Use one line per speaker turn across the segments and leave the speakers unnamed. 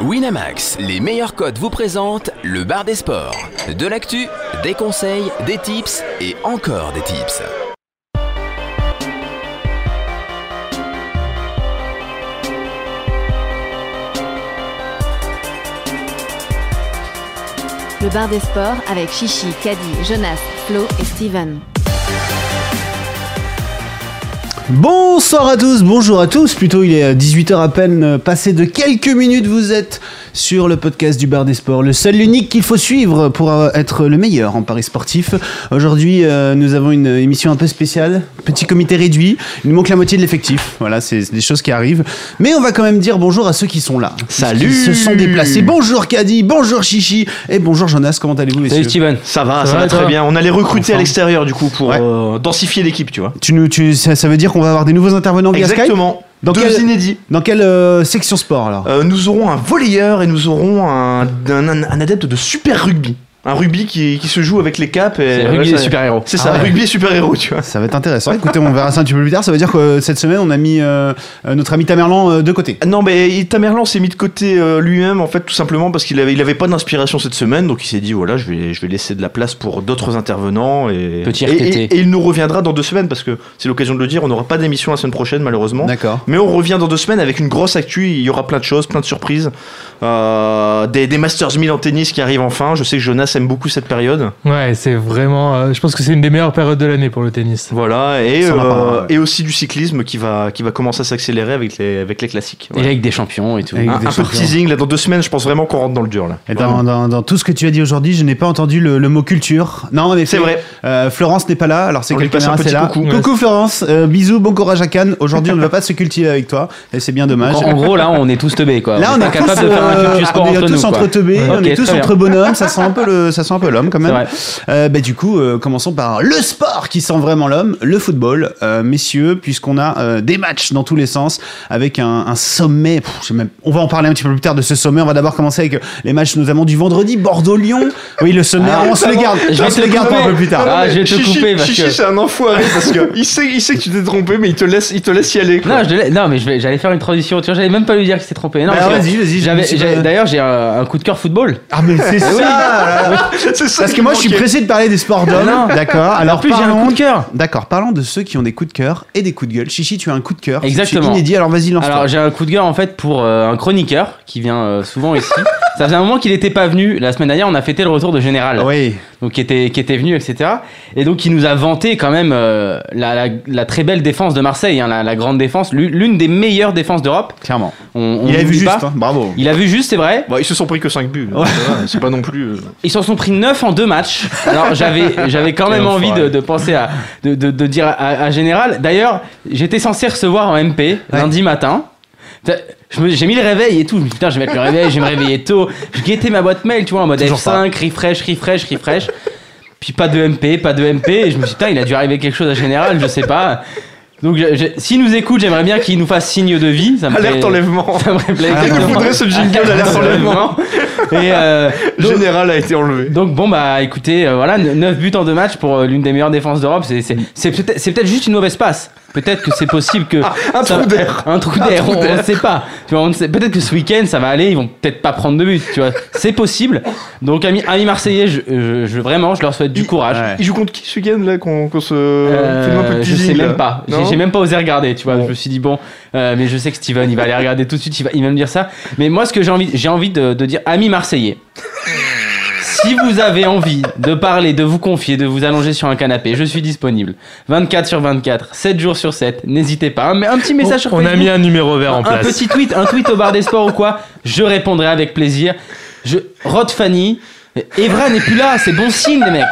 Winamax, les meilleurs codes vous présentent le bar des sports. De l'actu, des conseils, des tips et encore des tips.
Le bar des sports avec Chichi, Caddy, Jonas, Flo et Steven.
Bonsoir à tous, bonjour à tous. Plutôt, il est 18h à peine euh, passé de quelques minutes. Vous êtes sur le podcast du Bar des Sports, le seul, l'unique qu'il faut suivre pour euh, être le meilleur en Paris sportif. Aujourd'hui, euh, nous avons une émission un peu spéciale, petit comité réduit. Il nous manque la moitié de l'effectif. Voilà, c'est c'est des choses qui arrivent. Mais on va quand même dire bonjour à ceux qui sont là.
Salut.
Qui se sont déplacés. Bonjour Caddy, bonjour Chichi et bonjour Jonas. Comment allez-vous, messieurs
Salut Steven.
Ça va,
Ça
ça,
va,
va,
toi
très bien. On allait recruter
Enfin.
à l'extérieur du coup pour
Ouais.
euh, densifier l'équipe, tu vois.
tu nous, tu, ça, ça veut dire qu'on va avoir des nouveaux intervenants via Skype
Exactement.
Dans
Deux
quel-
inédits.
Dans quelle euh, section sport alors
Euh, nous aurons un volleyeur et nous aurons un, un- un- un adepte de super rugby. Un rugby qui, qui se joue avec les capes. Et,
C'est rugby
Ouais,
des
ça-
super-héros. Ah
C'est ça, rugby et super-héros, tu vois.
Ça va être intéressant. Écoutez, on verra ça un petit peu plus tard. Ça veut dire que euh, cette semaine, on a mis euh, euh, notre ami Tamerlan euh, de côté.
Non, mais Tamerlan s'est mis de côté euh, lui-même, en fait, tout simplement parce qu'il avait, il avait pas d'inspiration cette semaine, donc il s'est dit, voilà, je vais, je vais laisser de la place pour d'autres intervenants. Et,
Petit
et,
RTT.
et- et il nous reviendra dans deux semaines, parce que c'est l'occasion de le dire, on n'aura pas d'émission la semaine prochaine, malheureusement.
D'accord.
Mais on revient dans deux semaines avec une grosse actu. Il y aura plein de choses, plein de surprises. Euh, des, des Masters 1000 en tennis qui arrivent enfin. Je sais que Jonas aime beaucoup cette période.
Ouais, c'est vraiment. euh, je pense que c'est une des meilleures périodes de l'année pour le tennis.
Voilà. Et,
Ça, on en
euh,
parlera, ouais.
et aussi du cyclisme qui va, qui va commencer à s'accélérer avec les, avec les classiques.
Il est
Voilà.
avec des champions et tout.
Avec
Un,
des
un peu de
champions.
teasing là dans deux semaines. Je pense vraiment qu'on rentre dans le dur là.
Et dans, dans- dans tout ce que tu as dit aujourd'hui, je n'ai pas entendu le, le mot culture. Non, en effet,
C'est vrai.
euh, Florence n'est pas là. Alors, c'est
On
que
lui
le
passe un
caméra,
petit
c'est là.
coucou.
Florence. Euh, bisous, bon courage à Cannes. Aujourd'hui, on ne va pas se cultiver avec toi. Et c'est bien dommage.
En, en gros, là, on est tous teubés, quoi.
Là, on est
est pas
tous,
capable de faire un
euh,
culture sport
on est
entre
tous
nous.
entre
quoi.
teubés,
Ouais.
on
Ok,
est tous
très bien.
entre bonhommes, ça sent un peu le, ça sent un peu l'homme quand
C'est
même.
vrai.
Euh, bah, du coup, euh, commençons par le sport qui sent vraiment l'homme, le football, Euh, messieurs, puisqu'on a euh, des matchs dans tous les sens avec un, un sommet. pff, je sais même- on va en parler un petit peu plus tard de ce sommet. On va d'abord commencer avec les matchs notamment du vendredi, Bordeaux-Lyon. Oui, le sommet,
Ah,
on se le garde,
Je vais
on se
te
le garde pour un
couper.
peu plus tard.
Ah, je vais te
Chichi,
couper parce
Chichi,
que-
c'est un enfoiré parce que il sait, il sait que tu t'es trompé, mais il te laisse, il te laisse y aller. quoi.
Non, je l'ai- non, mais je vais- j'allais faire une transition. Tu vois, j'allais même pas lui dire qu'il s'est trompé. Non,
Bah,
parce que
vas-y, vas-y,
j'avais-
je me suis
j'avais-
pas-
D'ailleurs, j'ai un, un coup de cœur football.
Ah, mais c'est ça là.
C'est ça
Parce
qui
que moi, je suis
manquait.
pressé de parler des sports d'hommes.
Ah, Non.
D'accord. Alors,
en plus, j'ai un
parlons-
coup de cœur.
D'accord, parlons de ceux qui ont des coups de cœur et des coups de gueule. Chichi, tu as un coup de cœur. c'est-
Exactement.
C'est inédit, alors vas-y, lance
Alors, j'ai un coup de cœur en fait pour euh, un chroniqueur qui vient euh, souvent ici. Ça faisait un moment qu'il n'était pas venu. La semaine dernière, on a fêté le retour de Général.
Oui,
donc qui était, qui était venu, etc. Et donc il nous a vanté quand même euh, la, la- la très belle défense de Marseille, hein, la, la grande défense, l'u- l'une des meilleures défenses d'Europe.
clairement.
On, on
Il a vu
n'oublie
juste,
pas.
hein, bravo.
Il a vu juste, c'est vrai.
Bon, Bah, ils se sont pris que 5 buts.
Ouais.
Ça va, C'est pas non plus. euh,
Ils s'en sont pris 9 en deux matchs. Alors j'avais, j'avais quand même
Quel
envie de,
enfoiré.
de penser à, de, de- de dire à, à Général. D'ailleurs, j'étais censé recevoir en MP lundi matin. T'as- je me- J'ai mis le réveil et tout. Je me dis, putain, je vais mettre le réveil, je vais me réveiller tôt. Je guettais ma boîte mail, tu vois, en mode
Toujours
F5, refresh, refresh, refresh. Puis pas de MP, pas de MP. Et je me suis dit, putain, il a dû arriver quelque chose à Général, je sais pas. Donc, je- je- s'il nous écoute, j'aimerais bien qu'il nous fasse signe de vie. Ça me
Alerte
ferait-
enlèvement.
Ça me ferait plaisir.
Il nous faudrait ce jingle alerte enlèvement.
Et euh,
Le
donc-
général a été enlevé.
donc bon bah écoutez euh, voilà 9 buts en deux matchs pour euh, l'une des meilleures défenses d'Europe c'est c'est c'est peut-être c'est peut-être juste une mauvaise passe peut-être que c'est possible que
Un
ça-
trou d'air.
un trou d'air on, on ne sait pas tu vois on ne sait peut-être que ce week-end ça va aller ils vont peut-être pas prendre de but tu vois c'est possible donc amis amis marseillais je, je- je- vraiment je leur souhaite du courage
Ouais.
Il joue contre qui ce week-end là qu'on qu'on se.
Euh,
Fais-nous un peu de
je
teasing,
sais
là.
même pas. J'ai
Non
j'ai même pas osé regarder, tu vois.
Bon.
Je me suis dit bon, euh, mais je sais que Steven, il va aller regarder tout de suite. Il va, il va me dire ça. Mais moi, ce que j'ai envie, j'ai envie de, de dire, amis Marseillais, si vous avez envie de parler, de vous confier, de vous allonger sur un canapé, je suis disponible. 24 sur 24, 7 jours sur 7. N'hésitez pas. hein. Mais un petit message sur
Oh, on a
Facebook,
mis un numéro vert en
un
place.
petit tweet, un tweet au bar des sports ou quoi. Je répondrai avec plaisir. Je Rod Fanny, Evra n'est plus là. C'est bon signe, les mecs.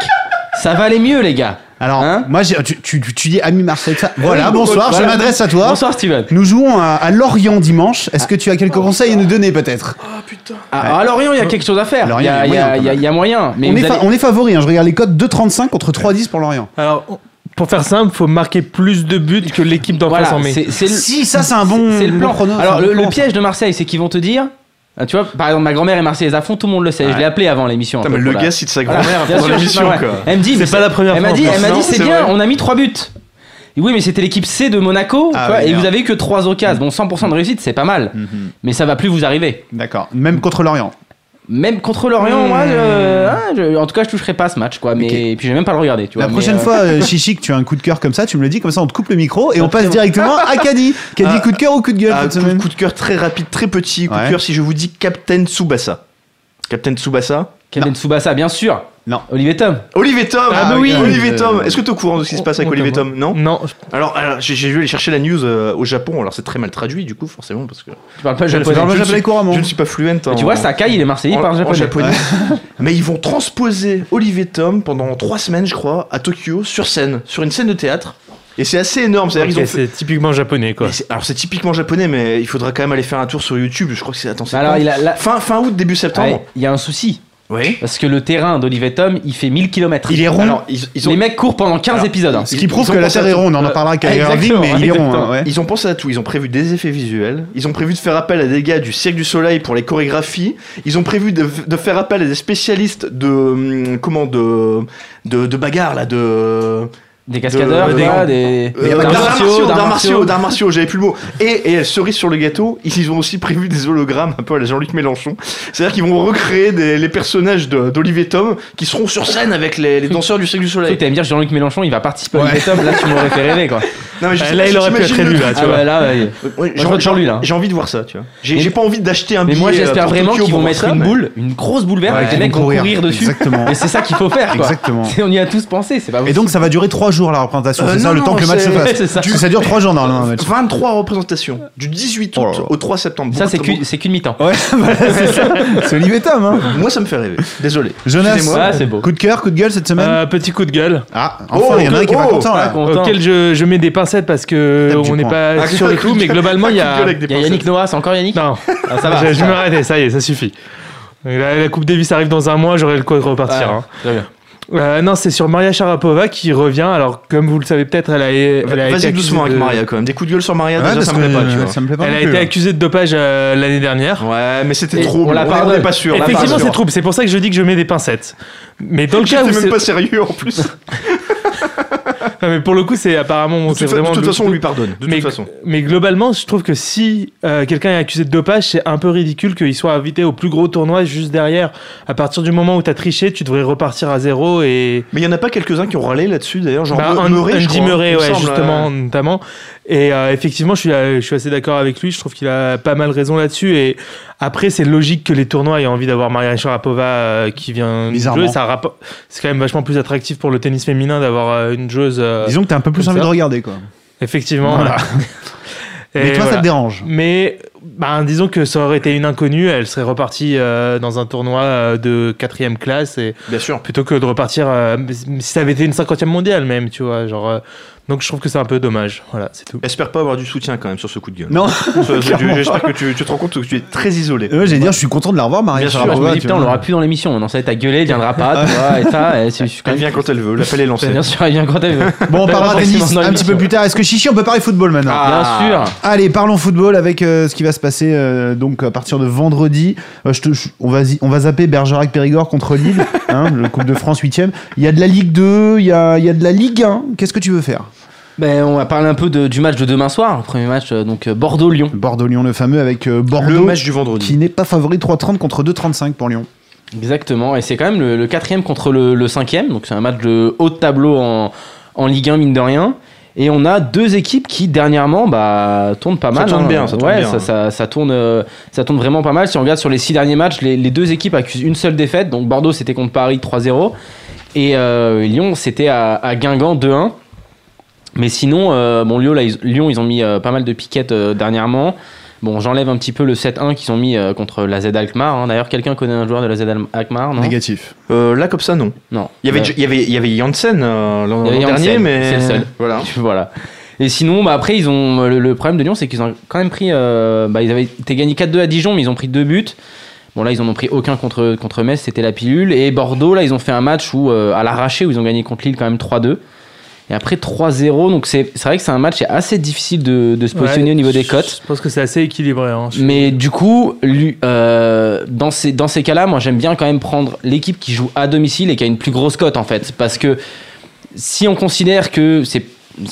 Ça va aller mieux, les gars.
Alors,
Hein
moi, j'ai- tu, tu, tu dis ami Marseille, ça. Voilà,
oui,
bonsoir,
voilà.
je m'adresse à toi.
Bonsoir, Ah. Steven.
Nous jouons à, à Lorient dimanche. Est-ce que tu as quelques conseils à nous donner, peut-être
Ah, À Lorient, il y a quelque chose à faire.
À Lorient,
Il y a,
il y a moyen,
il y a-
quand même.
il y a moyen. Mais
on,
vous
est fa-
allez-
on est favori, hein. je regarde les codes 2,35 contre 3,10 pour Lorient.
Alors, on- pour faire simple, faut marquer plus de buts que l'équipe d'en
voilà,
face en mai.
c'est c'est le,
Si, ça, c'est un bon,
c'est le
bon
plan.
prono, c'est
Alors,
un
le,
bon
le
plan,
piège de Marseille, c'est qu'ils vont te dire. ah, Tu vois, par exemple, ma grand-mère est marseillaise à fond, tout le monde le sait. Je l'ai appelée avant l'émission. un
Putain,
peu
mais le
pour la-
gars cite sa
Voilà,
grand-mère
bien
pendant
sûr,
l'émission
non, ouais.
quoi.
Elle me dit,
C'est
mais
pas la première
Elle m'a
fois, en
dit,
plus.
elle m'a dit,
Non,
c'est
c'est
bien.
vrai.
On a mis trois buts. Oui, mais c'était l'équipe C de Monaco,
Ah
quoi,
oui,
et
merde.
vous avez eu que 3 occasions. Bon, 100% de réussite, c'est pas mal,
Mhm.
mais ça va plus vous arriver.
D'accord. Même contre l'Orient.
Même contre l'Orient, moi, je- hein, je- en tout cas, je toucherai pas ce match, quoi. Mais
Ok.
et puis, j'ai même pas le regarder, tu vois.
La
mais,
prochaine
euh,
fois, euh, Chichi, que tu as un coup de cœur comme ça, tu me le dis, comme ça on te coupe le micro et on passe directement à Caddy. Caddy,
Ah.
coup de cœur ou coup de gueule
Ah,
cette
coup,
semaine
coup de cœur très rapide, très petit. Coup
Ouais.
de cœur, si je vous dis Captain Tsubasa. Captain Tsubasa
Kevin Tsubasa, bien sûr.
Non.
Olivier Tom.
Olivier Tom
Ah, bah
ok.
oui.
Olivier
Euh,
Tom Est-ce que tu es au courant de ce qui se passe avec
Oh,
on-
Olivier
on-
Tom Non
Non,
Alors, alors, j'ai j'ai dû aller chercher la news euh, au Japon, alors c'est très mal traduit du coup, forcément, parce que.
Tu parles pas
Je
japonais.
ne
parle
suis-
japonais couramment.
Je ne suis pas fluente.
Mais tu vois, Sakai, il est marseillais, il parle japonais.
Mais ils vont transposer Olivier Tom pendant trois semaines, je crois, à Tokyo, sur scène, sur une scène de théâtre. Et c'est assez énorme.
Ok,
C'est-à-dire qu'ils ont fait-
c'est typiquement japonais quoi.
Mais c'est- Alors c'est typiquement japonais, mais il faudra quand même aller faire un tour sur YouTube. Je crois que c'est attends, c'est
Bah Alors,
quand
il a, là,
fin fin août début septembre.
ouais, il y a un souci.
Oui.
Parce que le terrain d'Olivier Tom, il fait 1000 km.
Il est rond. Alors, ils, ils ont,
Les mecs courent pendant 15
Alors,
épisodes. hein.
Ce qui
Ils-
prouve
ils ont
que la
pensé
Terre
à
est
tout.
ronde. On en parlera avec
Exactement,
Irving, mais il est rond.
exactement.
hein, ouais.
ils ont pensé à tout. Ils ont prévu des effets visuels. Ils ont prévu de faire appel à des gars du Cirque du Soleil pour les chorégraphies. Ils ont prévu de, de faire appel à des spécialistes de hum, comment de de, de bagarre là de
Des cascadeurs,
de-
des,
des-
des,
Euh,
d'arts martiaux,
d'arts martiaux, d'arts martiaux, j'avais plus le mot. Et, et cerise sur le gâteau, ils ont aussi prévu des hologrammes un peu à la Jean-Luc Mélenchon. C'est-à-dire qu'ils vont recréer des- les personnages de- d'Olivier Tom qui seront sur scène avec les, les danseurs du Cirque du
Tu
Soleil.
allais me dire Jean-Luc Mélenchon, il va participer à Olivier Tom, là tu m'aurais fait rêver quoi.
Non,
Euh,
mais je sais
Là,
pas
il
si
aurait pu être
t'imagines
élu
le
là,
truc.
tu
Ah
vois.
bah là, ouais.
Ouais,
je vote sur lui, là.
J'ai envie de voir ça, tu vois. J'ai
Mais-
j'ai pas envie d'acheter un
Mais
billet.
moi
euh,
j'espère
pour
vraiment
Tokyo
qu'ils vont
pour
mettre
ça,
une
mais-
boule, une grosse boule verte,
Ouais,
avec les
ils
mecs
vont
vont
courir,
courir, dessus.
exactement.
Et c'est ça qu'il faut faire quoi.
Exactement.
C'est- On y a tous pensé, c'est pas
Et
possible.
donc ça va durer 3 jours la représentation,
Euh,
c'est ça
non,
le
non,
temps que le match se
c'est-
Ouais, c'est
fasse
ça.
Parce que ça dure 3 jours normalement un match.
23 représentations du 18 août
Oh là là.
au 3 septembre.
ça c'est
Beaucoup-
qu'une c'est qu'une mi-temps.
Ouais, voilà, c'est ça. C'est Olivier Tom. Hein.
Moi ça me fait rêver. Désolé.
Jonas,
Excusez-moi.
Ah, c'est beau.
coup de cœur, coup de gueule cette semaine
Euh, petit coup de gueule.
Ah, enfin, il y en a un qui est pas
oh,
content
Pas
là.
content.
Auquel je, je mets des pincettes parce que
Tape du
on n'est
poing.
pas
Un
sûr
coup
de
de
tout, mais
gueule.
globalement il y
Un coup de gueule
a.
avec des
Il y a
pincettes.
Yannick Noah, c'est encore Yannick
Non,
Ah, ça va.
je, je vais m'arrêter, ça y est, ça suffit. La, la Coupe Davis arrive dans un mois, j'aurai le quoi de repartir.
Ah,
hein.
très bien.
Euh, non, c'est sur Maria Sharapova qui revient. Alors, comme vous le savez peut-être, elle a, elle a
Vas-y
été accusée
doucement avec
de-
Maria quand même. Des coups de gueule sur Maria,
Ouais,
déjà
parce
ça me
que
plaît pas, tu vois.
ça me plaît pas
Elle
non
a
plus, hein.
été
là.
accusée de dopage euh, l'année dernière.
Ouais, mais c'était
Et
trop.
on la
On
pardonne.
n'est pas sûr. on la
Effectivement,
pardonne.
c'est trouble. C'est pour ça que je dis que je mets des pincettes. Mais dans le cas où
J'étais
c'est-
même pas sérieux en plus. De
Non, mais pour le coup, c'est apparemment, c'est
toute, fa- de
vraiment.
toute
le-
façon, on lui pardonne. De
mais,
toute façon.
mais globalement, je trouve que si euh, quelqu'un est accusé de dopage, c'est un peu ridicule qu'il soit invité au plus gros tournoi juste derrière. À partir du moment où t'as triché, tu devrais repartir à zéro et
Mais il y en a pas quelques-uns qui ont râlé là-dessus d'ailleurs, genre
Bah,
Me-
un-
Murray, je
Andy
crois,
Murray,
il me
ouais,
semble,
justement,
euh,
notamment. Et euh, effectivement, je suis, euh, je suis assez d'accord avec lui. Je trouve qu'il a pas mal raison là-dessus. Et après, c'est logique que les tournois aient envie d'avoir Maria Sharapova euh, qui vient
Bizarrement.
jouer. Ça rappo- c'est quand même vachement plus attractif pour le tennis féminin d'avoir euh, une joueuse. euh,
Disons que t'as un peu plus
Comme
envie
ça.
de regarder quoi.
Effectivement.
Voilà.
Et
Mais toi ça
voilà.
te dérange.
Mais ben, disons que ça aurait été une inconnue, elle serait repartie euh, dans un tournoi euh, de quatrième classe et
Bien sûr.
plutôt que de repartir euh, si ça avait été une cinquantième mondiale même, tu vois, genre. euh, donc je trouve que c'est un peu dommage. Voilà, c'est tout.
Espère pas avoir du soutien quand même sur ce coup de gueule.
Non,
Ça, c'est du-
clairement
J'espère que tu, tu te rends compte que tu es très isolé.
Euh, j'allais dire je suis content de la revoir Maria
Bien sûr,
Je
Sharapova,
me dis,
tu
putain, on
vois. Ah.
l'aura plus dans l'émission. Non, ça va être à gueuler, elle viendra pas, tu vois, et ça, et c'est- je suis quand
Elle vient
même.
quand elle veut, l'appel est lancé.
Bien sûr, elle vient quand elle veut.
Bon on parlera
forcément
tennis
dans
un petit
l'émission.
peu plus tard. Est-ce que Chichi on peut parler football maintenant
Ah.
Bien sûr.
Allez, parlons football avec euh, ce qui va se passer euh, donc à partir de vendredi. Euh, je te- je- on, va, zi- on va zapper Bergerac-Périgord contre Lille, hein, le Coupe de France 8 Il y a de la Ligue 2, il y a, il y a de la Ligue 1. Qu'est-ce que tu veux faire
Ben, on va parler un peu de- du match de demain soir, premier match euh, donc euh, Bordeaux-Lyon.
Bordeaux-Lyon, le fameux avec euh,
Le
Bordeaux
match du vendredi.
qui n'est pas favori 3-30 contre 2-35 pour Lyon.
Exactement, et c'est quand même le, le quatrième contre le, le cinquième, donc c'est un match de haut de tableau en, en Ligue 1 mine de rien. Et on a deux équipes qui dernièrement bah, tournent pas
Ça
mal.
tourne bien, ça tourne
Ouais,
bien. hein.
Ça, ça- ça tourne, euh, ça tourne vraiment pas mal. Si on regarde sur les six derniers matchs, les, les deux équipes accusent une seule défaite. Donc Bordeaux c'était contre Paris 3-0 et euh, Lyon c'était à, à Guingamp 2-1. Mais sinon, euh, bon Lyon, là, ils, Lyon ils ont mis euh, pas mal de piquettes euh, dernièrement. Bon, j'enlève un petit peu le 7-1 qu'ils ont mis euh, contre la Z Alkmaar. hein. D'ailleurs, quelqu'un connaît un joueur de la Z Alkmaar, non
Négatif.
Euh, là, comme ça, non.
non.
Il y avait,
Euh,
il y avait, il y avait Janssen euh, l'an
Il y avait
l'an dernier,
Janssen,
mais.
c'est le seul.
Voilà.
voilà. Et sinon, bah après, ils ont le, le problème de Lyon, c'est qu'ils ont quand même pris. euh, bah, ils avaient été gagnés 4-2 à Dijon, mais ils ont pris deux buts. Bon, là, ils en ont pris aucun contre, contre Metz, c'était la pilule. Et Bordeaux, là, ils ont fait un match où, euh, à l'arraché, où ils ont gagné contre Lille quand même 3-2. Et après 3-0, donc c'est c'est vrai que c'est un match qui est assez difficile de, de se positionner au niveau des cotes.
Je pense que c'est assez équilibré. hein. Je-
Mais du coup, lui, euh, dans ces, dans ces cas-là, moi j'aime bien quand même prendre l'équipe qui joue à domicile et qui a une plus grosse cote en fait. Parce que si on considère que c'est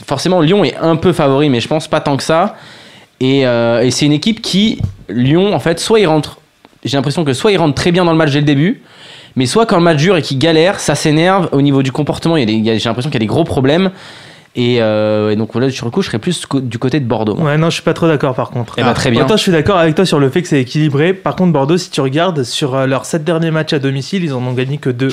forcément, Lyon est un peu favori, mais je pense pas tant que ça. Et, euh, et c'est une équipe qui, Lyon, en fait, soit il rentre, j'ai l'impression que soit il rentre très bien dans le match dès le début, mais soit quand le match dure et qu'il galère, ça s'énerve. Au niveau du comportement, il y a des- il y a- j'ai l'impression qu'il y a des gros problèmes. Et, euh, et donc, voilà, sur le coup, je serais plus co- du côté de Bordeaux. moi.
Ouais, non, je suis pas trop d'accord par contre.
Eh ben, très bien.
Autant je suis d'accord avec toi sur le fait que c'est équilibré. Par contre, Bordeaux, si tu regardes, sur euh, leurs 7 derniers matchs à domicile, ils en ont gagné que 2.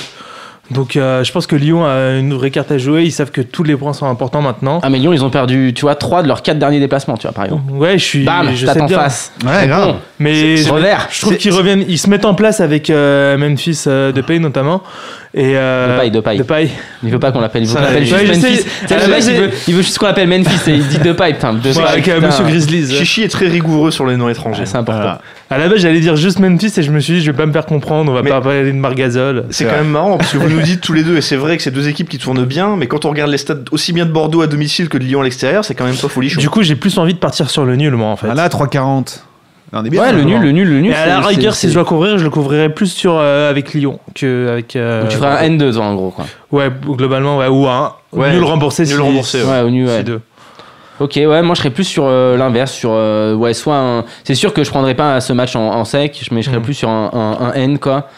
Donc euh, je pense que Lyon a une vraie carte à jouer. Ils savent que tous les points sont importants maintenant.
Ah, mais Lyon, ils ont perdu, tu vois, 3 de leurs 4 derniers déplacements, tu vois, par exemple.
Ouais, je suis.
Bam,
je
t'as
sais
en
bien.
face.
Ouais, grave.
Bon,
Mais
c'est Ah.
je-
revers.
je trouve qu'ils reviennent, ils se mettent en place avec euh, Memphis euh, Depay notamment et euh,
Depay, Depay. Il veut pas qu'on l'appelle, il veut
Ça,
qu'on l'appelle
il-
juste
ouais, je
Memphis.
sais,
C'est le
je
mec,
sais.
il veut, il veut juste qu'on l'appelle Memphis et il dit Depay, putain, Depay.
Ouais, avec euh,
putain.
Monsieur Grizzlies.
Chichi est très rigoureux sur les noms étrangers.
Ouais, Ah, c'est important.
Voilà.
À la base, j'allais dire juste Memphis et je me suis dit, je vais pas me faire comprendre, on va
Mais-
pas parler de Margazol.
C'est quand même marrant parce que vous nous dites tous les deux, et c'est vrai que c'est deux équipes qui tournent bien, mais quand on regarde les stats aussi bien de Bordeaux à domicile que de Lyon à l'extérieur, c'est quand même pas folichon.
Du coup, j'ai plus envie de partir sur le nul, moi, en fait.
Ah là, 3,40. On est bien.
hein.
Ouais, le nul, le nul, le nul.
Mais à la
c'est-
rigueur,
c'est-
si je dois couvrir, je le couvrirais plus sur euh, avec Lyon que avec. euh,
Donc tu feras un N2 toi, en gros quoi.
Ouais, globalement, ouais, ou un
Ouais,
nul remboursé,
nul
si-
remboursé,
si-
Ouais, au nu,
si
ouais.
deux.
Ok, ouais, moi je serais plus sur euh, l'inverse, sur euh, ouais, soit un. C'est sûr que je prendrais pas ce match en, en sec, mais je serais
Mm.
plus sur un, un- un N quoi.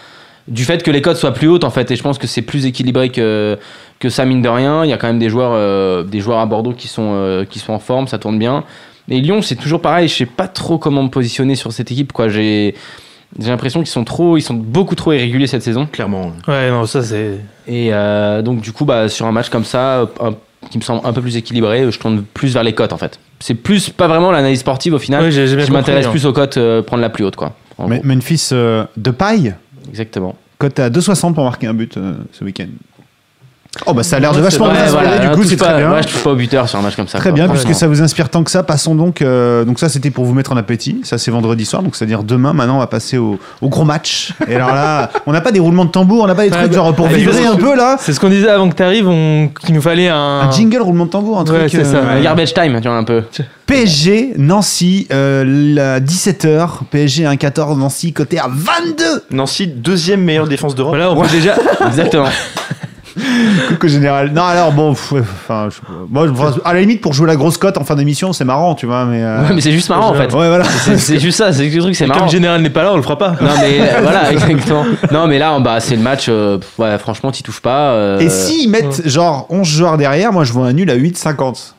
Du fait que les codes soient plus hautes en fait, et je pense que c'est plus équilibré que que ça mine de rien. Il y a quand même des joueurs, euh, des joueurs à Bordeaux qui sont euh, qui sont en forme, ça tourne bien. Et Lyon, c'est toujours pareil. Je sais pas trop comment me positionner sur cette équipe quoi. J'ai j'ai l'impression qu'ils sont trop, ils sont beaucoup trop irréguliers cette saison.
clairement.
Ouais, non, ça c'est.
Et euh, donc du coup, bah, sur un match comme ça, un- qui me semble un peu plus équilibré, je tourne plus vers les cotes en fait. C'est plus pas vraiment l'analyse sportive au final.
Ouais, j'ai j'ai bien
je
compris,
m'intéresse
hein.
plus aux cotes, euh, prendre la plus haute quoi. En
Mais
gros.
Memphis euh, de paille,
Exactement.
cote à 2,60 pour marquer un but euh, ce week-end. Oh bah ça a l'air de
Ouais,
vachement
c'est
bien
vrai,
se
voilà,
coller, du
là,
coup
touche
c'est
pas-
très bien.
ouais, je touche pas au buteur sur un match comme ça.
Très
quoi,
bien,
franchement.
puisque ça vous inspire tant que ça, passons donc. euh, donc ça, c'était pour vous mettre en appétit. Ça, c'est vendredi soir, donc c'est-à-dire demain. Maintenant, on va passer au, au gros match. Et alors là, on n'a pas des roulements de tambour, on n'a pas des
Ouais,
trucs
bah,
genre pour
allez,
vibrer
vas-y.
un peu là.
C'est ce qu'on disait avant que t'arrives, on... qu'il nous fallait un.
Un jingle roulement de tambour, un truc. euh,
Ouais, c'est ça,
Un Euh, Garbage time, tu vois un peu.
PSG Nancy, euh, la 17h. PSG 1-14, Nancy côté à 22.
Nancy, deuxième meilleure défense d'Europe.
Voilà, on peut déjà.
Exactement.
Coucou général. Non, alors bon, pff, ouais, enfin, je- moi, je- enfin, à la limite pour jouer la grosse cote en fin d'émission, c'est marrant, tu vois, mais. euh,
Ouais, mais c'est juste marrant en fait.
ouais, voilà.
C'est- C'est juste ça, c'est le truc, c'est marrant.
Comme Général n'est pas là, on le fera pas.
Non mais euh, voilà, exactement. Non mais là, bah, c'est le match. euh, pff, ouais, franchement, t'y touches pas. euh,
Et s'ils mettent genre 11 joueurs derrière, moi je vois un nul à 8,50.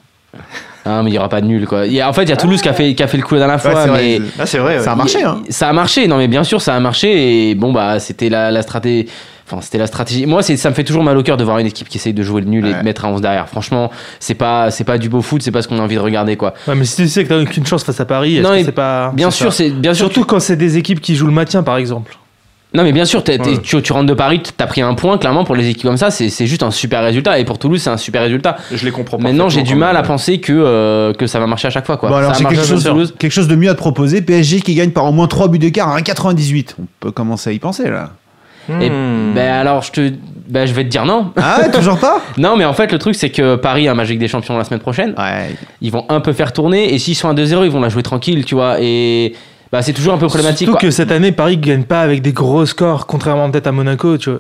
Ah mais il y aura pas de nul quoi. Il y a- en fait, il y a Toulouse qui a fait qui a fait le coup la dernière
Ouais,
fois,
c'est vrai,
mais
c'est-
Ah, c'est vrai. ouais.
Ça a marché, hein.
Ça a marché, non mais bien sûr ça a marché et bon bah c'était la, la stratégie. Enfin c'était la stratégie. Moi c'est ça me fait toujours mal au cœur de voir une équipe qui essaye de jouer le nul et
Ouais.
de mettre un 11 derrière. Franchement c'est pas c'est pas du beau foot, c'est pas ce qu'on a envie de regarder quoi.
Ouais, mais si tu sais que t'as aucune chance face à Paris, est-ce
Non,
que
mais
c'est pas.
Bien
c'est
sûr
ça.
c'est bien sûr.
Surtout quand c'est des équipes qui jouent le maintien, par exemple.
Non mais bien sûr t'es- t'es-
Ouais.
tu, tu rentres de Paris, t'as pris un point clairement pour les équipes comme ça c'est c'est juste un super résultat et pour Toulouse c'est un super résultat.
Je les comprends pas.
Maintenant j'ai du mal à penser que euh, que ça va marcher à chaque fois quoi.
Bon, Bah, alors
ça
j'ai
a marché
quelque,
contre
chose-
Toulouse.
quelque chose de mieux à te proposer. PSG qui gagne par au moins 3 buts d'écart à 1,98. On peut commencer à y penser là.
Et
Hmm.
ben alors je te ben, je vais te dire non.
Ah ouais, toujours pas
non mais en fait le truc c'est que Paris a un Magic des Champions la semaine prochaine.
Ouais.
ils vont un peu faire tourner et s'ils sont à 2-0 ils vont la jouer tranquille tu vois et bah c'est toujours un peu problématique
Surtout
quoi.
que cette année, Paris gagne pas avec des gros scores, contrairement peut-être à Monaco, tu vois.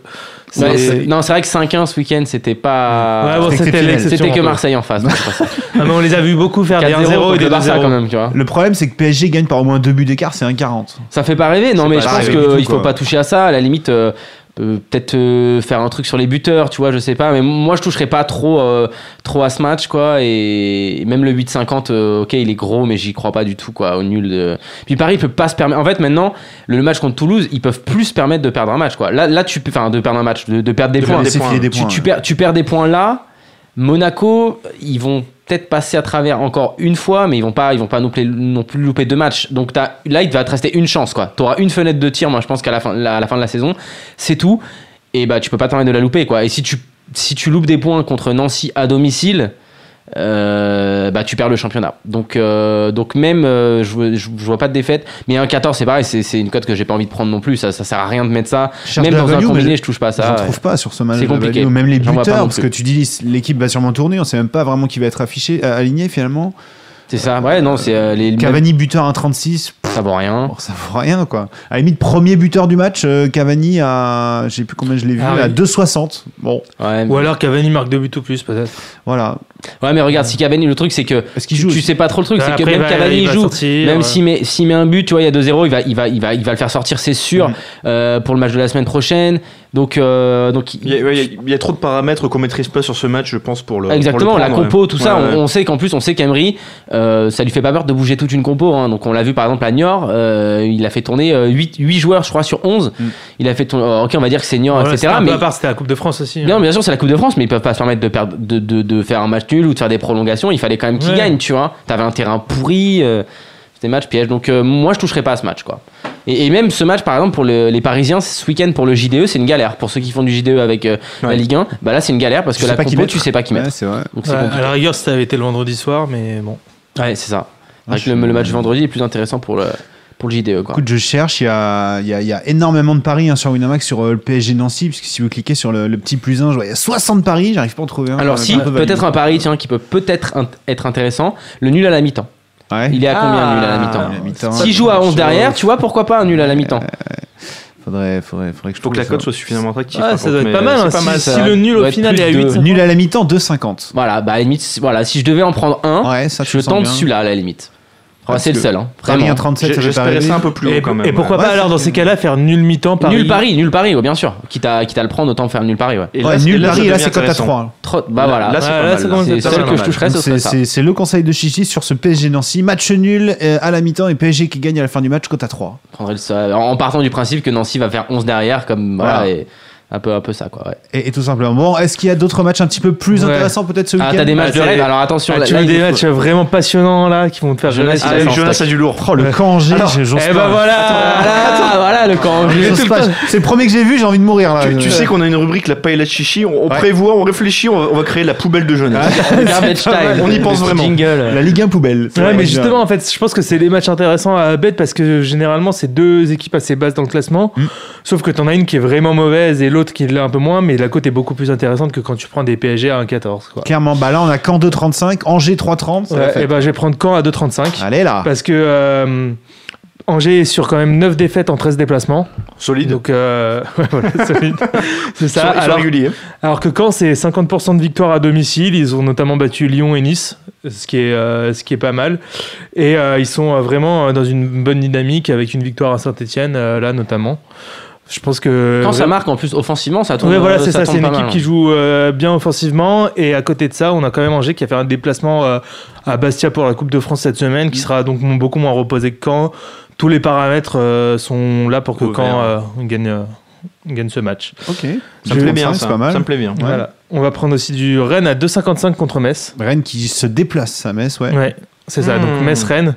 C'est-
Ouais, c'est- non c'est vrai que 5-1 ce week-end c'était pas
Ouais,
c'était
bon, c'était
exceptionnel.
l'exception,
c'était
un
que
peu.
Marseille en face donc c'est pour ça.
Ah, mais on les a vu beaucoup faire des
4-0
1-0
contre
et des
le Barça
2-0.
quand même tu vois
Le problème, c'est que PSG gagne par au moins 2 buts d'écart, c'est 1,40.
ça fait pas rêver non
C'est
mais
pas
je pense
rêver
du tout,
qu'il faut
quoi.
pas toucher à ça à la limite euh, euh, peut-être euh, faire un truc sur les buteurs tu vois je sais pas mais moi je toucherai pas trop euh, trop à ce match quoi et même le 8-50 euh, ok il est gros mais j'y crois pas du tout quoi au nul de... puis Paris peut pas se permettre en fait maintenant le match contre Toulouse ils peuvent plus se permettre de perdre un match quoi là, là tu peux enfin de perdre un match de, de perdre des
De
points
perdre des
Laisser
points.
filer des
tu,
points. hein.
tu perds, tu perds des points là. Monaco, ils vont peut-être passer à travers encore une fois, mais ils vont pas, ils vont pas non plus, non plus louper deux matchs. Donc t'as- là, il va te rester une chance, quoi. T'auras une fenêtre de tir, moi, je pense qu'à la fin, la- à la fin de la saison, c'est tout. Et bah, tu peux pas te permettre de la louper, quoi. Et si tu, si tu loupes des points contre Nancy à domicile, euh, bah, tu perds le championnat. Donc, euh, donc même, euh, je, vois- je, je vois pas de défaite. Mais un 14, c'est pareil, c'est c'est une cote que j'ai pas envie de prendre non plus. Ça, ça sert à rien de mettre ça.
Je cherche
même
de la
dans un
value, mais
combiné,
je-
je touche pas à
J'en
ça.
trouve pas sur ce match.
C'est
de
compliqué.
Value, ou même les
J'en vois
buteurs,
pas non
parce que
plus.
tu dis l'équipe va sûrement tourner, on sait même pas vraiment qui va être affiché, euh, aligné finalement.
C'est ça. Ouais, non, c'est euh, les.
Cavani buteur à 1,36, pff,
Ça vaut rien.
bon, ça vaut rien quoi. À la limite, premier buteur du match, euh, Cavani à, je sais plus combien je l'ai vu,
Ah oui.
à 2,60. Bon,
Ouais, mais-
Ou alors Cavani marque deux buts ou plus, peut-être.
Voilà.
Ouais, mais regarde, si Cavani, le truc, c'est que
Est-ce qu'il
tu-
joue
Tu
aussi
sais pas trop le truc, c'est que
Bah, Après, il
même
va-
Cavani
il va
joue.
sortir, euh,
Même
ouais.
s'il met, s'il met un but, tu vois, il y a 2-0, il va, il, va, il, va, il va le faire sortir, c'est sûr,
Mm-hmm.
Mhm.
euh, pour le match de la semaine prochaine. Donc, euh, donc
Il y, a, ouais, il y a- il y a trop de paramètres qu'on maîtrise pas sur ce match, je pense, pour le. pour le
Exactement, la
prendre,
compo,
ouais.
tout ça.
Ouais,
on-
ouais.
On, sait qu'en plus, on sait qu'Emery, euh, ça lui fait pas peur de bouger toute une compo. hein. Donc, on l'a vu par exemple à Niort, euh, il a fait tourner 8, joueurs, je crois, sur 11.
Mm.
Il a fait tourner. oh, ok, on va dire que c'est Niort,
Voilà,
etc.
c'était un peu
Mais
à part, c'était la Coupe de France aussi. hein.
non, mais bien sûr, c'est la Coupe de France, mais ils peuvent pas se permettre de, perdre, de, de- de faire un match nul ou de faire des prolongations. Il fallait quand même qu'ils
Ouais.
gagnent, tu vois. T'avais un terrain pourri. euh, c'était match piège. Donc, euh, moi, je toucherai pas à ce match, quoi. Et, et même ce match, par exemple, pour le- les Parisiens, ce week-end pour le JDE, c'est une galère. Pour ceux qui font du JDE avec euh, la
Ouais.
Ligue 1, bah là, c'est une galère parce
Tu
que
sais
la
pas qui
compo,
mettre.
tu sais pas qui mettre.
Ouais, c'est vrai.
Donc, c'est
Ouais,
compliqué.
à la rigueur, si ça avait été le vendredi soir, mais bon.
Ouais, c'est ça.
Ah,
Avec
je-
le, le match vendredi est plus intéressant pour le, pour le JDE. Quoi.
Écoute, je cherche, il y a, il y a- il y a énormément de paris hein, sur Winamax, sur euh, le PSG Nancy, parce que si vous cliquez sur le, le petit plus 1, je vois, il y a 60 paris, j'arrive pas à en trouver un.
Alors,
euh,
si,
un peu valide.
peut-être un pari tiens, qui peut peut-être int- être intéressant, le nul à la mi-temps.
Ouais.
Il est à combien le nul à la
Ah,
mi-temps
la mi-temps. euh,
S'il joue à 11 derrière, tu vois, pourquoi pas un nul à la mi-temps
Faudrait, faudrait, faudrait que je
Faut
trouve
que la cote
ça.
soit suffisamment attractive.
Ah,
par
ça
contre,
doit être
mais euh,
pas mal.
c'est
hein,
pas
si,
mal,
si
ça.
le nul au
Doit être
final
plus
est à
de-
8.
Nul à la mi-temps, 2,50.
Voilà, bah à la limite, si- voilà, si je devais en prendre un,
Ouais, ça, tu
je
le sens
tente
bien.
celui-là à la limite. Enfin,
Parce
c'est le
que
seul, hein,
Paris
vraiment.
1,37, ça
J'ai-
fait pas
J'espérais
rêver.
ça un peu plus haut
Et,
quand même.
et pourquoi
ouais.
pas alors dans ces cas-là faire nul mi-temps Paris
Nul pari, nul pari, oh, bien sûr. Quitte à, quitte à le prendre, autant faire nul pari, ouais.
Et
Ouais,
là,
nul
là, ça
Paris, et là,
devient
c'est cote à
intéressant.
3.
Trop- bah voilà.
Là, c'est
Ouais,
pas
là, c'est
mal.
quand
là.
c'est
même- ça,
le seul
c'est
que je
normal.
toucherais, ce
Donc,
serait
C'est
ça.
c'est- c'est le conseil de Chichi sur ce PSG Nancy. Match nul euh, à la mi-temps et PSG qui gagne à la fin du match, cote à 3.
Je prendrais le seul, en en partant du principe que Nancy va faire 11 derrière, comme voilà,
Voilà.
et un peu, un peu ça, quoi. ouais.
Et, et tout simplement. Bon, est-ce qu'il y a d'autres matchs un petit peu plus
Ouais.
intéressants peut-être ce
Ah,
week-end
t'as des matchs de
c'est-
rêve, alors attention.
Ah,
là-
tu
là,
as
il
des
faut-
matchs vraiment passionnants là qui vont te faire
Jonas,
jeunesse.
Ah,
il a
le
son
Jonas,
stock.
c'est du lourd.
Oh, le Kangé, j'ai- j'ose
Eh
pas.
ben
Ah,
voilà
Voilà, voilà le camp.
J'ose pas. C'est le premier que j'ai vu, j'ai envie de mourir là. Euh,
Tu, tu
Je-
sais qu'on a une rubrique la paella chichi, on, on
Ouais.
prévoit, on réfléchit, on va, on va créer la poubelle de jeunesse.
Garbage time.
On y pense
Le petit
vraiment.
Jingle.
La Ligue 1 poubelle. C'est
Ouais,
vrai,
mais
je-
justement, en fait, je pense que c'est les matchs intéressants à bet parce que généralement, c'est deux équipes assez basses dans le classement.
Mm.
Sauf que t'en as une qui est vraiment mauvaise et l'autre qui l'est un peu moins, mais la cote est beaucoup plus intéressante que quand tu prends des PSG à 1,14. quoi.
Clairement, bah là on a Caen 2,35, Angers 3,30. c'est la
Ouais,
fête.
et ben, je vais prendre Caen à 2,35
Allez là.
parce que euh, Angers est sur quand même 9 défaites en 13 déplacements.
Solide.
Donc, euh, ouais, voilà, solide. c'est
Ils sont-
ça.
ils sont
Alors,
réguliers.
alors que Caen, c'est 50% de victoire à domicile. Ils ont notamment battu Lyon et Nice, ce qui est, euh, ce qui est pas mal. Et euh, ils sont euh, vraiment euh, dans une bonne dynamique avec une victoire à Saint-Etienne, là notamment. Je pense que.
Quand ça marque en plus offensivement, ça tourne.
Ouais, voilà,
euh,
c'est ça.
tourne
C'est une
pas
équipe
mal,
qui
hein.
joue euh, bien offensivement. Et à côté de ça, on a quand même Angers qui a fait un déplacement euh, à Bastia pour la Coupe de France cette semaine, qui sera donc mon- beaucoup moins reposé que Caen. Tous les paramètres euh, sont là pour que
Ouvert.
Caen euh, gagne, euh, gagne ce match.
Ok.
Ça me plaît bien,
c'est
ça.
pas mal.
Ça me plaît bien.
Ouais.
Voilà. On va prendre aussi du Rennes à 2,55 contre Metz.
Rennes qui se déplace à Metz, ouais.
Ouais, c'est ça. Donc
Hmm.
Metz-Rennes.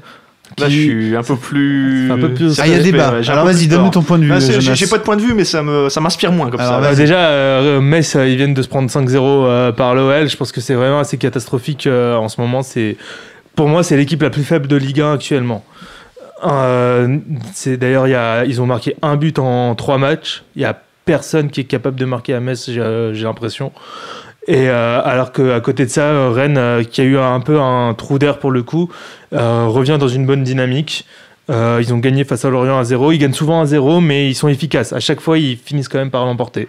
Là, je suis un peu plus.
Un peu plus-
Ah, il y a
respect,
débat.
ouais, j'ai un
Alors
peu
vas-y,
plus
donne-nous ton
peur.
point de vue.
Ah, c'est-
Jonas.
J'ai j'ai pas de point de vue, mais ça me- ça m'inspire moins comme
Alors,
ça.
vas-y.
Bah, déjà, euh, Metz, euh, ils viennent de se prendre 5-0 euh, par l'OL. Je pense que c'est vraiment assez catastrophique euh, en ce moment. C'est, pour moi, c'est l'équipe la plus faible de Ligue 1 actuellement. Euh, c'est d'ailleurs, il y a- ils ont marqué un but en trois matchs. Il y a personne qui est capable de marquer à Metz, j'ai, euh, j'ai l'impression. Et euh, alors qu'à côté de ça, euh, Rennes, euh, qui a eu un peu un trou d'air pour le coup, euh, revient dans une bonne dynamique. Euh, ils ont gagné face à Lorient à 0. Ils gagnent souvent à 0, mais ils sont efficaces. À chaque fois, ils finissent quand même par l'emporter.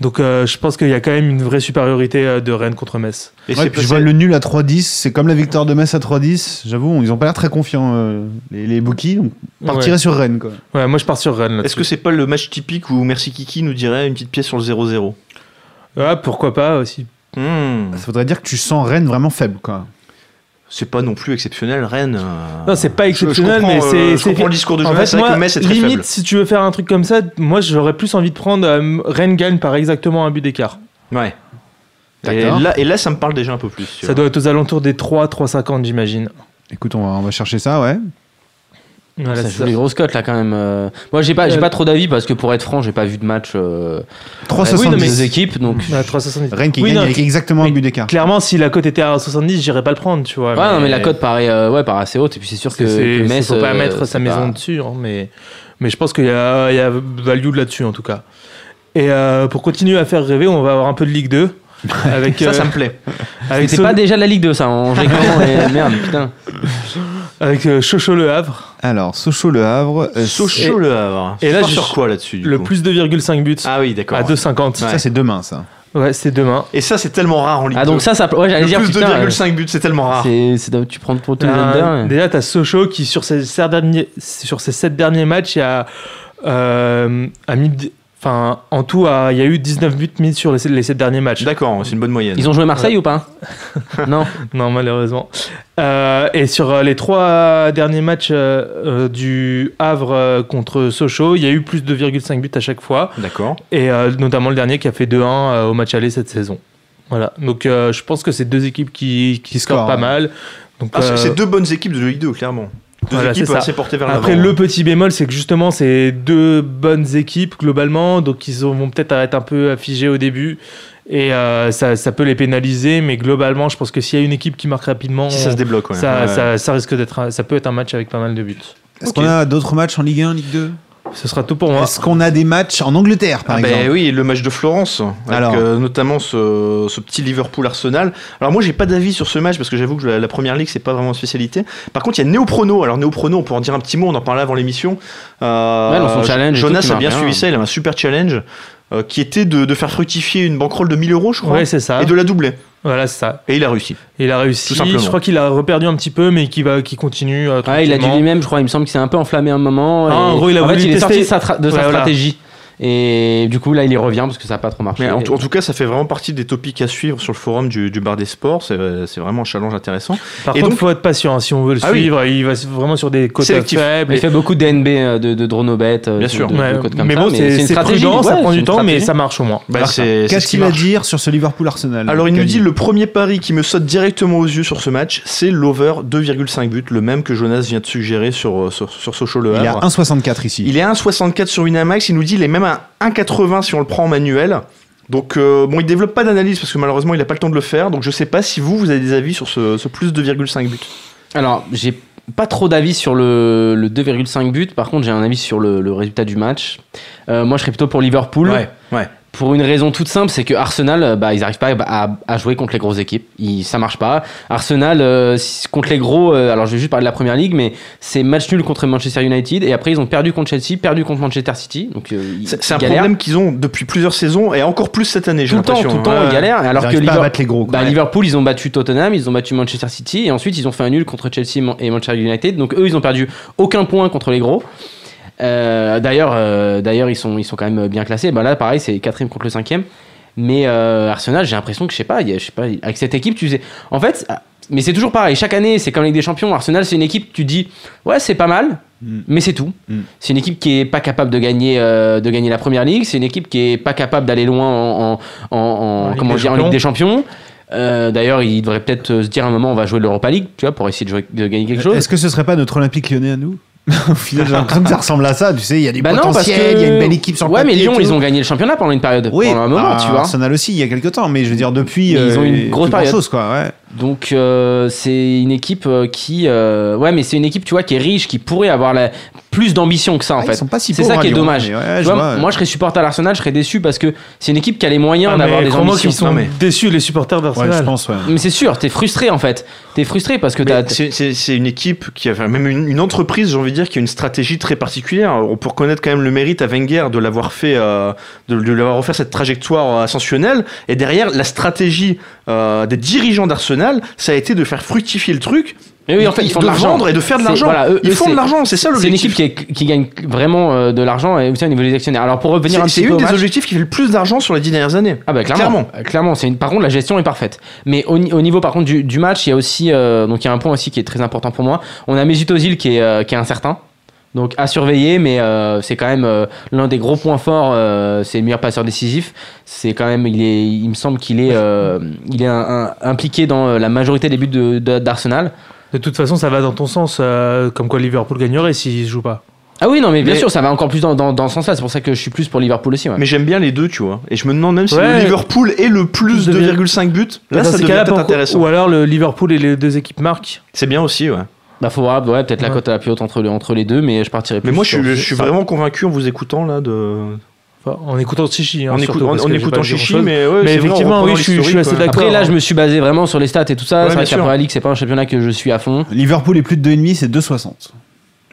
Donc euh, je pense qu'il y a quand même une vraie supériorité euh, de Rennes contre Metz.
Et
Ouais,
c'est-
puis je
c'est-
vois le nul à 3-10, c'est comme la victoire de Metz à 3-10. J'avoue, ils ont pas l'air très confiants, euh, les, les bookies. Donc, partirait sur Rennes, quoi.
Ouais, moi je pars sur Rennes.
Est-ce que c'est pas le match typique où Merci Kiki nous dirait une petite pièce sur le 0-0
ah, pourquoi pas aussi
Hmm.
Ça voudrait dire que tu sens Rennes vraiment faible, quoi.
C'est pas non plus exceptionnel, Rennes. euh,
Non, c'est pas
je- je
exceptionnel,
comprends,
mais
euh,
c'est-
Je
c'est-
comprends le discours de
En
Jonas,
fait,
c'est vrai
moi,
que Metz est très
limite,
faible.
si tu veux faire un truc comme ça, moi j'aurais plus envie de prendre euh, Rennes gagne par exactement un but d'écart.
Ouais. Et
D'accord.
là, et là, ça me parle déjà un peu plus. tu
Ça
vois.
doit être aux alentours des 3, 3,50 j'imagine.
Écoute, on va, on va chercher ça, ouais.
Voilà,
Ça
c'est
joue les grosses cotes là quand même. euh. Moi j'ai pas, j'ai
Euh,
pas trop d'avis parce que pour être franc, j'ai pas vu de match euh, entre
3,70.
les deux équipes. Donc,
ça. Ouais, 3,70.
Rennes qui
Oui,
gagne
non,
avec exactement un
mais
but d'écart.
Clairement, si la cote était à 70, j'irais pas le prendre, tu vois.
ouais, non, mais la cote paraît, euh, ouais, paraît assez haute. Et puis c'est sûr que,
C'est- c'est-
que Metz.
faut pas
euh,
mettre sa
c'est
maison
pas-
dessus, hein, mais, mais je pense qu'il y a, il y a value là-dessus en tout cas. Et euh, pour continuer à faire rêver, on va avoir un peu de Ligue 2. avec,
Ça, ça
euh,
me plaît.
avec,
C'est
Son-
pas déjà de la Ligue 2 ça. On réclame, et- merde, putain.
avec euh, Chocho Le Havre.
Alors, Sochaux-Le Havre. euh,
Sochaux le Havre.
et là,
Tu pars
je-
sur quoi là-dessus du
Le
coup
plus 2,5 buts
Ah oui, d'accord.
à 2,50.
Ça,
Ouais.
c'est demain, ça.
Ouais, c'est demain.
Et ça, c'est tellement rare en Ligue
Ah, donc
2.
ça, ça. Ouais, j'allais
Le
dire.
plus
putain, euh,
2,5 buts, c'est tellement rare.
c'est- c'est- Tu prends pour tout le
Euh,
under. hein.
Déjà, t'as Sochaux qui, sur ses, sept derniers, sur ses sept derniers matchs, il y a, euh, a mis. dix- Enfin, en tout, a- il y a eu 19 buts mis sur les, sept- les sept derniers matchs.
D'accord, c'est une bonne moyenne.
Ils ont joué Marseille ou pas Non.
Non, malheureusement. Euh, et sur euh, les trois derniers matchs euh, euh, du Havre euh, contre Sochaux, il y a eu plus de 2,5 buts à chaque fois.
D'accord.
Et euh, notamment le dernier qui a fait 2-1 euh, au match aller cette saison. Voilà. Donc euh, je pense que c'est deux équipes qui, qui,
Qui
scorent
scorent,
pas
ouais.
mal. Donc,
Ah, c'est-
euh,
c'est deux bonnes équipes de Ligue 2, clairement. Deux
Voilà,
équipes
c'est ça.
assez portées vers hein. l'avant.
Après, le petit bémol, c'est que justement, c'est deux bonnes équipes globalement, donc ils ont- vont peut-être être un peu affigés au début, et euh, ça, ça peut les pénaliser, mais globalement, je pense que s'il y a une équipe qui marque rapidement,
Si ça se débloque, ouais.
ça,
Ouais.
ça- ça risque d'être, un- ça peut être un match avec pas mal de buts.
Est-ce qu'on a d'autres matchs en Ligue 1, Ligue 2
Ce sera tout pour moi.
Est-ce qu'on a des matchs en Angleterre, par
Ah ben
exemple
oui, le match de Florence, avec
Alors.
euh, notamment ce, ce petit Liverpool Arsenal. Alors moi j'ai pas d'avis sur ce match parce que j'avoue que la, la première ligue c'est pas vraiment une spécialité. Par contre il y a Néoprono. Alors Néoprono, on peut en dire un petit mot, on en parlait avant l'émission. Euh,
Ouais, dans son challenge et tout,
Jonas
qui
a bien
marche
suivi
bien.
ça, il a un super challenge euh, qui était de, de faire fructifier une banquerolle de 1000 euros, je crois,
Ouais, c'est ça.
et de la doubler.
Voilà, c'est ça.
Et il a réussi.
Il a réussi.
Tout simplement.
Je crois qu'il a reperdu un petit peu, mais qui va, qui continue. euh,
Ah, il a dit
tranquillement.
lui-même, je crois, il me semble qu'il s'est un peu enflammé un moment.
Ah,
et-
en gros, il a
en
voulu
fait, il est
tester-
sorti de sa, tra- de sa
Ouais, voilà.
stratégie. Et du coup, là, il y revient parce que ça n'a pas trop marché.
Mais en, tout- en tout cas, ça fait vraiment partie des topics à suivre sur le forum du, du bar des sports. C'est euh, c'est vraiment un challenge intéressant.
Par
Et
contre,
donc-
faut être patient hein, si on veut le
Ah oui.
suivre. Il va vraiment sur des côtes
Sélectif.
faibles.
il fait beaucoup de DNB, euh, de, de Dronobet, euh,
Bien
de-
sûr.
de- de
Ouais,
codes comme
mais
ça,
bon, c'est
une
c'est
stratégie,
prudent, ça
ouais,
prend
c'est
du
une
temps, mais
stratégie.
ça marche au moins.
Bah,
Alors,
c'est- c'est ce qui
Qu'a-t-il à
marche.
dire sur ce Liverpool-Arsenal
Alors il nous
Kadi
dit le premier pari qui me saute directement aux yeux sur ce match, c'est l'over 2,5 buts, le même que Jonas vient de suggérer sur, euh, sur, sur Sochaux Le
Il a
Havre.
1,64 ici.
Il est à 1,64 sur Winamax, il nous dit il est même à 1,80 si on le prend en manuel. Donc euh, bon, il développe pas d'analyse parce que malheureusement il n'a pas le temps de le faire, donc je sais pas si vous, vous avez des avis sur ce, ce plus 2,5 buts.
Alors, j'ai pas trop d'avis sur le, le 2,5 buts. Par contre, j'ai un avis sur le, le résultat du match. Euh, moi, je serais plutôt pour Liverpool.
ouais.
Pour une raison toute simple, c'est que Arsenal, euh, bah, ils n'arrivent pas à, à jouer contre les grosses équipes. Ils, ça marche pas. Arsenal, euh, si- contre les gros, euh, alors je vais juste parler de la première ligue, mais c'est match nul contre Manchester United et après ils ont perdu contre Chelsea, perdu contre Manchester City. Donc euh, ils-
C'est c'est un
ils galèrent.
problème qu'ils ont depuis plusieurs saisons et encore plus cette année, j'ai
Tout le temps,
l'impression. hein.
tout le temps,
Ouais.
ils galèrent. Alors
Ils
que
arrivent pas à
Liver-
battre les gros. quoi.
bah, Liverpool, ils ont battu Tottenham, ils ont battu Manchester City, et ensuite ils ont fait un nul contre Chelsea et Man- et Manchester United. Donc eux, ils ont perdu aucun point contre les gros. Euh, d'ailleurs, euh, d'ailleurs, ils sont, ils sont quand même bien classés. Bah là, pareil, c'est quatrième contre le cinquième. Mais euh, Arsenal, j'ai l'impression que je sais pas, il y a- je sais pas, avec cette équipe, tu sais, en fait, ah, mais c'est toujours pareil. Chaque année, c'est comme Ligue des Champions. Arsenal, c'est une équipe, tu dis, ouais, c'est pas mal,
Mm.
mais c'est tout.
Mm.
C'est une équipe qui est pas capable de gagner, euh, de gagner la première ligue. C'est une équipe qui est pas capable d'aller loin en, en, en- en-
En Ligue
comment
des
dire, en
Champions.
Ligue des Champions. Euh, D'ailleurs, il devrait peut-être euh, se dire à un moment, on va jouer l'Europa League, tu vois, pour essayer de, jouer- de gagner quelque chose.
Est-ce que ce serait pas notre Olympique lyonnais à nous Au final, j'ai l'impression que ça ressemble à ça. Tu sais, il y a des
Bah non, parce que
potentiels, il y a une belle équipe sur le
Ouais, mais
papier et
Lyon,
tout.
ils ont gagné le championnat pendant une période,
Oui,
pendant un moment,
bah,
tu vois.
Arsenal aussi, il y a quelques temps, mais je veux dire, depuis.
Ils ont une
euh,
grosse
plus
période.
grand-chose, quoi, ouais.
Donc euh, c'est une équipe euh, qui, euh, ouais, mais c'est une équipe, tu vois, qui est riche, qui pourrait avoir la- plus d'ambition que ça en
Ah,
fait.
Ils sont pas si
c'est
pauvres
ça
à
qui est
hein,
Lyon,
dommage.
mais ouais,
Tu
je
vois,
vois,
moi, je serais supporter à l'Arsenal, je serais déçu parce que c'est une équipe qui a les moyens
Ah,
d'avoir
mais
des
crois-moi qu'ils
ambitions.
sont
Non, mais-
déçus les supporters
ouais, je
d'Arsenal.
pense, ouais.
Mais c'est sûr, t'es frustré en fait. T'es frustré parce que
Mais
t'as.
C'est c'est- c'est une équipe qui a enfin, même une, une entreprise, j'ai envie de dire, qui a une stratégie très particulière. On peut reconnaître quand même le mérite à Wenger de l'avoir fait, euh, de, de lui avoir offert cette trajectoire euh, ascensionnelle. Et derrière, la stratégie euh, des dirigeants d'Arsenal, ça a été de faire fructifier le truc,
Mais oui, en fait, ils font de l'argent.
vendre et de faire de
C'est-
l'argent.
voilà, eux-
ils
eux,
font de
c'est-
l'argent, c'est ça
C'est une
l'objectif.
équipe qui, est- qui gagne vraiment euh, de l'argent et aussi au niveau des actionnaires. Alors pour revenir
C'est-
un
C'est
petit peu
une
au
des
match-
objectifs qui fait le plus d'argent sur les dix dernières années.
Ah bah clairement,
Clairement.
Euh, clairement, c'est une... par contre la gestion est parfaite. Mais au, ni- au niveau par contre du, du match, il y a aussi euh, donc il y a un point aussi qui est très important pour moi. On a Mesut Ozil qui est euh, qui est incertain. Donc à surveiller, mais euh, c'est quand même euh, l'un des gros points forts. euh, c'est le meilleur passeur décisif. C'est quand même, il est, il me semble qu'il est, euh, il est un- un- impliqué dans euh, la majorité des buts de- de- d'Arsenal.
De toute façon, ça va dans ton sens, euh, comme quoi Liverpool gagnerait s'ils jouent pas.
ah oui, non, mais bien
Mais-
sûr, ça va encore plus dans, dans, dans ce sens-là. C'est pour ça que je suis plus pour Liverpool aussi. Ouais.
Mais j'aime bien les deux, tu vois. Et je me demande même si
Ouais.
le Liverpool est le plus
Plus de-
2,5 buts. Là,
Dans
ça
ces
devient
cas-là,
peut-être
pourquoi-
intéressant.
Ou alors le Liverpool et les deux équipes marquent.
C'est bien aussi, ouais.
Bah, faut voir, ouais, peut-être la
Ouais.
cote à la plus haute entre, les- entre les deux, mais je partirais plus.
Mais moi, je
sur-
suis, je suis
ça.
vraiment convaincu en vous écoutant là de,
Enfin, en écoutant Chichi. hein,
en,
surtout,
écout- en-
parce
en
que j'ai pas
écoutant
dit
Chichi,
grand-chose.
mais, ouais, c'est vrai,
Mais
en
effectivement,
reprenant
oui, je suis- je suis
l'historique,
assez
ouais.
d'accord.
Après, là, je me suis basé vraiment sur les stats et tout ça.
Ouais,
c'est
bien
vrai que la
sûr.
Première Ligue, c'est pas un championnat que je suis à fond.
Liverpool est plus de 2,5, c'est 2,60.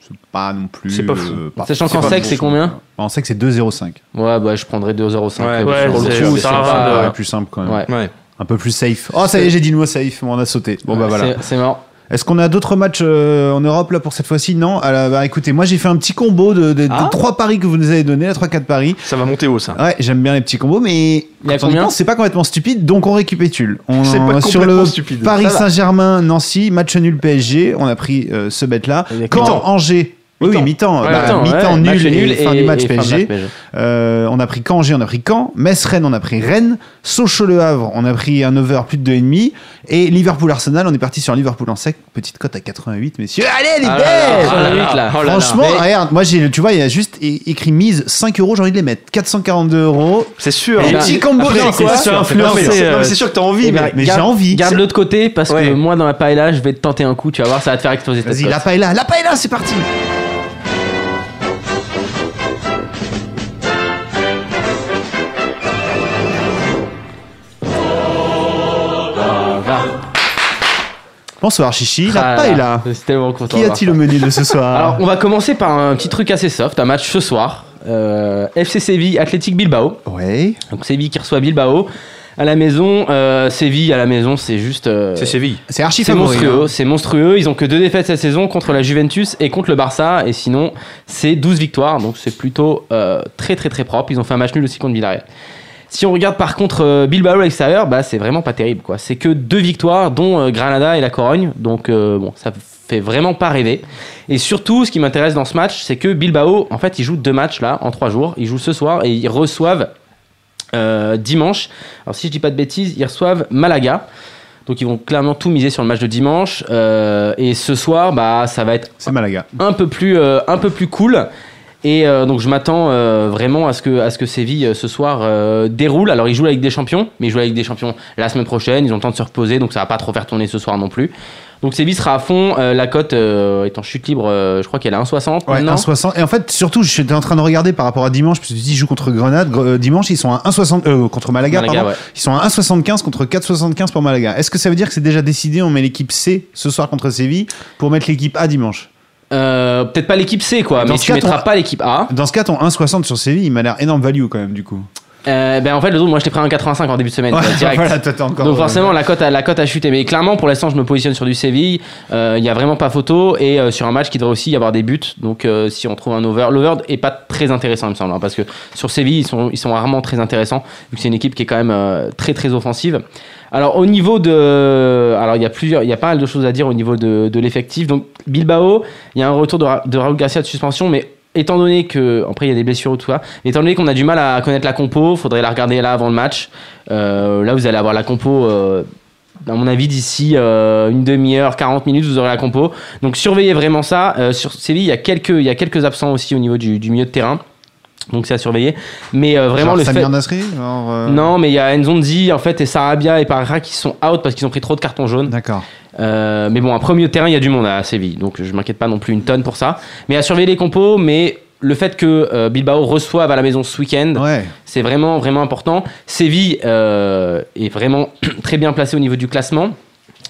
c'est pas non plus.
C'est pas fou.
euh,
Sachant qu'en
pas
sec,
bon
c'est
choix.
combien
En sec, c'est 2,05.
Ouais, bah je prendrais 2,05€.
Ouais,
euh,
ouais,
pour le
c'est-
coup,
c'est
ça
ça,
va,
ça
euh,
Ouais, plus simple quand même.
ouais.
Ouais.
Un peu plus safe. Oh, ça y est, j'ai dit le mot safe. Bon, on a sauté. Bon, bah
Ouais,
voilà.
c'est- C'est marrant.
Est-ce qu'on a d'autres matchs euh, en Europe là pour cette fois-ci Non. Ah, là, bah écoutez, moi j'ai fait un petit combo de, de- de
Ah.
trois paris que vous nous avez donnés, là, trois quatre paris.
Ça va monter haut,
Ah,
ça.
Ouais, j'aime bien les petits combos, mais
Il y a
quand on y
combien
pense, c'est pas complètement stupide, donc on récapitule. On
C'est pas
sur le
complètement stupide.
Paris
Ça va.
Saint-Germain, Nancy, match nul PSG, on a pris euh, ce bet là.
Il y a
Quand
mi-temps.
Angers. Oui, oui, mi-temps,
Ouais,
bah,
attends,
mi-temps
ouais,
nul,
match
et, fin du match
et fin de
PSG.
PSG.
Euh, on a pris Caen, Angers, on a pris Caen, Metz, Rennes, on a pris Rennes, Sochaux, Le Havre, on a pris un over plus de 2,5 et Liverpool, Arsenal, on est parti sur Liverpool en sec, petite cote à 88, messieurs. Allez, les
Ah
belles
là là, 88, Oh là.
Franchement, regarde, moi, j'ai, tu vois, il y a juste é- écrit mise 5 euros, j'ai envie de les mettre. 442 euros.
C'est sûr.
Et
hein.
là,
Petit combo
Après,
d'un
c'est
quoi
sûr,
Non,
Non, mais
mais-
c'est non,
euh,
mais c'est sûr que t'as envie, mais.
mais
eh ben, Garde-
j'ai envie.
Garde l'autre côté parce que
Ouais.
moi dans la paille là, je vais te tenter un coup, tu vas voir, ça va te faire exploser cette
Vas-y,
cote.
la paella, la paella, c'est parti
Ah,
Bonsoir, Chichi,
ah
la paella.
Je suis tellement content.
Qu'y
de voir
a-t-il au menu de ce soir
Alors, on va commencer par un petit truc assez soft, un match ce soir. Euh, FC Séville, Athletic Bilbao.
Ouais.
Donc Séville qui reçoit Bilbao à la maison. Euh, Séville à la maison, c'est juste. euh,
Séville.
C'est archi
c'est
favori,
monstrueux,
hein.
c'est monstrueux. Ils ont que deux défaites cette saison contre la Juventus et contre le Barça. Et sinon, c'est 12 victoires. Donc c'est plutôt euh, très très très propre. Ils ont fait un match nul aussi contre Villarreal. Si on regarde par contre euh, Bilbao à l'extérieur, bah, c'est vraiment pas terrible. quoi. C'est que deux victoires, dont euh, Granada et la Corogne. Donc euh, bon, ça fait vraiment pas rêver. Et surtout, ce qui m'intéresse dans ce match, c'est que Bilbao, en fait, ils jouent deux matchs là en trois jours. Ils jouent ce soir et ils reçoivent euh, dimanche. Alors si je dis pas de bêtises, ils reçoivent Malaga. Donc ils vont clairement tout miser sur le match de dimanche. Euh, et ce soir, bah, ça va être
C'est Malaga.
un peu plus, euh, un peu plus cool. Et euh, donc je m'attends euh, vraiment à ce que, à ce que Séville euh, ce soir euh, déroule. Alors ils jouent avec des champions, mais ils jouent avec des champions la semaine prochaine. Ils ont le temps de se reposer, donc ça va pas trop faire tourner ce soir non plus. Donc Séville sera à fond. Euh, la cote euh, est en chute libre. euh, je crois qu'elle est à 1,60
Ouais,
maintenant.
1,60. Et en fait, surtout, j'étais en train de regarder par rapport à dimanche, parce que je me suis dit, ils jouent contre Grenade. Gre- euh, Dimanche, ils sont à 1,60. euh, contre Malaga,
Malaga,
pardon.
ouais.
Ils sont à 1,75 contre 4,75 pour Malaga. Est-ce que ça veut dire que c'est déjà décidé On met l'équipe C ce soir contre Séville pour mettre l'équipe A dimanche
Euh, Peut-être pas l'équipe C quoi,
Dans
mais
ce
tu
cas,
mettras
ton-
pas l'équipe A.
Dans ce cas, ton 1,60 sur Séville, il m'a l'air énorme value quand même, du coup.
Euh, ben en fait le dos, moi je t'ai pris un 85 en début de semaine.
Ouais,
quoi, direct.
voilà, toi, t'es encore. euh,
Donc forcément la cote a, la cote a chuté mais clairement pour l'instant je me positionne sur du Séville, Euh, il n'y a vraiment pas photo et euh, sur un match qui devrait aussi y avoir des buts donc euh, si on trouve un over, l'over est pas très intéressant il me semble hein, parce que sur Séville ils sont, ils sont rarement très intéressants vu que c'est une équipe qui est quand même euh, très très offensive. Alors au niveau de, alors il y a plusieurs, il y a pas mal de choses à dire au niveau de, de l'effectif donc Bilbao il y a un retour de, Ra- de Raúl Garcia de suspension mais étant donné que après il y a des blessures ou tout ça, étant donné qu'on a du mal à connaître la compo, faudrait la regarder là avant le match. Euh, là, vous allez avoir la compo. euh, à mon avis, d'ici euh, une demi-heure, 40 minutes, vous aurez la compo. Donc surveillez vraiment ça. Euh, sur Séville, il y a quelques, il y a quelques absents aussi au niveau du, du milieu de terrain. Donc c'est à surveiller. Mais euh, vraiment
Genre
le
Samir
fait.
Nasri genre, euh,
Non, mais il y a Nzonzi en fait et Sarabia et Parra qui sont out parce qu'ils ont pris trop de cartons jaunes.
D'accord.
Euh, mais bon, après au milieu de terrain, il y a du monde à Séville, donc je m'inquiète pas non plus une tonne pour ça. Mais à surveiller les compos, mais le fait que euh, Bilbao reçoive à la maison ce week-end,
Ouais.
c'est vraiment vraiment important. Séville euh, est vraiment très bien placé au niveau du classement.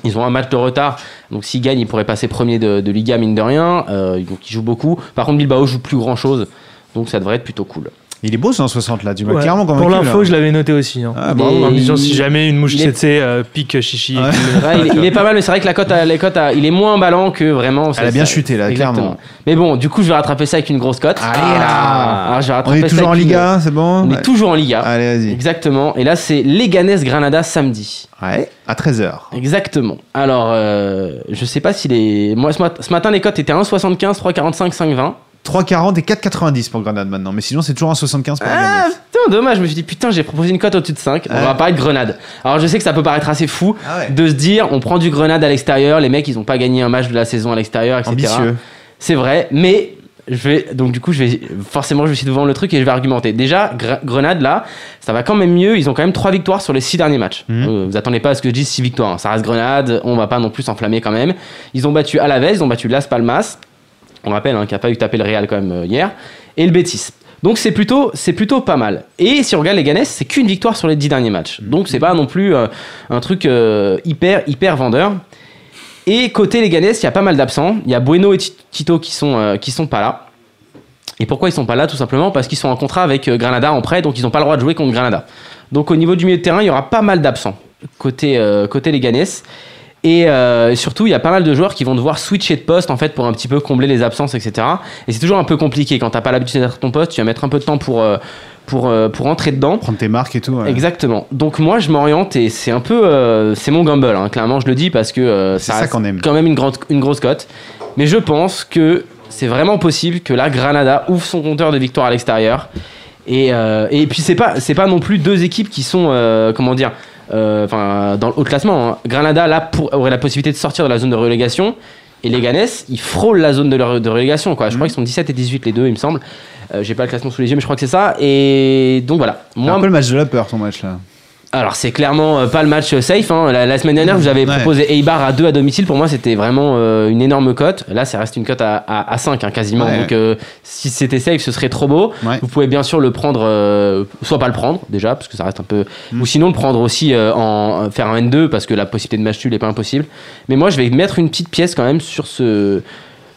Ils ont un match de retard, donc s'ils gagnent, ils pourraient passer premier de, de Liga, mine de rien. Euh, donc ils jouent beaucoup. Par contre, Bilbao joue plus grand chose, donc ça devrait être plutôt cool.
Il est beau ce 1,60 là, tu m'as
Ouais.
clairement
Pour
convaincu.
l'info,
là.
je l'avais noté aussi. hein.
Ah,
Il
bravo.
est-
En me disant si jamais une mouche
il est-
CC euh, pique chichi.
Ouais.
Ouais, il, est- il est pas mal, mais c'est vrai que la cote, a- les cotes, a- il est moins ballant que vraiment.
Elle a bien chuté, là,
Exactement.
clairement.
Mais bon, du coup, je vais rattraper ça avec une grosse cote.
Allez, là
Ah, je vais
On
rattraper
est
ça
toujours en
avec une-
Liga, c'est bon
On est toujours en Liga.
Allez, vas-y.
Exactement. Et là, c'est Leganés Granada samedi.
Ouais, à 13h.
Exactement. Alors, euh, je sais pas si les. Moi, ce, mat- ce matin, les cotes étaient 1,75, 3,45, 5,20.
3,40 et 4,90 pour Grenade maintenant. Mais sinon, c'est toujours un 75 pour
Ah,
Grenade.
putain, dommage. Je me suis dit, putain, j'ai proposé une cote au-dessus de 5. On
Ouais.
va parler de Grenade. Alors, je sais que ça peut paraître assez fou
Ah ouais.
de se dire, on prend du Grenade à l'extérieur. Les mecs, ils ont pas gagné un match de la saison à l'extérieur, etc.
Ambitieux.
C'est vrai, mais je vais donc du coup je vais forcément je suis devant le truc et je vais argumenter. Déjà Gre- Grenade là, ça va quand même mieux. Ils ont quand même trois victoires sur les six derniers matchs.
Mhm.
Euh, vous attendez pas à ce que je dise six victoires. hein. Ça reste Grenade, on va pas non plus s'enflammer quand même. Ils ont battu Alavés, ils ont battu Las Palmas. On rappelle hein, qu'il n'y a pas eu tapé le Real quand même euh, hier et le Betis. Donc c'est plutôt c'est plutôt pas mal. Et si on regarde les Ganes, c'est qu'une victoire sur les dix derniers matchs. Donc c'est pas non plus euh, un truc euh, hyper hyper vendeur. Et côté Leganés, il y a pas mal d'absents. Il y a Bueno et Ti- Tito qui sont, euh, qui sont pas là. Et pourquoi ils sont pas là Tout simplement parce qu'ils sont en contrat avec euh, Granada en prêt, donc ils n'ont pas le droit de jouer contre Granada. Donc au niveau du milieu de terrain, il y aura pas mal d'absents côté, euh, côté Leganés. Et euh, surtout, il y a pas mal de joueurs qui vont devoir switcher de poste en fait pour un petit peu combler les absences, etc. Et c'est toujours un peu compliqué quand t'as pas l'habitude d'être à ton poste. Tu vas mettre un peu de temps pour euh, pour euh, pour entrer dedans.
Prendre tes marques et tout. ouais.
Exactement. Donc moi, je m'oriente et c'est un peu, euh, c'est mon gamble. hein. Clairement, je le dis parce que euh,
C'est
ça
ça
reste
qu'on aime.
quand même une grande, une grosse cote. Mais je pense que c'est vraiment possible que la Granada ouvre son compteur de victoire à l'extérieur. Et, euh, et puis c'est pas, c'est pas non plus deux équipes qui sont, euh, comment dire, euh, enfin dans le haut de classement. hein. Granada là pour, aurait la possibilité de sortir de la zone de relégation. Et les Ganes, ils frôlent la zone de, leur- de relégation. Quoi. Je
Mhm.
crois qu'ils sont 17 et 18 les deux, il me semble. Euh, J'ai pas le classement sous les yeux, mais je crois que c'est ça. Et donc voilà.
C'est
Moi,
un peu le match de la peur, ton match là.
alors c'est clairement euh, pas le match euh, safe. hein. La, la semaine dernière, je vous avais
Ouais.
proposé Eibar à 2 à domicile. Pour moi, c'était vraiment euh, une énorme cote. Là, ça reste une cote à, à, 5 quasiment.
Ouais.
Donc euh, si c'était safe, ce serait trop beau.
Ouais.
Vous pouvez bien sûr le prendre, euh, soit pas le prendre déjà, parce que ça reste un peu...
Mm.
Ou sinon le prendre aussi euh, en faire un N2, parce que la possibilité de match nul n'est pas impossible. Mais moi, je vais mettre une petite pièce quand même sur ce...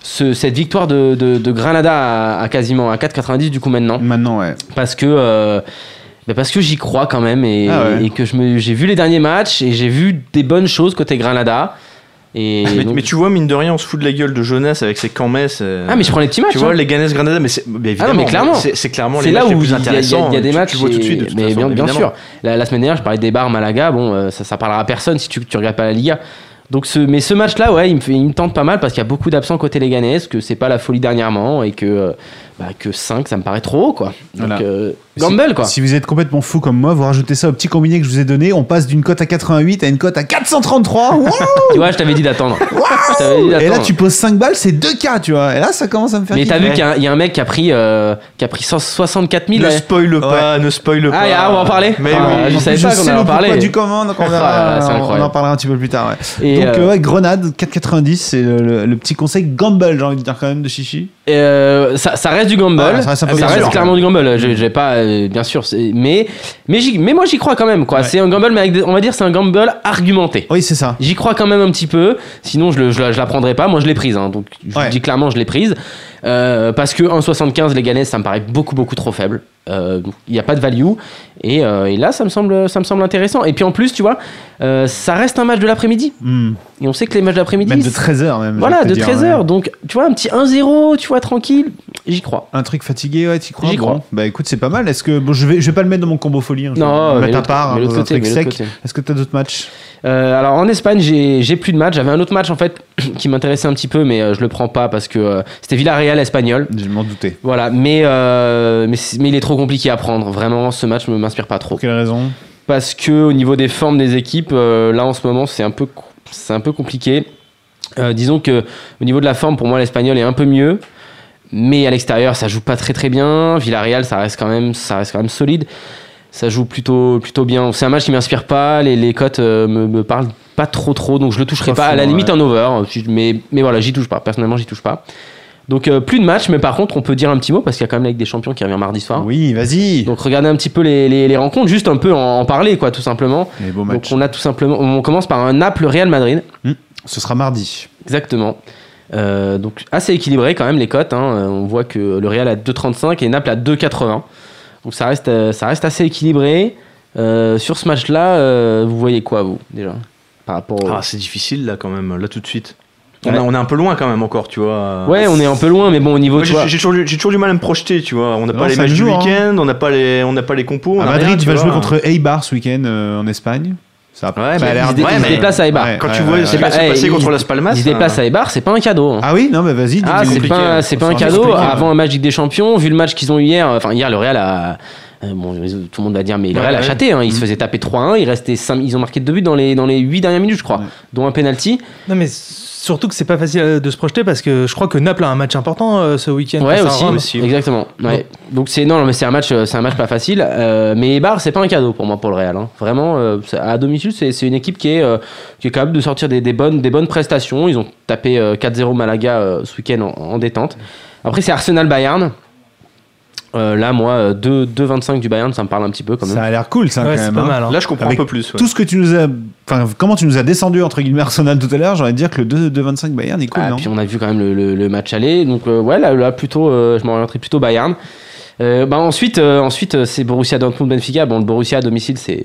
ce- cette victoire de, de- de Granada à, à quasiment à 4,90 du coup maintenant
Maintenant, ouais.
parce que euh, bah parce que j'y crois quand même et,
Ah ouais.
et que je me j'ai vu les derniers matchs et j'ai vu des bonnes choses côté Granada et
Ah, Mais,
donc-
mais tu vois, mines de rien, on se fout de la gueule de jeunesse avec ses camés. euh,
ah mais je prends les petits matchs
tu vois,
hein.
les Ganes Granada, mais c'est mais
Ah non, mais
évidemment,
clairement.
c'est c'est clairement
c'est
les
là
matchs les
où il
plus
y a- il y a, il y a
intéressants.
des
tu-
matchs
tu vois tout de
et-
suite. de toute
mais
façon,
bien, bien
évidemment.
sûr la, la semaine dernière je parlais des bars Malaga bon euh, ça ça parlera à personne si tu tu regardes pas la Liga donc ce mais ce match là ouais il me fait- il me tente pas mal parce qu'il y a beaucoup d'absents côté Leganés que c'est pas la folie dernièrement et que euh, bah, que 5 ça me paraît trop haut quoi donc
Voilà.
euh, gamble
si,
quoi
Si vous êtes complètement fou comme moi, vous rajoutez ça au petit combiné que je vous ai donné. On passe d'une cote à 88 à une cote à 433. Wouh
tu vois je t'avais dit d'attendre Je t'avais dit
et là,
d'attendre.
tu poses 5 balles, c'est 2K, tu vois. Et là, ça commence à me faire.
Mais t'as
kiffer.
vu qu'il y a un- il y, a un mec qui a pris, euh, qui a pris 164 000
Ne
là.
spoil pas, ne spoil
Ah,
pas.
et ah, on va en parler
Mais
Ah,
oui.
je
En
savais
plus,
pas
je
qu'on
sais
en
le
parlait.
pourquoi du comment, donc on, verra,
Ah, c'est
on- on
incroyable.
en parlera un petit peu plus tard. ouais.
Et,
donc,
euh,
euh, ouais, Grenade, 4,90, c'est le, le- le petit conseil gamble, j'ai envie de dire quand même, de Chichi.
Euh, ça, ça reste du gamble.
Ah, ça reste un peu
Ça
sûr. Mm.
reste clairement du gamble. Je, je vais pas, euh, bien sûr. c'est- Mais, mais, j'y- mais moi j'y crois quand même. quoi. C'est un gamble, mais avec des- on va dire c'est un gamble argumenté.
Oui, c'est ça.
J'y crois quand même un petit peu, sinon je, le, je, la, je la prendrais pas. Moi je l'ai prise, hein, donc je vous
Ouais.
dis clairement je l'ai prise. Euh, parce que 1,75 les Ganes, ça me paraît beaucoup beaucoup trop faible. Euh, donc, Il n'y a pas de value. Et, euh, et là ça me, semble, ça me semble intéressant. Et puis en plus, tu vois, euh, ça reste un match de l'après-midi.
Hmm.
Et on sait que les matchs d'après-midi.
Même de
c'est-
13h, même. j'ai
Voilà,
envie
de
dire,
13h.
ouais.
Donc tu vois, un petit 1-0, tu vois, tranquille, j'y crois.
Un truc fatigué, ouais, t'y crois
J'y
bon.
crois.
Bah écoute, c'est pas mal. Est-ce que. Bon, je vais, je vais pas le mettre dans mon combo folie. hein, je
Non,
vais le
mais
mettre à
l'autre-
part,
mais
hein,
l'autre
dans un
côté,
truc
mais
sec.
l'autre côté.
Est-ce que t'as d'autres matchs
Euh, alors en Espagne, j'ai j'ai plus de matchs. J'avais un autre match en fait qui m'intéressait un petit peu, mais euh, je le prends pas parce que euh, c'était Villarreal espagnol.
Je m'en doutais.
Voilà, mais, euh, mais, c'est- mais il est trop compliqué à prendre. Vraiment, ce match ne m'inspire pas trop.
Pour quelle raison
Parce que au niveau des formes des équipes, euh, là en ce moment, c'est un peu, co- c'est un peu compliqué. Euh, disons que au niveau de la forme, pour moi, l'espagnol est un peu mieux. Mais à l'extérieur, ça joue pas très très bien. Villarreal, ça reste quand même, ça reste quand même solide. Ça joue plutôt, plutôt bien. C'est un match qui m'inspire pas. Les, les cotes euh, me, me parlent pas trop trop. Donc je le toucherai
Pas
pas. à la
fou,
limite,
ouais.
un over. hein, Je- Mais, mais voilà, j'y touche pas. Personnellement, j'y touche pas. Donc euh, plus de matchs. Mais par contre, on peut dire un petit mot parce qu'il y a quand même la Ligue des Champions qui revient mardi soir.
Oui, vas-y.
Donc regardez un petit peu les, les- les rencontres, juste un peu en, en parler, quoi, tout simplement.
Les beaux
Donc
matchs.
on a tout simplement, on commence par un Naples-Real Madrid,
Ce sera mardi.
exactement. Euh, donc assez équilibré quand même les cotes. hein. Euh, On voit que le Real à 2,35 et Naples à 2,80. Donc ça reste, euh, ça reste assez équilibré. Euh, sur ce match-là, euh, vous voyez quoi vous déjà par rapport au-
Ah, c'est difficile là quand même, là tout de suite. On,
Ouais.
a- on est un peu loin quand même encore, tu vois.
Ouais, on est un peu loin, mais bon au niveau.
Moi,
tu
j'ai
vois-
j'ai toujours, du- j'ai toujours du mal à me projeter, tu vois. On n'a
Non,
pas les
ça
matchs du
joue, hein.
week-end, on n'a pas les, on n'a pas les compos. on
à
n'a
Madrid,
rien,
tu
tu
vas
vois.
jouer contre Eibar ce week-end euh, en Espagne. Ça a
Ouais,
pas
mais
l'air
ils
de-
se dé- ils se
déplacent à Eibar.
Quand tu vois ce
ouais.
qui va
Eh,
se passer
il-
contre Las Palmas,
Ils se déplacent à Eibar, c'est pas un cadeau. hein.
Ah oui, non, mais vas-y.
Ah,
dis-nous. hein.
c'est pas, c'est pas un
C'est
cadeau.
compliqué, ouais.
Avant un match Ligue des Champions, vu le match qu'ils ont eu hier, enfin hier le Real a. euh, Bon, tout le monde va dire, mais le
Ouais,
Real a
ouais.
châté. Hein, ils se faisaient taper 3-1. Ils, restaient cinq- ils ont marqué deux buts dans les, dans les 8 dernières minutes, je crois, dont un penalty.
Non, mais surtout que c'est pas facile euh, de se projeter parce que je crois que Naples a un match important euh, ce week-end.
Ouais,
face à
hein, aussi,
Rome.
Exactement. Ouais. Donc, c'est non, non, mais c'est un, match, euh, c'est un match pas facile. euh, mais Ebar, c'est pas un cadeau pour moi, pour le Real. hein. Vraiment, euh, c'est- à domicile, c'est c'est une équipe qui est, euh, qui est capable de sortir des, des bonnes, des bonnes prestations. Ils ont tapé euh, 4-0 Malaga euh, ce week-end en, en détente. Après, c'est Arsenal-Bayern. Euh, là, moi, euh, 2 2,25 du Bayern, ça me parle un petit peu quand même.
Ça a l'air cool, ça,
Ouais,
quand
c'est
même.
pas
hein.
mal. hein.
Là, je comprends
Avec
un peu plus. ouais.
Tout ce que tu nous as. Enfin, comment tu nous as descendu, entre guillemets, Arsenal tout à l'heure, j'aurais dire que le 2 de 25 Bayern est cool,
Ah,
non
puis on a vu quand même le, le- le match aller. Donc euh, ouais, là, là, plutôt, euh, je m'orienterai plutôt Bayern. Euh, bah, ensuite, euh, ensuite euh, c'est Borussia Dortmund Benfica. Bon, le Borussia à domicile, c'est,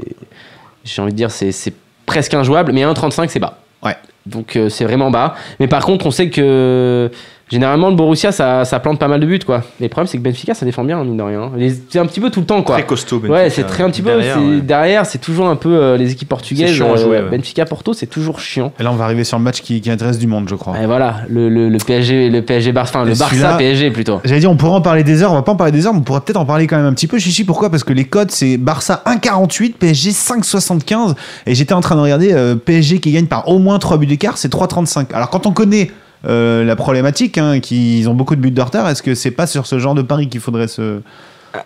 j'ai envie de dire, c'est, c'est presque injouable, mais 1,35 c'est bas.
Ouais.
Donc euh, c'est vraiment bas. Mais par contre, on sait que généralement le Borussia, ça, ça plante pas mal de buts, quoi. Et le problème, c'est que Benfica, ça défend bien, hein, mine de rien. Les- C'est un petit peu tout le temps, quoi.
Très costaud. Benfica.
Ouais, c'est très un petit peu.
Derrière,
c'est-
ouais.
Derrière, c'est toujours un peu euh, les équipes portugaises. euh,
C'est chiant à jouer, ouais.
Benfica Porto, c'est toujours chiant.
Et là, on va arriver sur le match qui, qui intéresse du monde, je crois.
Et voilà, le, le, le PSG, le PSG Barça, enfin, le
Oh. Et
Barça
celui-là-
PSG plutôt.
J'allais dire, on pourra en parler des heures, on va pas en parler des heures, mais on pourra peut-être en parler quand même un petit peu. Chichi, pourquoi Parce que les codes, c'est Barça 1,48, PSG 5,75. Et j'étais en train de regarder euh, PSG qui gagne par au moins 3 buts d'écart, c'est 3,35. Alors quand on connaît euh, la problématique, hein, qu'ils ont beaucoup de buts de retard, est-ce que c'est pas sur ce genre de pari qu'il faudrait se, se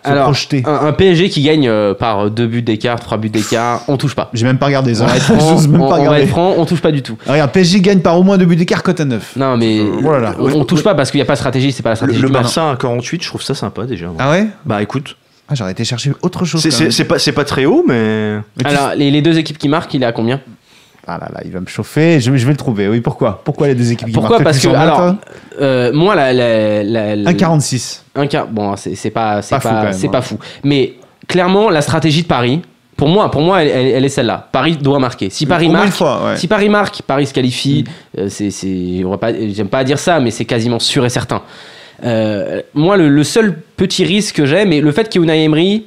Alors, euh,
projeter
un, un PSG qui gagne euh, par deux buts d'écart, trois buts d'écart, on touche pas.
J'ai même pas regardé ça.
On va être franc,
J'ose même
on-
pas
on va
regarder.
être franc, on touche pas du tout.
Regarde, PSG gagne par au moins 2 buts d'écart, cote à 9.
Non mais
Euh, voilà.
on, on touche pas parce qu'il n'y a pas de stratégie, c'est pas la
Le,
stratégie.
le
du Barça.
Barça à 48, je trouve ça sympa déjà. moi.
Ah ouais
Bah écoute,
ah, J'aurais été chercher autre chose.
c'est-
quand
c'est
même.
c'est pas, c'est pas très haut, mais.
Mais tu-
Alors les, les deux équipes qui marquent, il est à combien
Ah là là, il va me chauffer, je, vais- je vais le trouver. Oui, pourquoi Pourquoi les deux équipes qui
Pourquoi
marquent
Parce que
Peut-être qu'ils sont
alors
bien,
euh, moi la, la, la,
toi
la-
1,46.
un quart- bon c'est c'est pas c'est
Pas fou, quand
pas
même,
c'est
hein.
pas fou. Mais clairement la stratégie de Paris, pour moi pour moi elle, elle- elle est celle-là. Paris doit marquer. Si Paris
Au moins une
marque,
fois, ouais.
Si Paris marque, Paris se qualifie, euh, c'est, c'est- on va pas, j'aime pas dire ça, mais c'est quasiment sûr et certain. Euh, moi, le, le seul petit risque que j'ai, mais le fait qu'il y ait Unai Emery,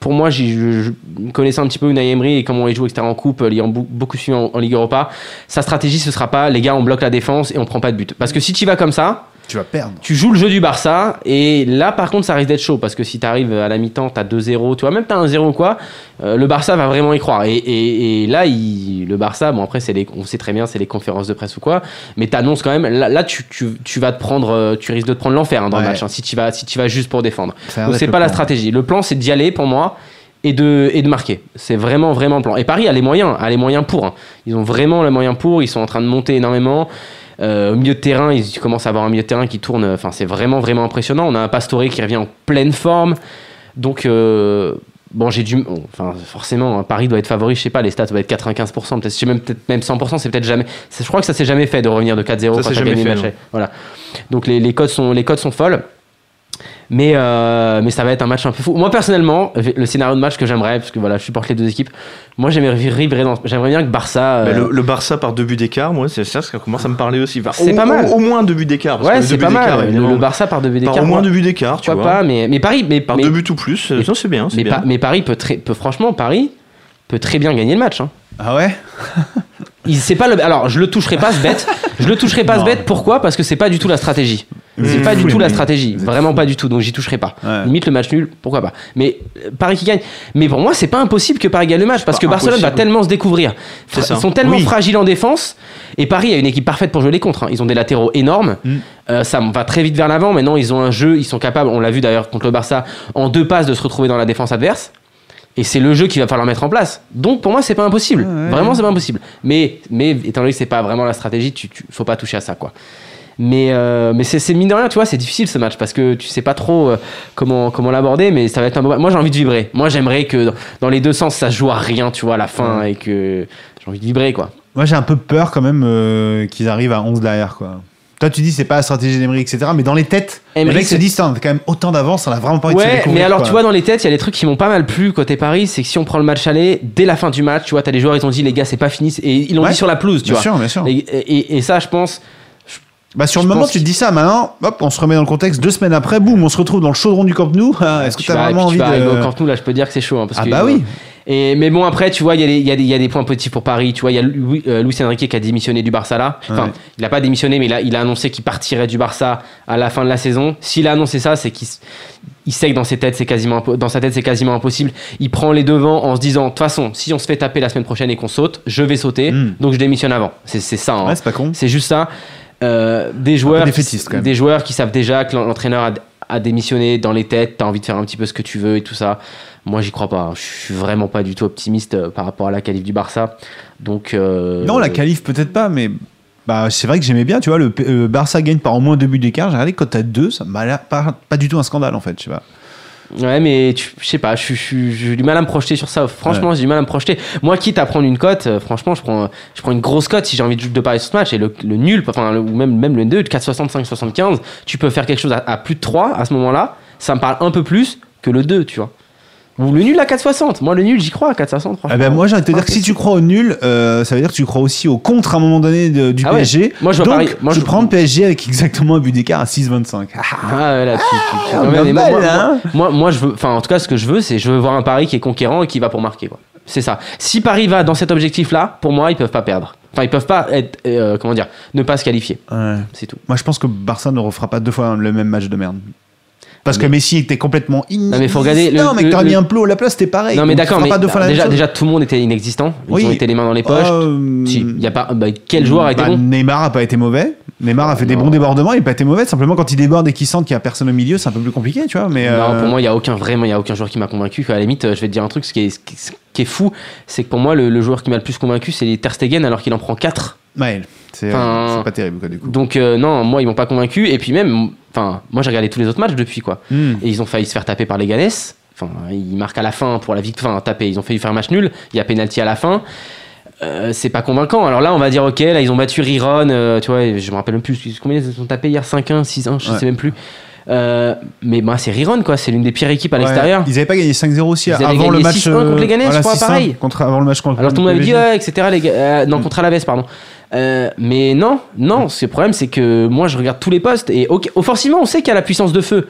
pour moi, j'y- je, je connaissais un petit peu Unai Emery et comment il joue, etc. en coupe, euh, l'ayant bou- beaucoup suivi en, en Ligue Europa, sa stratégie, ce sera pas, les gars, on bloque la défense et on prend pas de but. Parce que si tu vas comme ça,
Tu vas perdre.
tu joues le jeu du Barça, et là, par contre, ça risque d'être chaud, parce que si t'arrives à la mi-temps, t'as 2-0, tu vois, même t'as 1-0 ou quoi, euh, le Barça va vraiment y croire. Et, et- et là, il- le Barça, bon après, c'est les, on sait très bien, c'est les conférences de presse ou quoi, mais t'annonces quand même, là, là, tu, tu- tu vas te prendre, euh, tu risques de te prendre l'enfer hein, dans le
Ouais.
match, hein, si tu vas, si tu vas juste pour défendre.
Ça a l'air
Donc
d'être
c'est
le
pas la
plan.
stratégie. Le plan, c'est d'y aller pour moi. Et de, et de marquer. C'est vraiment, vraiment le plan. Et Paris a les moyens, a les moyens pour. hein. Ils ont vraiment les moyens pour. Ils sont en train de monter énormément. Euh, au milieu de terrain, ils commencent à avoir un milieu de terrain qui tourne. Enfin, c'est vraiment, vraiment impressionnant. On a un Pastore qui revient en pleine forme. Donc, euh, bon, j'ai dû. bon, Enfin, forcément, hein, Paris doit être favori. Je sais pas, les stats doivent être 95%. Peut-être, je sais même, peut-être même 100%. C'est peut-être jamais. c'est- Je crois que ça s'est jamais fait de revenir de
Ça
4-0 quand
s'est
t'as
jamais
gagné le
fait,
match.
non.
Voilà. Donc, les, les codes sont, les codes sont folles. Mais, euh, mais ça va être un match un peu fou. Moi, personnellement, le scénario de match que j'aimerais, parce que voilà, je supporte les deux équipes, moi, j'aimerais, vibrer dans- j'aimerais bien que Barça. euh,
Mais bah, le, le Barça par deux buts d'écart, moi, c'est ça, ça commence à me parler aussi. Enfin,
C'est
au-
pas mal.
Au, au moins deux buts d'écart. parce que
ouais,
les
c'est
deux
pas
buts d'écart,
mal. Le,
évidemment.
le Barça par deux buts d'écart.
Par au moins
moi,
deux buts d'écart, tu
pourquoi
vois.
pas, mais, mais Paris, mais,
Par
mais-
deux buts ou plus, euh,
Mais-
ça c'est bien. c'est
mais,
bien.
Pa- mais Paris peut très, peut, franchement, Paris peut très bien gagner le match. hein.
Ah ouais
Il, c'est pas le, alors, je le toucherai pas ce bête. Je le toucherai pas ce bête. Pourquoi Parce que c'est pas du tout la stratégie. C'est
Mmh.
pas du
Oui,
tout la
mais-
stratégie. Vraiment pas du tout. Donc j'y toucherai pas.
Ouais.
Limite le match nul, pourquoi pas. Mais euh, Paris qui gagne. Mais pour moi, c'est pas impossible que Paris gagne le match parce que Barcelone va tellement se découvrir.
C'est ça.
Ils sont tellement
Oui.
fragiles en défense. Et Paris a une équipe parfaite pour jouer les contres. hein. Ils ont des latéraux énormes. Euh, ça va très vite vers l'avant. Maintenant, ils ont un jeu. Ils sont capables, on l'a vu d'ailleurs contre le Barça, en deux passes de se retrouver dans la défense adverse. Et c'est le jeu qu'il va falloir mettre en place. Donc pour moi, c'est pas impossible. Vraiment, c'est pas impossible. Mais, mais étant donné que c'est pas vraiment la stratégie, tu, tu- faut pas toucher à ça, quoi. Mais, euh, mais c'est, c'est mine de rien, tu vois, c'est difficile ce match parce que tu sais pas trop euh, comment, comment l'aborder, mais ça va être un beau match. Moi, j'ai envie de vibrer. Moi, j'aimerais que dans- dans les deux sens, ça se joue à rien, tu vois, à la fin et que j'ai envie de vibrer, quoi.
Moi j'ai un peu peur quand même euh, qu'ils arrivent à 11 derrière quoi. Toi tu dis c'est pas la stratégie d'Emery etc. Mais dans les têtes, les
Emery,
mecs se
c'est-
disent t'as quand même autant d'avance, on a vraiment pas envie de se
Ouais,
découvrir,
mais alors
quoi.
tu vois, dans les têtes, il y a des trucs qui m'ont pas mal plu côté Paris, c'est que si on prend le match aller, dès la fin du match, tu vois, t'as les joueurs, ils ont dit, les gars, c'est pas fini, c'est- et ils l'ont
Ouais.
dit sur la pelouse, tu
Bien
vois.
sûr, bien sûr.
Et, et- et ça, je pense,
Bah sur
je
le moment
pense
tu te dis ça, maintenant hop on se remet dans le contexte, deux semaines après, boum, on se retrouve dans le chaudron du Camp Nou. Ah, Est-ce que
tu
t'as
vas-
vraiment
puis
envie
tu vas arriver au
de...
Camp Nou, là, je peux dire que c'est chaud. hein, parce
Ah
que-
bah oui.
Et, mais bon, après, tu vois, il y, a des- il y a des- il y a des points positifs pour Paris. Tu vois, il y a Louis, euh, Luis Enrique qui a démissionné du Barça là. Enfin,
Ouais.
il n'a pas démissionné, mais il a, il a annoncé qu'il partirait du Barça à la fin de la saison. S'il a annoncé ça, c'est qu'il s- il sait que dans, ses têtes, c'est quasiment, impo- dans sa tête, c'est quasiment impossible. Il prend les devants en se disant, de toute façon, si on se fait taper la semaine prochaine et qu'on saute, je vais sauter,
Mm.
donc je démissionne avant. C'est c'est ça. hein.
Ouais, c'est pas con.
C'est juste ça. Euh, des joueurs,
défaitiste, quand même.
des joueurs qui savent déjà que l'en- l'entraîneur a, a démissionné dans les têtes. T'as envie de faire un petit peu ce que tu veux et tout ça. Moi, j'y crois pas. hein. Je suis vraiment pas du tout optimiste euh, par rapport à la qualif du Barça. Donc euh,
Non, la qualif peut-être pas, mais bah, c'est vrai que j'aimais bien, tu vois, le P- euh, Barça gagne par au moins deux buts d'écart. J'ai regardé quand t'as deux, ça m'a l'air pas, pas du tout un scandale en fait, tu vois.
Ouais, mais tu- je sais pas, je- je- j'ai du mal à me projeter sur ça. Franchement, j'ai du mal à me projeter. Moi, quitte à prendre une cote, euh, franchement, je prends, je prends une grosse cote si j'ai envie de, de parier sur ce match. Et le, le nul, enfin, le- ou même, même le 2, 4,65, 75, tu peux faire quelque chose à, à plus de 3 à ce moment-là. Ça me parle un peu plus que le 2, tu vois. Ou le nul à 4,60. Moi, le nul, j'y crois à 4,60. franchement.
Ah ben moi j'ai envie de te dire que si tu crois au nul, euh, ça veut dire que tu crois aussi au contre à un moment donné de- du
Ah ouais.
PSG.
Moi, je vois
Donc
pareil. Moi,
tu
je-
prends le PSG avec exactement un but d'écart à 6,25. Ah,
Ah ouais, là, tu- tu- tu-
on
non, mais-
a
mais moi-
mal,
moi-
hein.
moi, moi, je veux, enfin, en tout cas, ce que je veux, c'est je veux voir un pari qui est conquérant et qui va pour marquer. quoi. C'est ça. Si Paris va dans cet objectif-là, pour moi, ils peuvent pas perdre. Enfin, ils peuvent pas être, euh, comment dire, ne pas se qualifier.
Ouais.
C'est tout.
Moi je pense que Barça ne refera pas deux fois le même match de merde. Parce
Mais-
que Messi était complètement inexistant.
mais faut regarder le-
mec,
le-
t'aurais
le-
mis un plot à la place, c'était pareil.
non, mais
Ah, Donc,
d'accord,
tu feras
mais
pas deux fois la
déjà,
même chose.
déjà, tout le monde était inexistant. Ils
Oui.
ont été les mains dans les poches.
Euh,
Si, y a pas, bah, quel joueur a été
Bah,
bon
Neymar a pas été mauvais. Neymar a fait des bons débordements, il a pas été mauvais. Simplement, quand il déborde et qu'il sent qu'il y a personne au milieu, c'est un peu plus compliqué, tu vois. Mais
Non,
euh,
pour moi, il n'y a aucun vraiment, il y a aucun joueur qui m'a convaincu. À la limite, euh, je vais te dire un truc, ce qui est, ce qui- ce qui est fou, c'est que pour moi, le, le joueur qui m'a le plus convaincu, c'est Ter Stegen, alors qu'il en prend 4
Maël, c'est
Enfin,
euh, c'est pas terrible, quoi, du coup.
Donc euh, non, moi ils m'ont pas convaincu. Et puis même, enfin, moi j'ai regardé tous les autres matchs depuis quoi.
Hmm.
Et ils ont failli se faire taper par les Ganes. Enfin, ils marquent à la fin pour la victoire. Enfin, taper. Ils ont failli faire un match nul. Il y a penalty à la fin. Euh, c'est pas convaincant. Alors là, on va dire ok, là ils ont battu Riron. euh, tu vois, je me rappelle même plus combien ils ont tapé hier 5-1, 6-1, je
Ouais.
sais même plus. Euh, mais bah, c'est Riron quoi. C'est l'une des pires équipes à
Ouais,
l'extérieur.
Ils avaient pas gagné 5-0 aussi
Ils avaient
avant
gagné
le match. euh,
6-1 contre les Ghanais, je
voilà,
crois,
6-1
pareil.
Contre, avant le match contre.
Alors tout le monde avait dit
les Ghanais.
ouais, etc. Les gars, euh, non contre Alaves pardon. Euh, mais non, non. Ce problème c'est que moi je regarde tous les postes et ok, offensivement on sait qu'il y a la puissance de feu,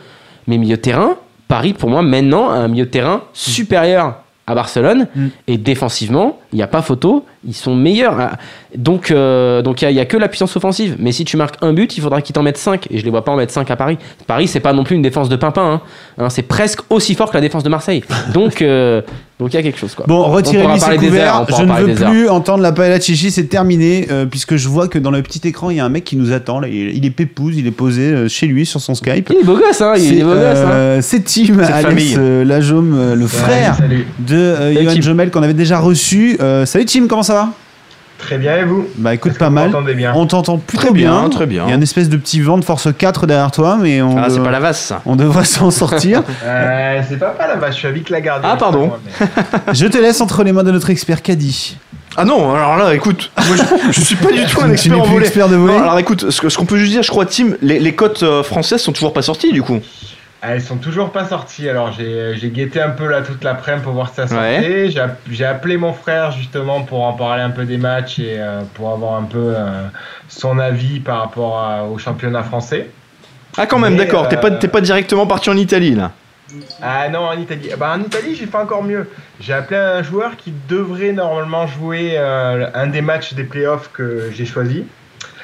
mais milieu de terrain, Paris pour moi maintenant a un milieu de terrain supérieur à Barcelone
Mm.
et défensivement il n'y a pas photo, ils sont meilleurs. Ah, Donc euh, donc il n'y a, que la puissance offensive. Mais si tu marques un but, il faudra qu'ils t'en mettent 5 et je les vois pas en mettre 5 à Paris. Paris c'est pas non plus une défense de pimpin, hein. Hein, c'est presque aussi fort que la défense de Marseille. Donc euh, donc il y a quelque chose quoi.
Bon,
On pourra
retirez-lui ses
parler des heures, on
couverts.
pourra
Je ne
parler
veux
des heures.
plus entendre la paella chichi, c'est terminé. euh, puisque je vois que dans le petit écran, il y a un mec qui nous attend. là, il, il est pépouze, il est posé euh, chez lui sur son Skype.
Il est beau gosse, hein, il est
C'est
beau gosse. Hein.
euh, c'est Tim, Alex
famille.
euh, Lajaume, euh, le frère de euh,
Salut,
Johan
Tim.
Jomel qu'on avait déjà reçu. Euh, salut Tim, comment ça va
Très bien, et vous
Bah écoute, pas mal.
Entendez bien.
On t'entend plutôt
Très bien,
bien.
très bien.
Il y a une espèce de petit vent de force 4 derrière toi, mais on,
Ah, c'est
de-
pas la vase, ça.
on devrait s'en sortir.
Euh, c'est pas mal là-bas, je suis avec la
hein.
garde.
Ah, pardon.
Je te laisse entre les mains de notre expert Caddy.
Ah non, alors là, écoute, moi, je, je suis pas du tout un
Tu n'es
expert en
plus
volet.
expert de volet
Non, alors écoute, ce que- ce qu'on peut juste dire, je crois, Tim, les, les cotes euh, françaises sont toujours pas sorties du coup.
Ah, elles sont toujours pas sorties, alors j'ai j'ai guetté un peu là toute l'après-midi pour voir si ça sortait. J'ai app- J'ai appelé mon frère justement pour en parler un peu des matchs et euh, pour avoir un peu euh, son avis par rapport à- au championnat français.
Ah, quand même,
Mais,
d'accord, t'es pas,
euh,
t'es pas directement parti en Italie là.
Ah non, en Italie. Bah, en Italie, j'ai fait encore mieux. J'ai appelé un joueur qui devrait normalement jouer euh, un des matchs des playoffs que j'ai choisi.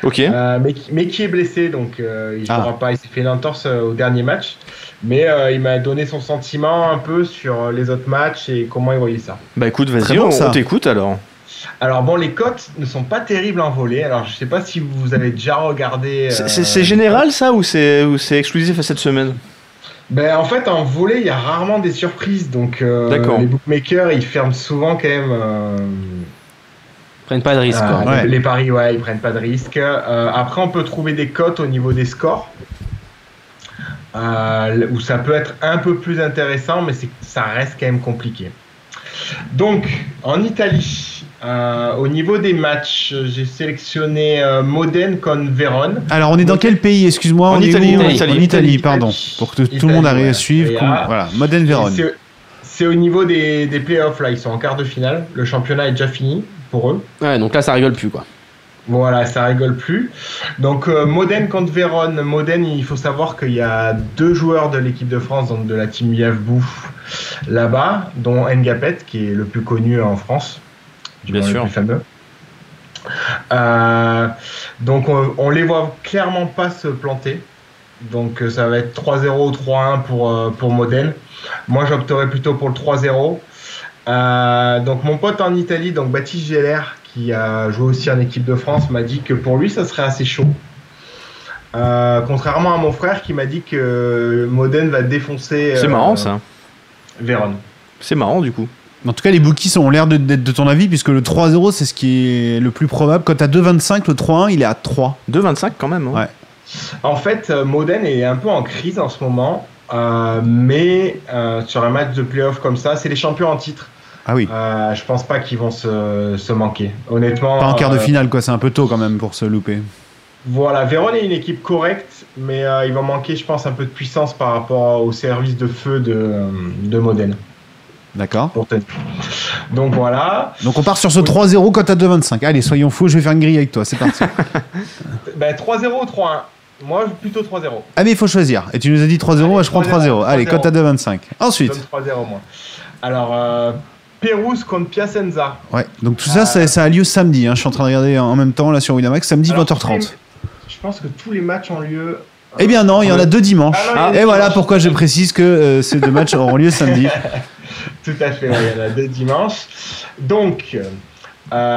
Ok.
Euh, mais, qui- mais qui est blessé, donc euh, il
Ah.
jouera pas. Il s'est fait une entorse euh, au dernier match. Mais euh, il m'a donné son sentiment un peu sur euh, les autres matchs et comment il voyait ça.
Bah écoute,
Très
vas-y,
bon,
on,
ça.
on t'écoute alors.
Alors bon, les cotes ne sont pas terribles en volée. Alors je sais pas si vous avez déjà regardé. euh,
C'est- C'est c'est général ça ou c'est ou c'est exclusif à cette semaine
Ben, en fait, en volée, il y a rarement des surprises. Donc euh,
D'accord.
les bookmakers, ils ferment souvent quand même. euh,
Prennent pas de risque.
Euh,
quoi.
Ah, ouais.
Les paris, ouais, ils prennent pas de risques. Euh, après, on peut trouver des cotes au niveau des scores. euh, où ça peut être un peu plus intéressant, mais c'est- ça reste quand même compliqué. Donc, en Italie, euh, au niveau des matchs, j'ai sélectionné euh, Modène contre Vérone.
Alors on est dans quel pays Excuse-moi.
En
on est
Italie,
où
en
En
Italie.
Italie,
Italie,
pardon.
Italie.
Pour que tout le monde
Italie,
arrive à
ouais.
suivre.
Et
qu'on-
à-
Voilà, Modène Vérone.
Et c'est- C'est au niveau des, des playoffs, là, ils sont en quart de finale. Le championnat est déjà fini pour eux.
Ouais, donc là, ça rigole plus. quoi.
Voilà, ça rigole plus. Donc euh, Modène contre Vérone. Modène, il faut savoir qu'il y a deux joueurs de l'équipe de France, donc de la team Yves Bouff, là-bas, dont Ngapet, qui est le plus connu en France. du
Bien
moins
sûr.
Le plus fameux. Euh, donc on, on les voit clairement pas se planter. Donc euh, ça va être 3-0 ou 3-1 pour, euh, pour Modène. Moi j'opterais plutôt pour le 3-0. Euh, donc mon pote en Italie, donc Baptiste Geller, qui a joué aussi en équipe de France, m'a dit que pour lui ça serait assez chaud. Euh, contrairement à mon frère qui m'a dit que Modène va défoncer
C'est
euh,
marrant ça.
Vérone.
C'est marrant du coup.
En tout cas, les bookies ont l'air de- d'être de ton avis, puisque le 3-0, c'est ce qui est le plus probable. Quand t'as 2,25, le 3-1, il est à 3.
2,25 quand même. hein.
Ouais.
En fait, euh, Modène est un peu en crise en ce moment. Euh, mais euh, sur un match de playoff comme ça, c'est les champions en titre.
Ah oui.
Euh, je pense pas qu'ils vont se, se manquer. Honnêtement.
Pas en quart de
euh,
finale, quoi. C'est un peu tôt quand même pour se louper.
Voilà, Vérone est une équipe correcte, mais euh, il va manquer, je pense, un peu de puissance par rapport au service de feu de, euh, de Modène.
D'accord.
Pour tenir. Donc voilà.
Donc on part sur ce 3-0 quand à 2-25. Allez, soyons fous, je vais faire une grille avec toi. C'est parti.
Ben, 3-0 ou 3-1 Moi, plutôt 3-0.
ah mais il faut choisir. Et tu nous as dit 3-0,
Allez,
moi, je prends 3-0. Allez,
3-0.
cote à 2-25.
Je
Ensuite.
donne 3-0 moi. Alors, euh, Pérouse contre Piacenza.
Ouais. Donc tout ça, ça, ça a lieu samedi. hein. Je suis en train de regarder en même temps là sur Winamax. Samedi
Alors,
20h30.
tous les- Je pense que tous les matchs ont lieu.
Eh bien non, il y en a deux dimanches.
Ah, non, il y a
Et
deux
voilà
dimanches.
pourquoi je précise que euh, ces deux matchs auront lieu samedi.
Tout à fait, oui, il y en a deux dimanches. Donc, euh,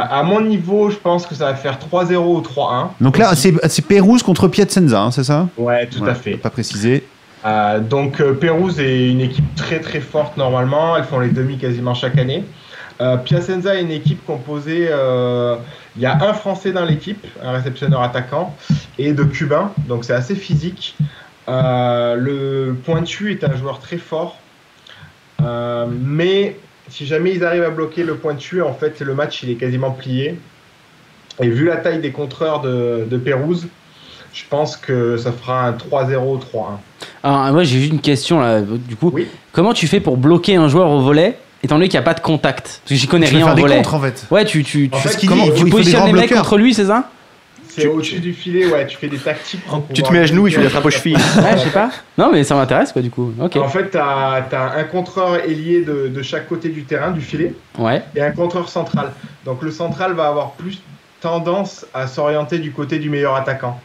à mon niveau, je pense que ça va faire 3-0 ou 3-1.
Donc là, c'est c'est Pérouse contre Piacenza, hein, c'est ça
Ouais, tout
Voilà,
à fait.
Pas précisé.
Euh, donc euh, Pérouse est une équipe très très forte normalement, elles font les demi quasiment chaque année. Euh, Piacenza est une équipe composée, euh, il y a un Français dans l'équipe, un réceptionneur attaquant, et de Cubains, donc c'est assez physique. Euh, le pointu est un joueur très fort, Euh, mais si jamais ils arrivent à bloquer le pointu, en fait le match il est quasiment plié. Et vu la taille des contreurs de, de Pérouse, je pense que ça fera un 3-0, 3-1.
Alors, moi, j'ai juste une question là, du coup.
Oui.
Comment tu fais pour bloquer un joueur au volet, étant donné qu'il n'y a pas de contact Parce que j'y connais
Tu veux
rien
faire
au
des
volet.
contres en fait.
Ouais, tu, tu, tu,
En fait,
tu-
ce qu'il
comment-
dit, il
tu
faut des
positionnes
grands
les mecs
bloqueurs.
contre lui, c'est ça
C'est au-dessus du filet, ouais, tu fais des tactiques. pour
Tu te
pouvoir-
mets à genoux et tu l'attrapes aux chevilles.
Ouais, je sais pas. Non, mais ça m'intéresse quoi, du coup. Ok.
En fait, t'as as un contreur ailier de, de chaque côté du terrain, du filet,
Ouais.
et un contreur central. Donc le central va avoir plus tendance à s'orienter du côté du meilleur attaquant.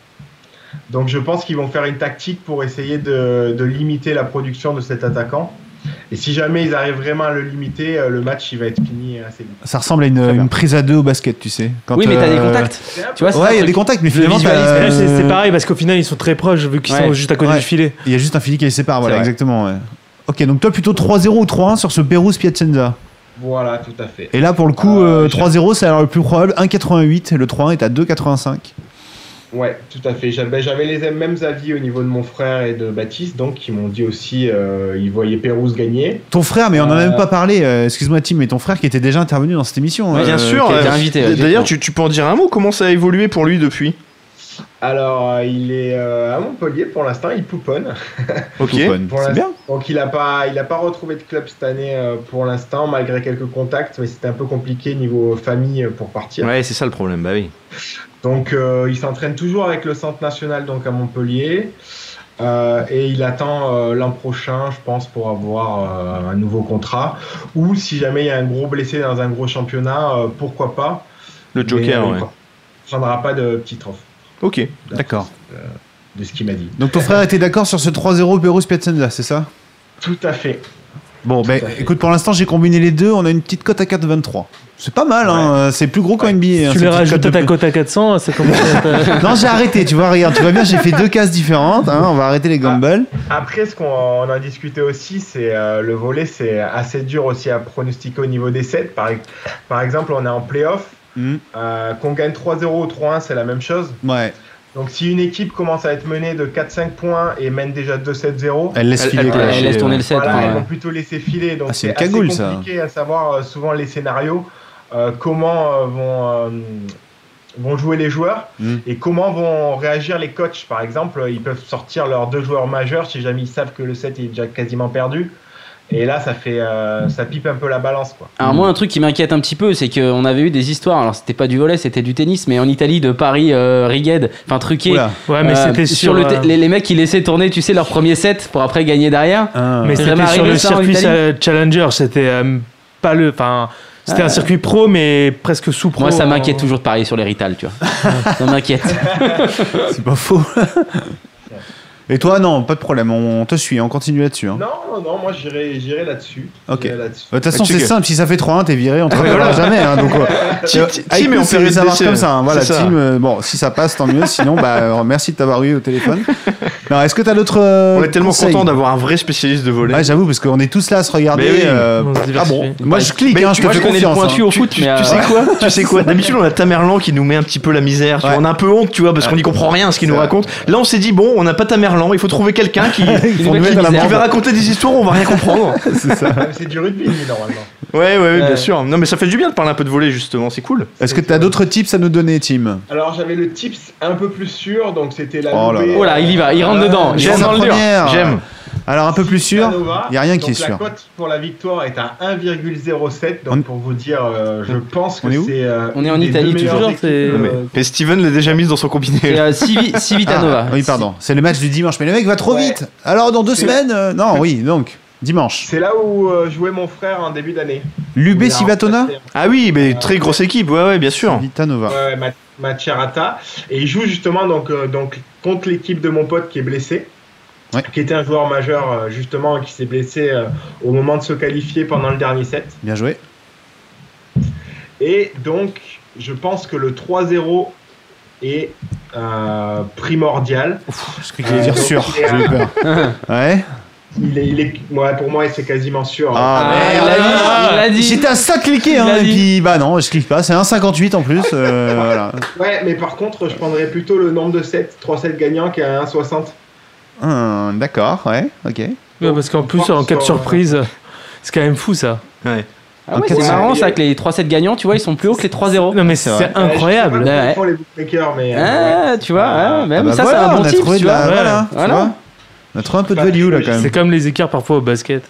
Donc je pense qu'ils vont faire une tactique pour essayer de, de limiter la production de cet attaquant. Et si jamais ils arrivent vraiment à le limiter, euh, le match il va être fini assez vite.
Ça ressemble à une,
bien.
une prise à deux au basket, tu sais. Quand,
Oui, mais t'as des
euh,
contacts.
C'est un
Tu vois, c'est ça,
Ouais, il y a
le
des
truc.
contacts, mais
Je le
finalement, t'as,
visualise.
euh,
C'est c'est pareil parce qu'au final ils sont très proches vu qu'ils sont
Ouais.
juste à côté
Ouais.
du filet.
Il y a juste un filet qui est séparé, voilà,
vrai.
exactement. ouais. Ok, donc toi plutôt 3-0 ou 3-1 sur ce Pérouse Piacenza.
Voilà, tout à fait.
Et là, pour le coup,
Euh,
euh,
j'ai-
3-0, c'est alors le plus probable. 1,88, le 3-1 est à 2,85.
Ouais, tout à fait. J'avais j'avais les mêmes avis au niveau de mon frère et de Baptiste, donc qui m'ont dit aussi euh, ils voyaient Pérouse gagner.
Ton frère, mais on en a
Euh,
même pas parlé, euh, excuse-moi Tim, mais ton frère qui était déjà intervenu dans cette émission.
Bien
euh,
sûr.
qui a
euh,
été invité, ouais,
D'ailleurs, tu, tu peux en dire un mot Comment ça a évolué pour lui depuis
Alors euh, il est euh, à Montpellier pour l'instant, il pouponne.
Ok.
Coupon.
Pour
C'est
l'instant-
bien.
Donc il a pas il a pas retrouvé de club cette année euh, pour l'instant malgré quelques contacts, mais c'était un peu compliqué niveau famille euh, pour partir.
Ouais, c'est ça le problème. Bah oui.
Donc euh, il s'entraîne toujours avec le centre national donc à Montpellier. Euh, et il attend euh, l'an prochain, je pense, pour avoir euh, un nouveau contrat. Ou si jamais il y a un gros blessé dans un gros championnat, euh, pourquoi pas.
Le Joker.
Mais, euh,
ouais.
Il prendra pas de petite offre
Ok.
D'accord.
de ce qu'il m'a dit.
Donc ton frère était d'accord sur ce 3-0 Pérouse Piacenza, c'est ça
Tout à fait.
Bon, ben
à fait.
écoute, pour l'instant, j'ai combiné les deux. On a une petite cote à 4,23. C'est pas mal, hein, euh, c'est plus gros qu'en NBA. hein,
tu
cette
les
petite
rajoutes
cote de
à ta
peu-
cote à 400, ça commence à être-
Non, j'ai arrêté, tu vois, regarde, tu vois bien, j'ai fait deux cases différentes. hein, on va arrêter les gambles.
Après, ce qu'on on a discuté aussi, c'est euh, le volet, c'est assez dur aussi à pronostiquer au niveau des sets. Par, ex- par exemple, on est en playoff.
Mhm.
Euh, qu'on gagne 3-0 ou 3-1, c'est la même chose.
Ouais,
Donc, si une équipe commence à être menée de 4-5 points et mène déjà 2-7-0,
elle laisse
Elle-
filer.
elle-
quoi.
Ouais,
Ouais, laisse
ouais.
tourner le set.
voilà,
ouais.
elles vont plutôt laisser filer. Donc,
Ah, c'est
c'est
une cagoule,
assez
ça.
compliqué à savoir euh, souvent les scénarios, euh, comment euh, vont, euh, vont jouer les joueurs
Mhm.
et comment vont réagir les coachs. Par exemple, ils peuvent sortir leurs deux joueurs majeurs si jamais ils savent que le set est déjà quasiment perdu. Et là, ça fait, euh, ça pipe un peu la balance, quoi.
Alors moi un truc qui m'inquiète un petit peu c'est qu'on avait eu des histoires alors c'était pas du volet c'était du tennis mais en Italie de Paris euh, Rigged enfin truqué
Oula.
Ouais, mais
Euh,
c'était sur,
le te-
euh,
les, les mecs qui laissaient tourner tu sais leur premier set pour après gagner derrière
Ah.
Mais
C'est
c'était
jamais
sur
arrivé,
le
ça, en
circuit
Italie
euh, Challenger, c'était euh, pas le. Enfin, c'était un circuit pro, mais presque sous pro.
moi ça
Oh.
en-
m'inquiète toujours de parier sur les Rital tu vois ça m'inquiète
C'est pas faux. Et toi, non, pas de problème, on te suit, on continue là-dessus. hein.
Non, non, non, moi j'irai, j'irai là-dessus.
Ok.
J'irai là-dessus.
De toute façon,
Tu
c'est
que-
simple, si ça fait 3-1, t'es viré, on te reverra jamais. hein, donc, euh,
Tim-
euh,
Tim-
avec
Tim est
nous,
en
c'est-
période
ça marche
d'essai.
comme ça. hein, voilà,
C'est ça.
Tim, euh, bon, si ça passe, tant mieux. Sinon, bah, euh, merci de t'avoir eu au téléphone. Non, est-ce que t'as d'autres. euh,
On est tellement
conseils
content d'avoir un vrai spécialiste de volet.
Ouais, j'avoue, parce qu'on est tous là à se regarder.
Mais oui,
euh,
on se
ah
diversifie.
bon Moi, je clique,
Mais
hein, je te
moi,
fais
je connais le
confiance.
pointu
hein.
au foot
tu,
mais
tu
euh,
sais quoi Tu sais quoi D'habitude, on a Tamerlan qui nous met un petit peu la misère. tu vois.
Ouais.
on a un peu honte, tu vois, parce qu'on n'y comprend rien à ce qu'il nous raconte. Là, on s'est dit bon, on n'a pas Tamerlan parlant. Il faut trouver quelqu'un qui, qui
Pour nous mettre à la
va
merde.
raconter des histoires, on va rien comprendre.
hein. C'est ça.
Ah, C'est du rugby, lui, normalement.
Ouais, ouais, ouais, bien
Ouais.
sûr. Non, mais ça fait du bien de parler un peu de volet, justement, c'est cool.
Est-ce que t'as d'autres tips à nous donner, Tim
Alors j'avais le tips un peu plus sûr, donc c'était la.
Oh là
Loubet, euh,
là.
Oh là, il y va, il rentre dedans. Il
J'aime
rentre
la
dans le dur.
première.
J'aime.
Alors un peu plus sûr,
Supernova.
il y a rien
Donc,
qui est
la
sûr.
cote pour la victoire est à 1,07. Donc
On-
pour vous dire, euh, je pense
On est
que
où
c'est. euh,
On est en
une des
Italie
deux meilleures
toujours,
équipes,
c'est-
euh,
Mais, mais Steven l'a déjà mise dans son
Et
combiné.
euh, Civi- Civitanova.
Ah, oui, pardon. C'est le match du dimanche, mais le mec va trop
Ouais.
vite. Alors dans deux
C'est-
semaines euh, Non, oui, donc dimanche.
C'est là où euh, jouait mon frère en début d'année.
Lubé
Il a
Sivatona
remplacé,
Ah oui, mais très grosse équipe, ouais, ouais, bien sûr.
Vitanova.
euh, Ma- Macerata. Et il joue justement donc, euh, donc, contre l'équipe de mon pote qui est blessé.
Ouais.
Qui était un joueur majeur euh, justement qui s'est blessé euh, au moment de se qualifier pendant le dernier set.
Bien joué.
Et donc, je pense que le 3-0 est euh, primordial.
Je croyais qu'il allait dire
Euh,
sûr.
et, euh,
J'ai eu peur.
Ah
Ouais.
Il est, il est- ouais, pour moi, c'est quasiment sûr.
Ah,
Ah,
il l'a dit, il l'a dit.
J'étais à ça de cliquer,
Il
hein,
l'a
et
dit.
puis bah non, je clique pas. C'est 1,58 en plus. euh, voilà.
Ouais, mais par contre, je prendrais plutôt le nombre de sets, 3 sets gagnants qui est à 1,60.
Hum, D'accord, ouais, ok.
Ouais, parce qu'en plus, en cas de
euh,
surprise, c'est quand même fou ça.
Ah ouais,
En
c'est
quatre-
marrant ça que les 3-7 gagnants, tu vois, ils sont plus hauts que les 3-0.
Non, mais
C'est
Oh, c'est
vrai.
incroyable.
Ouais, Euh, je
Ouais.
sais pas comment font les bookmakers, mais. euh, ouais.
Ah, tu vois, ouais,
Ah
même
bah
ça,
voilà,
c'est un bon
on a
type,
trouvé
tu
de la-
vois. Ah,
Voilà, tu
Voilà.
vois. on a trouvé un peu de value là quand même.
C'est comme les écarts parfois au basket.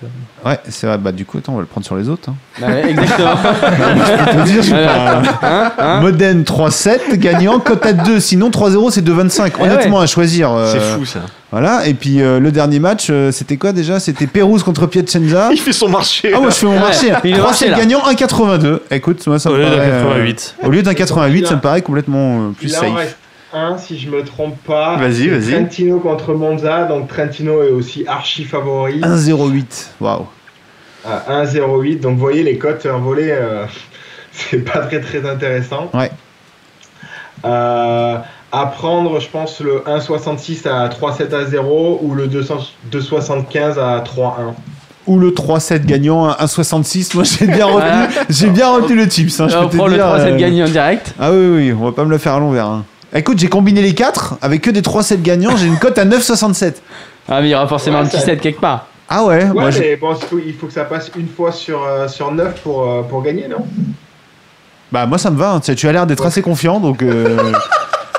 Ouais, c'est vrai, bah du coup, attends, on va le prendre sur les autres. hein.
Bah ouais, exactement.
Je peux te dire, je suis pas-
Hein, hein.
Modène 3-7, gagnant, cote à 2. Sinon, 3-0, c'est 2-25.
Eh ouais.
Honnêtement, à choisir. euh,
C'est fou ça.
Voilà, et puis euh, le dernier match, euh, c'était quoi déjà C'était Pérouse contre Piacenza.
Il fait son marché.
Ah, moi je fais mon
Ouais,
marché.
il est
3
marché,
7
là.
gagnant, 1,82. Écoute, moi ça
Au
me
lieu d'un
paraît. euh,
88.
au lieu d'un 88,
Là.
ça me paraît complètement euh, plus
Il en
safe.
reste un, si je me trompe pas.
Vas-y,
C'est
vas-y.
Trentino contre Monza. Donc Trentino est aussi archi favori.
Ah.
1,08. Waouh.
à 1,08. Donc vous voyez, les cotes un volet, euh, c'est pas très très intéressant.
Ouais.
Euh, à prendre, je pense, le 1,66 à 3,7 à 0 ou le 200 2,75 à 3,1.
Ou le 3-7 gagnant, 1,66. Moi j'ai bien
Voilà.
retenu, j'ai bien retenu le tips. hein, je
Là, on
peux te
prend le
dire,
3-7
euh,
gagnant direct.
Ah oui, oui, on va pas me le faire à l'envers. hein. Écoute, j'ai combiné les 4 avec que des 3-7 gagnants, j'ai une cote à 9,67.
Ah, mais il y aura forcément
Ouais,
un petit
ça-
7 quelque part.
Ah ouais,
Ouais,
moi, je-
mais bon, il faut, il faut que ça passe une fois sur, euh, sur 9 pour, euh, pour gagner, non
bah moi ça me va. hein. Tu sais, Tu as l'air d'être assez confiant, donc. euh,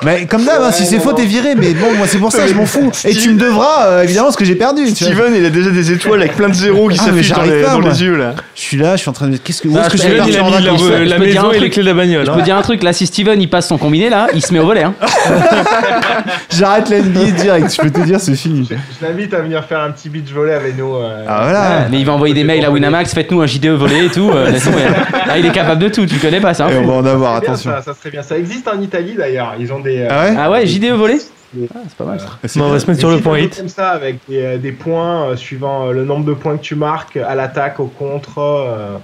Mais comme d'hab, hein, si
Ouais,
c'est
non,
faux,
non.
t'es viré. Mais bon, moi c'est pour ça, je m'en fous. Et tu me devras euh, évidemment ce que j'ai perdu. Tu vois.
Steven, il a déjà des étoiles avec plein de zéros qui
Ah, mais
s'affichent dans,
j'arrive
les,
pas,
dans
moi.
les yeux là.
Je suis là, je suis en train de. Qu'est-ce que où
Bah,
est-ce que
je
je
te
vais
l'ai
Steven,
dit,
il
partir
a
en
mis
vacances
la,
Je
la
peux dire un
maison et
truc.
les clés de la bagnole. hein.
Je peux dire un truc, là, si Steven il passe son combiné, là, il se met au volet. Hein.
J'arrête l'NBA direct. Je peux te dire, c'est fini.
Je l'invite à venir faire un petit beach volley avec nous. euh.
Ah voilà.
Mais il va envoyer des mails à Winamax, faites-nous un JDE volé et tout. euh, laisse tomber. Là, il est capable de tout, tu connais pas ça. hein.
Et on va en avoir.
C'est bien,
Attention.
ça, ça serait bien. Ça existe en Italie d'ailleurs. Ils ont des. euh,
Ah ouais.
Ah ouais, JDE volé Ah, c'est pas mal ça.
Bon, on va se mettre
des
sur le
petits
point
tableaux
8.
Comme ça, avec des, euh, des points euh, suivant euh, le nombre de points que tu marques euh, à l'attaque, au contre. euh,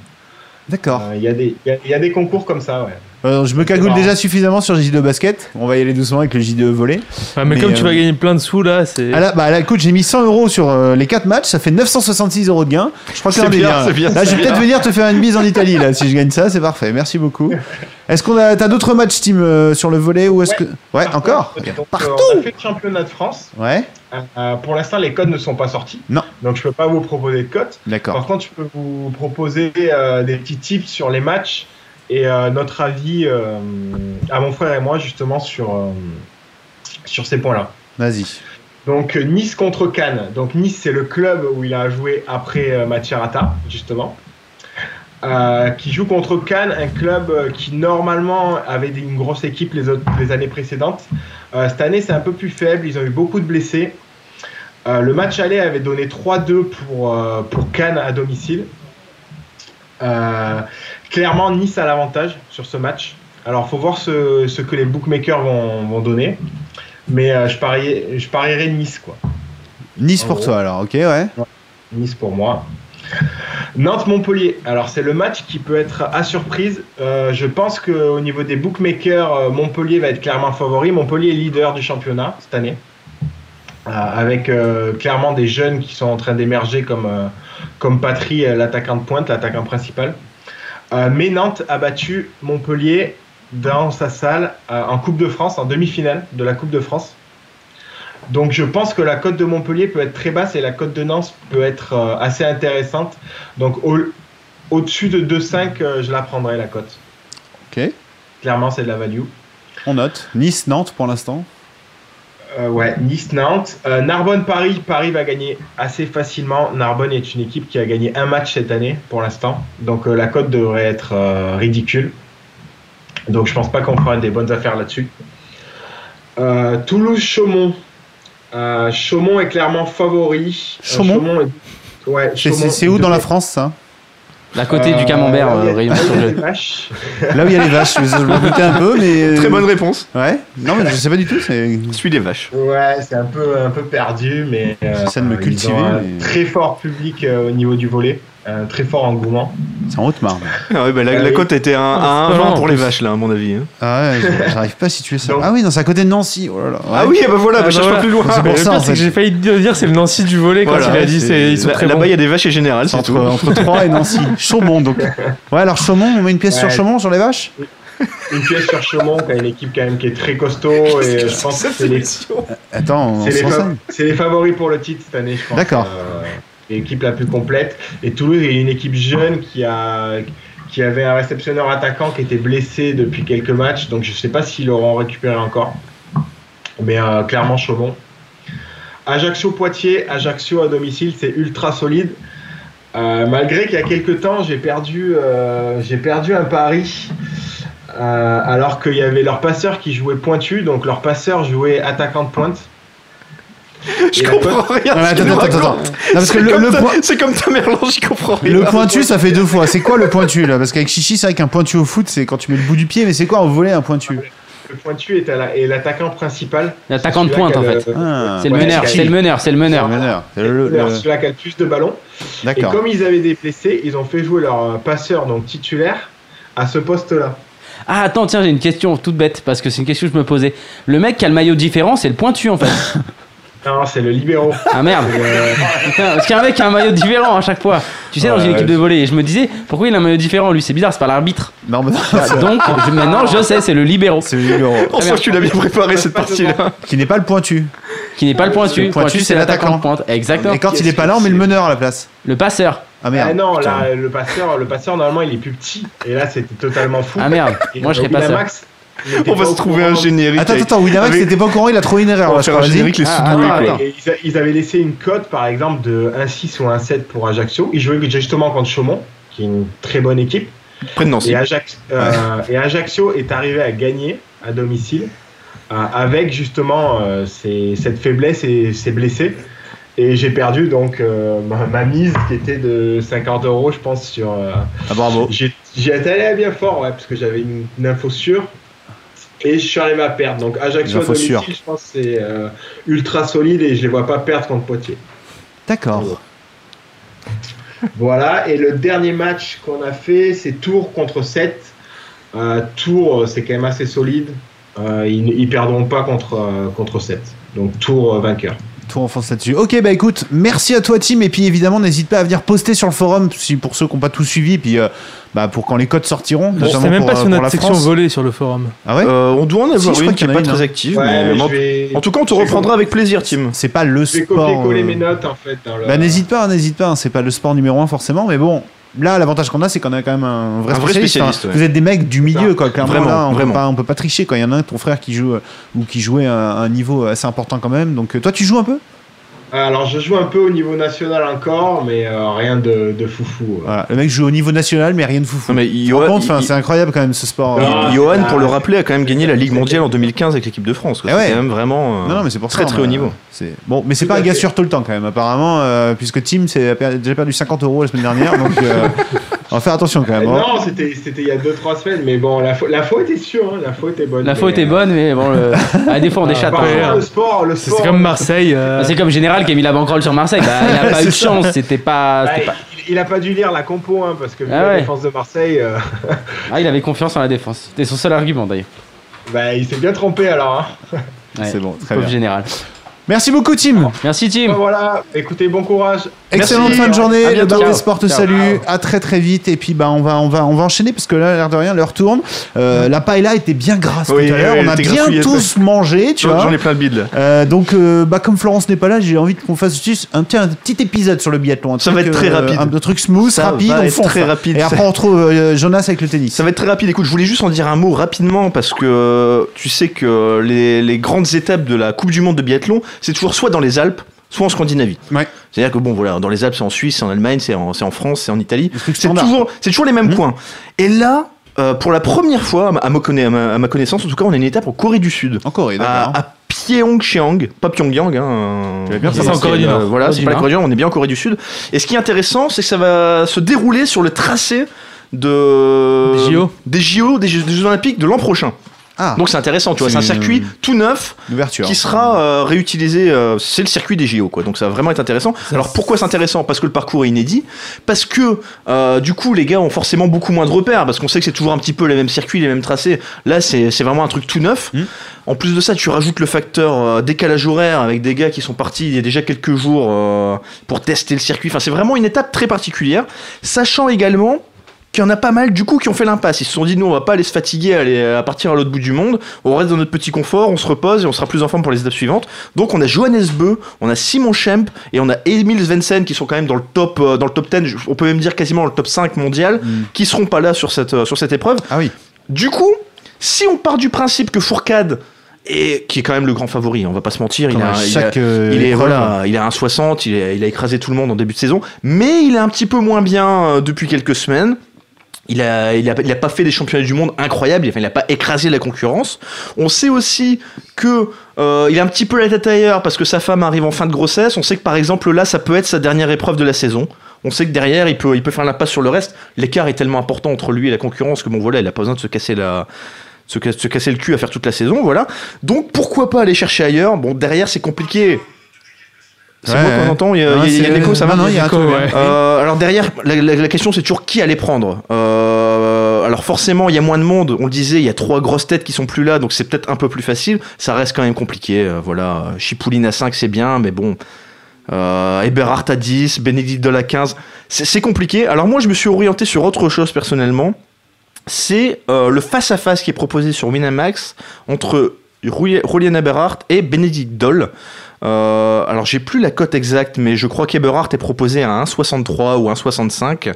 D'accord.
euh, Il y, a des- il y a- il y a des concours comme ça, ouais.
Euh, je me cagoule
marrant.
déjà suffisamment sur le J2 basket. On va y aller doucement avec le J2 volet.
Ah, mais,
Mais,
comme
euh,
tu vas gagner plein de sous là, c'est.
Ah là, bah là, écoute, j'ai mis 100 euros sur euh, les 4 matchs, ça fait 966 euros de gain. Je crois que
C'est
l'un des
bien,
liens, là.
c'est bien,
Là,
c'est
je vais
bien.
peut-être venir te faire une bise en Italie, là, si je gagne ça, c'est parfait. Merci beaucoup. Est-ce qu'on a, t'as d'autres matchs, Team, euh, sur le volet ou est-ce
Ouais.
que, ouais, encore?
Donc, euh,
Partout.
on a fait le championnat de France.
Ouais,
Euh, euh, pour l'instant, les codes ne sont pas sortis.
Non.
Donc, je peux pas vous proposer de codes. Par
d'accord.
contre, je peux vous proposer euh, des petits tips sur les matchs et euh, notre avis euh, à mon frère et moi, justement, sur, euh, sur ces points-là.
Vas-y.
Donc euh, Nice contre Cannes. Donc Nice c'est le club où il a joué après euh, Macerata justement. Euh, qui joue contre Cannes, un club euh, qui normalement avait des- une grosse équipe les, autres, les années précédentes. Euh, cette année c'est un peu plus faible, ils ont eu beaucoup de blessés. Euh, le match aller avait donné 3-2 pour, euh, pour Cannes à domicile. Euh, clairement Nice a l'avantage sur ce match. Alors faut voir ce, ce que les bookmakers vont, vont donner. Mais euh, je, pariais, je parierais Nice, quoi.
Nice
En
pour
gros.
toi, alors, ok, ouais.
Nice pour moi. Nantes-Montpellier. Alors, c'est le match qui peut être à surprise. Euh, je pense qu'au niveau des bookmakers, euh, Montpellier va être clairement favori. Montpellier est leader du championnat cette année. Euh, avec euh, clairement des jeunes qui sont en train d'émerger comme, euh, comme Patry, euh, l'attaquant de pointe, l'attaquant principal. Euh, mais Nantes a battu Montpellier dans sa salle euh, en Coupe de France, en demi-finale de la Coupe de France. Donc je pense que la cote de Montpellier peut être très basse et la cote de Nantes peut être euh, assez intéressante. Donc au- au-dessus de 2,5, euh, je la prendrai la cote.
Ok.
Clairement, c'est de la value.
On note. Nice, Nantes pour l'instant.
Euh, ouais, Nice-Nantes. Euh, Narbonne-Paris, Paris va gagner assez facilement. Narbonne est une équipe qui a gagné un match cette année pour l'instant. Donc euh, la cote devrait être euh, ridicule. Donc je pense pas qu'on fera des bonnes affaires là-dessus. Euh, Toulouse-Chaumont. Euh, Chaumont est clairement favori. Euh,
Chaumont
est- ouais,
C'est-
Chaumont
C'est c'est où dans la
devrait-
France ça
À côté
Euh,
du camembert,
là où il y
euh,
a-
rayon
là où il y a
surgelé.
des vaches.
Là où il y a les vaches, je me doutais un peu, mais. euh,
Très bonne réponse.
Ouais. Non, mais je sais pas du tout. C'est.
Suis les vaches.
Ouais, c'est un peu, un peu perdu, mais. euh,
J'essaie de me
ils ont
cultiver,
un
mais-
Très fort public euh, au niveau du volet, un très fort engouement.
C'est en Haute-Marne.
Ah ouais, bah, la,
Ah
la
oui.
cote était à un- à
c'est pas
1,20
mal, en
pour les
plus.
vaches, là, à mon avis. hein.
Ah ouais, je- j'arrive pas à situer ça.
Donc-
Ah oui, non, c'est à côté de Nancy. Oh là là.
Ah
Ouais.
oui, eh bah voilà,
Ah
bah,
bah
cherche pas
voilà.
plus loin.
C'est pour
le
ça, en
pire, c'est
fait.
que j'ai failli te dire, c'est le Nancy du volet quand
Voilà,
il a dit,
c'est-
c'est- ils sont
là-
très
Là-bas,
bons.
il y a des vaches et générales, c'est
entre,
tout.
entre Troyes et Nancy. Chaumont, donc. Ouais, alors Chaumont, on met une pièce sur
Ouais.
Chaumont, sur les vaches
Une pièce sur Chaumont, qui a une équipe quand même qui est très costaud, et je pense que c'est les,
Attends, on
c'est les
se
fa-
renseigne.
c'est les favoris pour le titre cette année, je pense.
D'accord.
Euh, L'équipe la plus complète. Et Toulouse est une équipe jeune qui a qui avait un réceptionneur attaquant qui était blessé depuis quelques matchs, donc je sais pas s'ils l'auront récupéré encore. Mais euh, clairement Chaumont. Ajaccio-Poitiers, Ajaccio à domicile, c'est ultra solide. Euh, malgré qu'il y a quelques temps, j'ai perdu, euh, j'ai perdu un pari. euh, alors qu'il y avait leur passeur qui jouait pointu, donc leur passeur jouait attaquant de pointe.
Je
Et la
comprends rien.
Ah,
à
attends,
ce qu'il
attends,
nous
attends,
raconte.
attends. Non, parce que
C'est
le,
comme
le
ta-
point-
C'est comme ta mère, Lange, je comprends rien.
le pointu, ça fait deux fois. C'est quoi le pointu là Parce qu'avec Chichi, c'est vrai qu'un pointu au foot, c'est quand tu mets le bout du pied, mais c'est quoi en volet un pointu
Le pointu est à la- est l'attaquant principal.
L'attaquant de
Celui-là
pointe, en
qui a le-
fait.
Ah,
C'est le
Ouais,
meneur,
c'est-
c'est le meneur, c'est le meneur.
meneur. C'est le- le- le-
Celui-là qui a le plus de ballons. Et
D'accord.
comme ils avaient des blessés, ils ont fait jouer leur euh, passeur, donc titulaire, à ce poste-là.
Ah, attends, tiens, j'ai une question toute bête, parce que c'est une question que je me posais. Le mec qui a le maillot différent, c'est le pointu, en fait.
Non, c'est le libéraux.
Ah merde
Euh,
Putain, parce qu'un mec qui a un maillot différent à chaque fois. Tu sais, dans une équipe de volley, et je me disais, pourquoi il a un maillot différent lui C'est bizarre, c'est pas l'arbitre.
Non, mais non,
Donc je- maintenant je sais, c'est le libéraux
Ah, c'est le numéro.
On sent que tu l'as bien préparé, cette partie-là.
Qui n'est pas le pointu.
qui n'est pas le pointu.
Le pointu, c'est l'attaquant.
de pointe. Exactement.
Et quand il est pas là, on met le meneur à la place.
Le passeur.
Ah
ah
merde.
non,
Putain.
là, le passeur, le passeur, normalement, il est plus petit. Et là, c'était totalement fou.
Ah merde,
Et
moi je serais
Robin
passeur.
Max, il était
On va
pas
se
au
trouver
courant.
un générique.
Attends,
avec-
attends, Winamax,
avec-
t'étais pas au courant, il a trouvé une erreur.
On
là,
va
je
faire
crois.
un
Vas-y.
générique, les
Ah,
sous-doués,
ah,
quoi.
d'accord.
Et ils, a- ils avaient laissé une cote, par exemple, de 1,6 ou 1,7 pour Ajaccio. Ils jouaient justement contre Chaumont, qui est une très bonne équipe.
Près de Nancy.
Et, Ajax- euh, et Ajaccio est arrivé à gagner à domicile euh, avec justement euh, ses- cette faiblesse et ses blessés. Et j'ai perdu donc euh, ma, ma mise qui était de 50 euros, je pense, sur. euh,
Ah, bravo.
j'ai- J'y allé bien fort, ouais, parce que j'avais une, une info sûre. Et je suis arrivé à perdre. Donc Ajaccio à
L'info
domicile,
sûre.
je pense, que c'est euh, ultra solide et je les vois pas perdre contre Poitiers.
Ah. D'accord.
Voilà, et le dernier match qu'on a fait, c'est Tours contre 7. Euh, Tours, euh, c'est quand même assez solide. Euh, ils, ils perdront pas contre, euh, contre 7. Donc Tours euh, vainqueur.
Tout enfonce là-dessus. Ok, bah écoute, merci à toi, Tim. Et puis évidemment, n'hésite pas à venir poster sur le forum si, pour ceux qui n'ont pas tout suivi. Et puis euh, bah, pour quand les codes sortiront.
Je
notamment
sais même
pour,
pas
euh,
si on
pour
a
la
de section
France.
volée sur le forum.
Ah ouais
Euh, on doit en
Si, je
avoir
crois
une
qu'il y
qui
en
n'est
a
pas
une,
très
hein.
active.
Ouais,
mais
mais
en-
je vais,
En tout cas, on te
je vais-
reprendra avec plaisir, Tim.
C'est pas le
je vais
sport.
copier-coller
euh,
mes notes en fait. Dans le-
Bah n'hésite pas, hein, n'hésite pas. hein, C'est pas le sport numéro un forcément, mais bon. Là, l'avantage qu'on a, c'est qu'on a quand même un vrai
Un vrai
spécialiste.
spécialiste,
hein.
ouais.
Vous êtes des mecs du milieu, quoi. Clairement,
Vraiment,
là, on,
vraiment.
Peut pas, on peut pas tricher. Quand il y en a un, ton frère qui joue euh, ou qui jouait à un niveau assez important quand même. Donc, euh, toi, tu joues un peu
Ah, Alors je joue un peu au niveau national encore, mais euh, rien de, de foufou. euh.
Voilà, le mec joue au niveau national, mais rien de foufou.
Non, mais il y
Par
aura-
contre, enfin,
il-
c'est incroyable quand même ce sport. euh.
Non,
il-
Ah,
Johan,
ah,
pour le
ouais.
rappeler, a quand même gagné la Ligue mondiale en 2015 avec l'équipe de France. quoi.
Eh
C'est
ouais.
quand même vraiment. euh,
Non, non, mais c'est pour
très,
ça,
très haut
euh,
niveau.
c'est- Bon, mais c'est
Tout
pas un
à
gars
fait.
sûr tout le temps quand même, apparemment, euh, puisque Tim s'est per- déjà perdu 50 euros la semaine dernière, donc euh, on va faire attention quand même. hein.
Non, c'était c'était il y a 2-3 semaines, mais bon, la, fo- la faute est sûre, hein, la faute est bonne. euh,
La faute est bonne, mais bon, le... à défaut on est chatte,
Par
hein.
contre, le sport, le
C'est
sport,
comme Marseille. euh,
Bah, C'est comme Général qui a mis la banquerolle sur Marseille. Bah, il a pas eu de chance, c'était pas,
bah,
c'était pas-
il, il a pas dû lire la compo, hein, parce que vu
Ah
la
ouais.
défense de Marseille, euh,
Ah, il avait confiance en la défense. C'était son seul argument d'ailleurs.
bah, il s'est bien trompé alors. hein.
Ouais.
C'est bon, très
Pauvre
bien.
Général.
Merci beaucoup, Tim.
Merci Tim.
Voilà, écoutez, bon courage.
Excellente fin de
À
journée. Le
bientôt.
bar des
Ciao.
sports te
Ciao.
salue. À très très vite. Et puis bah on va on va on va enchaîner parce que là l'air de rien l'heure tourne. Euh, la paella était bien grasse
Oui,
tout à l'heure.
oui,
on a
elle était
bien
grassouillée,
tous mangé, tu vois.
J'en ai plein de bides là.
Euh, donc, euh, bah, comme Florence n'est pas là, j'ai envie qu'on fasse juste un, tiens, un petit épisode sur le biathlon. Un
Ça
truc, euh,
va être très rapide.
Un, un truc smooth,
Ça
rapide,
va
on
être
fonce,
très
là.
rapide.
Et après, on retrouve euh, Jonas avec le tennis.
Ça va être très rapide. Écoute, je voulais juste en dire un mot rapidement parce que euh, tu sais que les, les grandes étapes de la Coupe du Monde de biathlon, c'est toujours soit dans les Alpes, soit en Scandinavie.
Ouais.
C'est-à-dire que bon, voilà, dans les Alpes, c'est en Suisse, c'est en Allemagne, c'est en, c'est en France, c'est en Italie.
trucs
C'est
standards,
toujours, c'est toujours les
Mmh.
mêmes coins. Et là, euh, pour la première fois, à ma- à ma, conna- à ma- à ma connaissance, en tout cas, on a une étape en Corée du Sud.
En Corée, d'accord.
à, à Pyeongchang, pas Pyongyang. Hein, euh,
bien
c'est-
savoir. C'est en Corée du
euh,
Nord. hein.
Voilà,
Corée
c'est
du
pas la
Nord.
Corée du Nord, on est bien en Corée du Sud. Et ce qui est intéressant, c'est que ça va se dérouler sur le tracé de
Des JO.
des JO, des Jeux, des Jeux Olympiques de l'an prochain.
Ah,
Donc c'est intéressant, tu vois, c'est un
C'est une-
circuit
euh,
tout neuf
l'ouverture.
qui sera euh, réutilisé. euh, c'est le circuit des JO, quoi. Donc ça va vraiment être intéressant. Alors pourquoi c'est intéressant Parce que le parcours est inédit, parce que euh, du coup les gars ont forcément beaucoup moins de repères, parce qu'on sait que c'est toujours un petit peu les mêmes circuits, les mêmes tracés. Là c'est c'est vraiment un truc tout neuf. En plus de ça, tu rajoutes le facteur euh, décalage horaire avec des gars qui sont partis il y a déjà quelques jours euh, pour tester le circuit. Enfin c'est vraiment une étape très particulière, sachant également qu'il y en a pas mal du coup qui ont fait l'impasse. Ils se sont dit nous on va pas aller se fatiguer à, aller, euh, à partir à l'autre bout du monde, on reste dans notre petit confort, on se repose et on sera plus en forme pour les étapes suivantes. Donc on a Johannes Beu, on a Simon Schemp et on a Emil Svensson qui sont quand même dans le top euh, dans le top 10, on peut même dire quasiment dans le top 5 mondial qui seront pas là sur cette euh, sur cette épreuve.
Mm. Ah oui.
Du coup, si on part du principe que Fourcade est, qui est quand même le grand favori, hein, on va pas se mentir, il
Comme
a,
à
il a-
chaque, euh,
il est
épreuve.
voilà, il a un 60, il, est- il a écrasé tout le monde en début de saison, mais il est un petit peu moins bien euh, depuis quelques semaines. Il a, il, a, il a pas fait des championnats du monde incroyables, enfin, il a pas écrasé la concurrence. On sait aussi que euh, il a un petit peu la tête ailleurs parce que sa femme arrive en fin de grossesse. On sait que par exemple là, ça peut être sa dernière épreuve de la saison. On sait que derrière, il peut, il peut faire l'impasse sur le reste. L'écart est tellement important entre lui et la concurrence que bon voilà, il a pas besoin de se casser la, se, ca- se casser le cul à faire toute la saison, voilà. Donc pourquoi pas aller chercher ailleurs Bon, derrière c'est compliqué. C'est
Ouais,
moi
ouais.
qu'on entend, il y a, il y a- il y a de l'écho, ça va
Ah Non, non, il y a un
L'écho,
truc.
ouais.
Euh, Alors derrière, la, la- la question c'est toujours qui allait prendre. Euh, alors forcément, il y a moins de monde, on le disait, il y a trois grosses têtes qui sont plus là, donc c'est peut-être un peu plus facile. Ça reste quand même compliqué, euh, voilà. Chipouline à 5 c'est bien, mais bon. Euh, Eberhardt à 10, Bénédicte de la 15, c'est c'est compliqué. Alors moi je me suis orienté sur autre chose personnellement c'est euh, le face-à-face qui est proposé sur Winamax entre Ruli- Julian Eberhardt et Benedict Doll. Euh, alors j'ai plus la cote exacte, mais je crois qu'Eberhardt est proposé à 1,63 ou 1,65.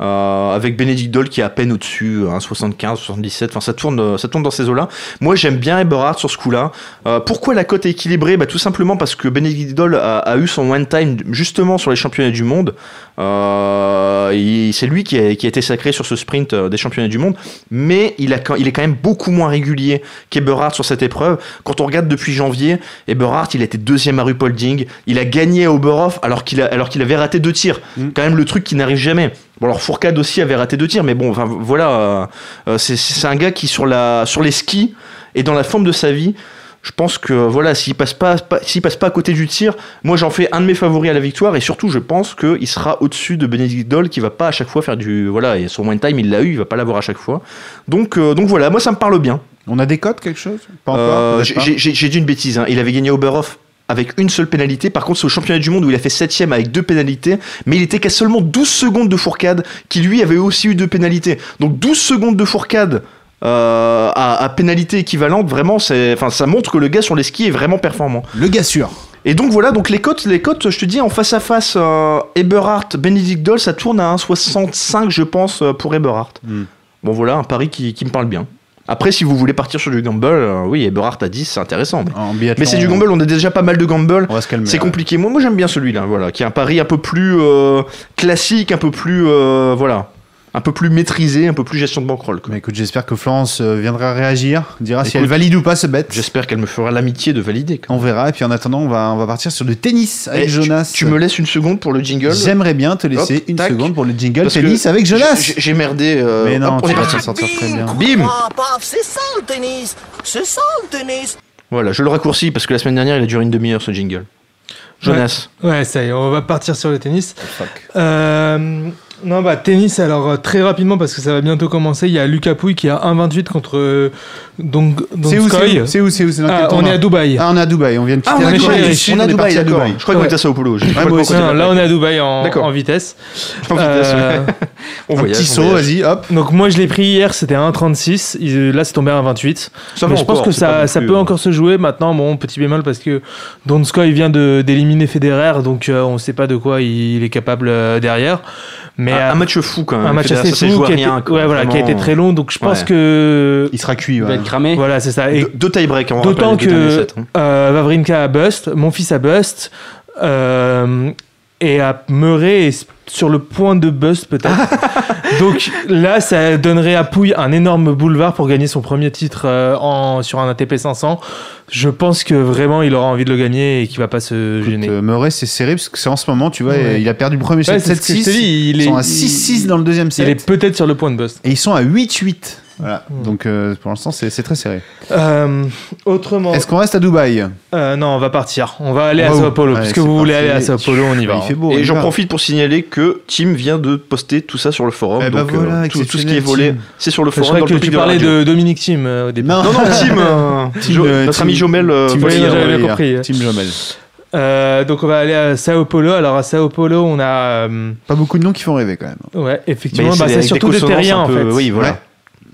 euh, avec Benedict Doll qui est à peine au-dessus, 1,75, 77, enfin ça tourne, euh, ça tourne dans ces eaux-là. Moi j'aime bien Eberhardt sur ce coup-là. Euh, pourquoi la cote est équilibrée bah, Tout simplement parce que Benedict Doll a, a eu son one-time justement sur les championnats du monde. Euh, il- c'est lui qui a, qui a été sacré sur ce sprint euh, des championnats du monde, mais il, a, quand- il est quand même beaucoup moins régulier qu'Eberhardt sur cette épreuve. Quand on regarde depuis janvier, Eberhardt, il a été deuxième à Rupolding, il a gagné à Oberhof alors qu'il a- alors qu'il avait raté deux tirs. Quand même le truc qui n'arrive jamais. Bon alors Fourcade aussi avait raté deux tirs, mais bon, enfin voilà, euh, euh, c'est- c'est un gars qui sur, la, sur les skis et dans la forme de sa vie. Je pense que voilà, s'il passe pas, pas- s'il passe pas à côté du tir, moi j'en fais un de mes favoris à la victoire et surtout je pense qu'il sera au-dessus de Benedict Doll qui va pas à chaque fois faire du voilà et son one time il l'a eu, il va pas l'avoir à chaque fois. Donc euh, donc voilà, moi ça me parle bien.
On a des codes, quelque chose Pas
Euh,
encore. peut-être
j'ai-
pas.
j'ai j'ai- j'ai dit une bêtise, hein. il avait gagné Oberhof avec une seule pénalité. Par contre, c'est au championnat du monde où il a fait 7ème avec deux pénalités, mais il était qu'à seulement 12 secondes de Fourcade, qui lui avait aussi eu deux pénalités. Donc 12 secondes de Fourcade euh, à, à pénalité équivalente, vraiment, c'est- enfin, ça montre que le gars sur les skis est vraiment performant.
Le gars sûr.
Et donc voilà, donc les cotes, les cotes, je te dis en face à face, euh, Eberhardt, Benedict Doll, ça tourne à 1,65 je pense euh, pour Eberhardt.
Hmm.
Bon voilà, un pari qui, qui me parle bien. Après, si vous voulez partir sur du gamble, euh, oui, Eberhardt à 10, c'est intéressant. Mais,
En biathlon,
mais c'est du gamble, on a déjà pas mal de gamble.
On va se calmer. hein.
C'est
ouais. euh,
compliqué. Moi, moi j'aime bien celui-là, voilà, qui est un pari un peu plus euh, classique, un peu plus euh, voilà, un peu plus maîtrisé, un peu plus gestion de bankroll.
Bah,
quoi.
Mais écoute, j'espère que Florence euh, viendra réagir, dira si
Écoute,
elle valide ou pas ce bet.
J'espère qu'elle me fera l'amitié de valider. quoi.
On verra. Et puis en attendant, on va, on va partir sur le tennis avec
Eh, tu-
Jonas.
Tu, me laisses une seconde pour le jingle.
J'aimerais bien te laisser
Hop,
une
tac.
seconde pour le jingle
Parce que
tennis avec Jonas.
J'ai j'ai merdé. euh,
Mais non,
hop, on
tu
est
vas
parti.
t'en sortir très bien.
Bim
Ah, paf, c'est ça le tennis C'est ça le tennis
Voilà, je le raccourcis parce que la semaine dernière, il a duré une demi-heure ce jingle. Jonas.
Ouais, ça y est, on va partir sur le tennis. Euh, Non, bah tennis, alors euh, très rapidement parce que ça va bientôt commencer. Il y a Lucas Pouille qui a 1,28 contre euh, Dong
C'est où
Donskoy.
C'est où C'est où, c'est où, c'est dans quel
Ah, on
tournoi
est à Dubaï.
Ah, on est à Dubaï, on vient de quitter
on est
la
chez
Corée
les
du
Riches,
Sud,
On a
est
Dubaï,
parti à
d'accord. Je crois qu'on était à Sao Paulo. j'ai complètement
Non,
compris.
là, on est à Dubaï en,
D'accord.
en vitesse.
En vitesse, oui.
Euh,
On
Un
voyage,
petit
on
saut,
voyage.
vas-y, hop.
donc moi, je l'ai pris hier, c'était à 1,36. Il- Là, c'est tombé à 1,28.
Ça
Mais
va
je pense
encore,
que
c'est pas
ça,
non
ça
plus,
peut
euh,
encore se jouer. Maintenant, bon, petit bémol parce que Donskoy vient de- d'éliminer Federer, donc euh, on ne sait pas de quoi il est capable euh, derrière. Mais
un, un
euh,
match fou quand même.
un match
Federer,
assez
ça s'est joué
fou
à
qui a, été,
rien, quoi.
ouais, voilà, qui a été
Vraiment. euh,
très long. Donc je pense
Ouais.
que
Il sera cuit,
Il va
ouais.
être cramé.
voilà, c'est ça. Et
Deux- Deux tie-break. on
D'autant
rappelle, les deux derniers
que
sets, hein.
euh, Vavrinka a bust, mon fils a bust, euh, et à Murray est sur le point de bust peut-être. Donc là, ça donnerait à Pouille un énorme boulevard pour gagner son premier titre euh, en, sur un ATP 500. Je pense que vraiment, il aura envie de le gagner et qu'il va pas se
Écoute,
gêner.
euh, Murray, c'est serré parce que c'est en ce moment, tu vois,
Ouais.
il a perdu le premier set
Ouais, c'est ce que je te
7-6.
dis, il
Ils
est,
sont à
il-
6-6 dans le deuxième
il
set.
est peut-être sur le point de bust.
Et ils sont à 8-8. Voilà.
Mm.
Donc euh, pour l'instant, c'est c'est très serré.
Euh, autrement,
Est-ce qu'on reste à Dubaï
euh, non, on va partir. On va aller
On
à
va où
Sao Paulo.
Ouais,
Puisque
c'est
vous voulez
parti.
aller à Sao Paulo, on y va. hein.
Il fait beau. on
et
y
j'en
va.
profite pour signaler que Tim vient de poster tout ça sur le forum.
Eh ben
donc euh,
voilà,
tout, tout ce
exceptionnel,
qui est volé,
Tim.
c'est sur le
Je
forum.
crois
dans
que
le
tu
public de la
parlais
radio.
de Dominique Thiem euh, au début.
Non,
Non, non, Tim, euh,
Tim,
Jo-
euh,
notre
Tim-
ami Jomel. euh,
Tim
Voyer,
Voyer, j'avais
ouais.
bien compris.
Tim Jomel.
Euh, donc on va aller à Sao Paulo. Alors à Sao Paulo, on a euh,
Pas beaucoup de noms qui font rêver quand même.
ouais
Mais
effectivement, bah,
avec
c'est surtout des
consonances
terriens
un
en
peu-
fait.
Oui,
Ouais.
voilà.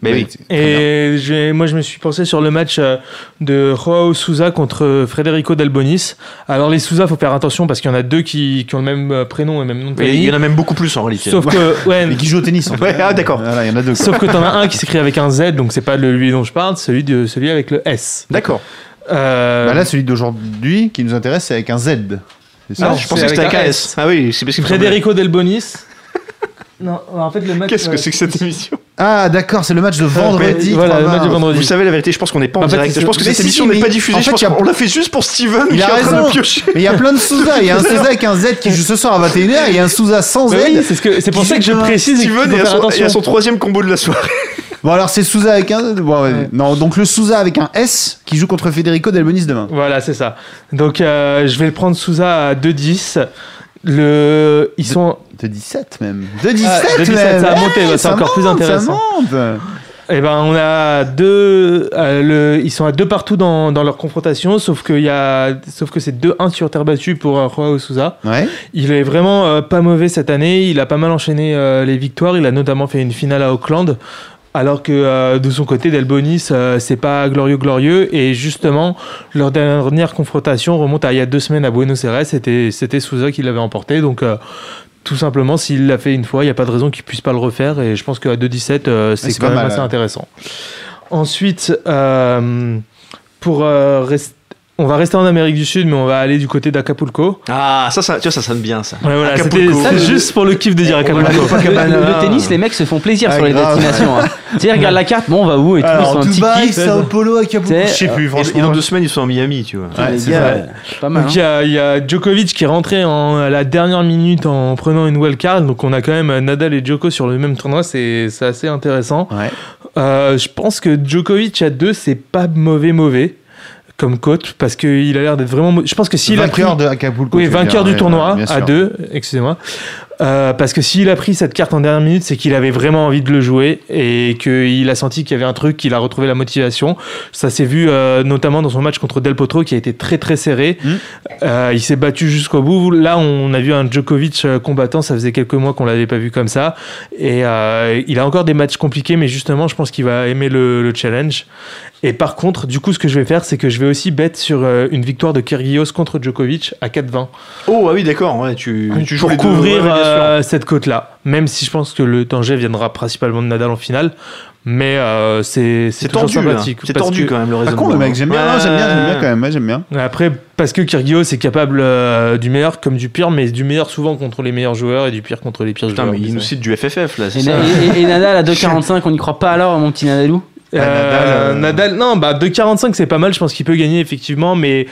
Mais oui.
c'est très bien.
Et j'ai- moi je me suis pensé sur le match euh, de Joao Souza contre Federico Dalbonis. Alors les Souza, faut faire attention parce qu'il y en a deux qui, qui ont le même euh, prénom et même nom de
Mais Il y
famille.
en a même beaucoup plus en réalité.
Sauf que ouais,
Mais qui joue au tennis en fait.
Ouais, ah, d'accord.
Voilà, il y en a deux. quoi.
sauf que t'en as un qui s'écrit avec un Z, donc c'est pas le lui dont je parle, celui de celui avec le S.
D'accord.
Euh,
Bah là, celui d'aujourd'hui qui nous intéresse, c'est avec un Z. C'est ça
Non,
Ah, je pensais que
c'est
c'était
avec
un
un
KS. Ah oui, c'est parce que
Federico Dalbonis. non, en fait le match. euh,
Qu'est-ce que c'est que cette émission
Ah, d'accord, c'est le match de vendredi.
Voilà, le
3
match du
mars.
vendredi.
Vous savez la vérité, je pense qu'on n'est pas en
En fait,
direct.
c'est-
Je pense que
mais
cette
si,
émission
si,
n'est
mais
pas diffusée.
en
je
fait,
pense
il y a-
qu'on l'a fait juste pour Steven
Il
qui est
a
en train
raison.
de piocher.
Mais il y a plein de Souza. Il y a un Souza avec un Z qui joue ce soir à 21h. Il y a un Souza sans Z.
Mais Bah oui, c'est ce que- c'est pour
Qui
ça que
joue
je
demain
précise qu'il faut
Steven est à
faire
son- est
attention.
à son troisième combo de la soirée.
Bon, alors c'est Souza avec un Z. Bon, ouais. Non, donc le Souza avec un S qui joue contre Federico Delbonis demain.
Voilà, c'est ça. Donc, euh, je vais le prendre Souza à 2-10. Le... Ils sont.
De 17 même. De 17
de 17,
même.
ça a monté,
Eh,
bah, c'est encore plus
monte,
intéressant.
Ça monte.
Eh ben, on a deux. euh, le... Ils sont à deux partout dans, dans leur confrontation, sauf, que y a... sauf que c'est 2-1 sur terre battue pour euh, Joao Souza.
Ouais.
Il est vraiment euh, pas mauvais cette année. Il a pas mal enchaîné euh, les victoires. Il a notamment fait une finale à Auckland. Alors que euh, de son côté, Delbonis, euh, c'est pas glorieux, glorieux. Et justement, leur dernière confrontation remonte à il y a deux semaines à Buenos Aires. C'était, c'était Souza qui l'avait emporté. Donc, euh, tout simplement, s'il l'a fait une fois, il n'y a pas de raison qu'il puisse pas le refaire. Et je pense qu'à 2-17, euh, c'est,
Ouais, Ah, c'est
quand
pas
même
mal, hein.
assez
ouais.
intéressant. Ensuite, euh, pour euh, rest- on va rester en Amérique du Sud, mais on va aller du côté d'Acapulco.
Ah, ça, ça, tu vois, ça sonne bien ça.
Ouais, voilà, c'était
Acapulco.
c'est juste pour le kiff de dire Acapulco.
Le, le tennis, les mecs se font plaisir
Ah,
sur les
grave.
destinations. hein. Tu sais, ils regardent la carte, bon, on va où et tout, ils
Alors,
font un petit
Dubaï,
kiff.
Sao Paulo, Acapulco.
T'es-
Je sais
euh,
plus,
Et, et
franchement.
dans deux semaines, ils sont à Miami, tu vois.
Ouais,
Les
c'est
gars,
vrai.
euh, pas mal. hein.
Donc il y, a- il y a Djokovic qui est rentré en, à la dernière minute en prenant une wildcard. Donc on a quand même Nadal et Djoko sur le même tournoi. C'est c'est assez intéressant.
Ouais.
Euh, je pense que Djokovic à deux, c'est pas mauvais, mauvais comme coach parce qu'il a l'air d'être vraiment. mau- Je pense que s'il a pris.
vainqueur de Acapulco.
Oui,
tu veux dire,
vainqueur du
ouais,
tournoi
bien sûr.
à deux, excusez-moi. Euh, parce que s'il a pris cette carte en dernière minute, c'est qu'il avait vraiment envie de le jouer et qu'il a senti qu'il y avait un truc, qu'il a retrouvé la motivation. Ça s'est vu euh, notamment dans son match contre Del Potro qui a été très très serré.
Mm.
Euh, il s'est battu jusqu'au bout. Là, on a vu un Djokovic euh, combattant. Ça faisait quelques mois qu'on l'avait pas vu comme ça. Et euh, il a encore des matchs compliqués, mais justement, je pense qu'il va aimer le, le challenge. Et par contre, du coup, ce que je vais faire, c'est que je vais aussi bet sur euh, une victoire de Kyrgios contre Djokovic à 4-20
Oh, ah oui, d'accord. Ouais, tu, Ah, tu joues
Ah, pour
les deux.
couvrir
Ouais, bien sûr.
euh, cette côte-là. Même si je pense que le danger viendra principalement de Nadal en finale, mais euh, c'est
C'est
toujours
tendu, hein.
sympathique.
c'est
parce
tordu
que-
quand même le
Pas
raisonnement.
Ah, con le mec, j'aime bien, non, j'aime bien, j'aime bien quand même, ouais, j'aime bien.
Après, parce que Kyrgios est capable euh, du meilleur comme du pire, mais du meilleur souvent contre les meilleurs joueurs et du pire contre les pires
Putain,
joueurs.
mais il nous cite du FFF là,
Et,
c'est ça.
et- et- et Nadal à 2,45, on n'y croit pas alors, mon petit Nadalou
Euh, Nadal, non, bah 2,45 c'est pas mal, je pense qu'il peut gagner effectivement, mais.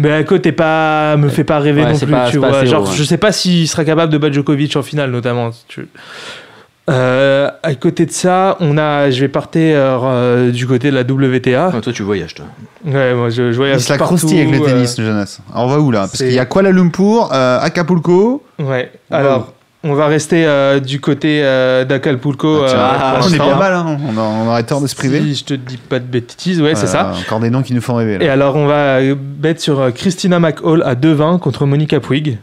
Mais la côte est pas, me fait pas rêver
Ouais,
non
c'est
plus,
pas-
tu
c'est pas
vois.
assez
Genre,
haut, hein. ouais.
je sais pas s'il sera capable de battre Djokovic en finale, notamment. Tu- Euh, à côté de ça, on a, je vais partir euh, du côté de la WTA.
Ah, toi, tu voyages, toi.
Ouais, moi je, je voyage
Il se la
partout,
croustille avec le
euh,
tennis, le Jonas. Alors, on va où là Parce
c'est-
qu'il y a Kuala Lumpur, euh, Acapulco.
ouais.
On va
Alors, On va rester euh, du côté euh, d'Acapulco.
Bah,
Ah, tiens,
euh, pour
on est
l'instant.
pas mal, hein. on, a- on aurait tort de se priver.
Si je te dis pas de bêtises, ouais, c'est ça.
Voilà,
Euh,
Encore des noms qui nous font rêver. là.
Et alors, on va euh, bet sur euh, Christina McHall à 2-20 contre Monica Puig.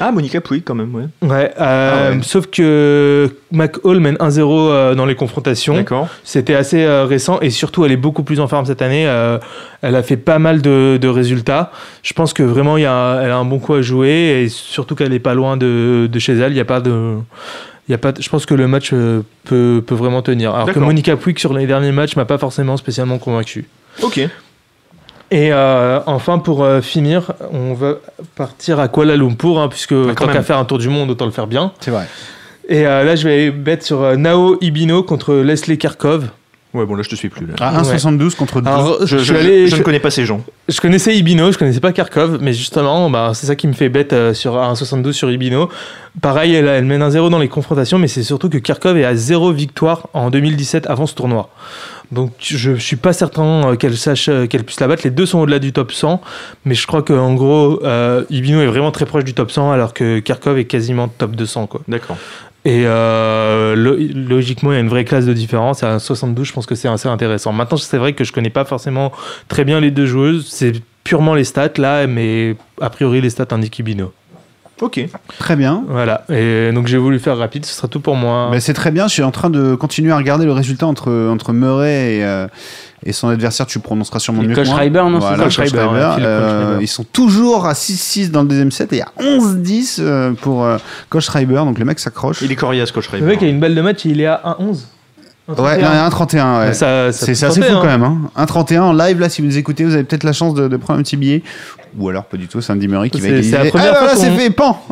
Ah, Monica Pouy, quand même, ouais.
Ouais, euh,
Ah ouais.
sauf que McHall mène 1-0 euh, dans les confrontations.
D'accord.
C'était assez euh, récent et surtout elle est beaucoup plus en forme cette année. Euh, elle a fait pas mal de, de résultats. Je pense que vraiment il y a, elle a un bon coup à jouer et surtout qu'elle est pas loin de, de chez elle. Il y a pas de, il y a pas. de- je pense que le match euh, peut, peut vraiment tenir. Alors que
D'accord.
Monica Puig sur les derniers matchs m'a pas forcément spécialement convaincu.
Ok.
Et euh, enfin pour euh, finir, on va partir à Kuala Lumpur hein, puisque
Ah, quand
tant qu'à
même.
faire un tour du monde autant le faire bien.
C'est vrai.
Et euh, là je vais bet sur euh, Nao Ibino contre Leslie Karkov.
Ouais, bon, là, je te suis plus. Là.
À 1,72 contre 2.
Alors,
Je,
je suis
je-
allé-
je
je-
ne connais pas ces gens.
Je connaissais Ibino, je connaissais pas Karkov, mais justement, bah, c'est ça qui me fait bête euh, sur à 1,72 sur Ibino. Pareil, elle, elle mène un 0 dans les confrontations, mais c'est surtout que Karkov est à 0 victoire en 2017 avant ce tournoi. Donc je suis pas certain euh, qu'elle sache euh, qu'elle puisse la battre. Les deux sont au-delà du top 100, mais je crois qu'en gros, euh, Ibino est vraiment très proche du top 100, alors que Karkov est quasiment top 200. Quoi.
D'accord.
Et euh, lo- logiquement, il y a une vraie classe de différence. À 72, je pense que c'est assez intéressant. Maintenant, c'est vrai que je connais pas forcément très bien les deux joueuses. C'est purement les stats là, mais a priori, les stats indiquent Ibino.
Ok.
Très bien.
Voilà. Et donc, j'ai voulu faire rapide. Ce sera tout pour moi.
Mais c'est très bien, je suis en train de continuer à regarder le résultat entre, entre Murray et, euh, et son adversaire, tu le prononceras sûrement
Et
mieux
Cole
que moi.
Schreiber, non, c'est
Voilà,
ça
Cole
Cole
Schreiber,
Schreiber, ouais, Phil Cole
euh,
Schreiber.
Ils sont toujours à 6-6 dans le deuxième set et à 11-10 euh, pour euh, Cole Schreiber, donc le mec s'accroche.
Il est coriace, coach Ray.
le mec a une balle de match. Il est à 1-11.
Ouais, non, il y a 1,31, ouais.
Ça, ça
C'est
peut
c'est assez
tenter,
fou
hein.
quand même. Hein. 1,31 en live, là, si vous nous écoutez, vous avez peut-être la chance de, de prendre un petit billet. Ou alors pas du tout, Sandy Murray qui va
C'est-
égaliser.
c'est la première
ah,
fois
voilà,
qu'on-
c'est fait, pan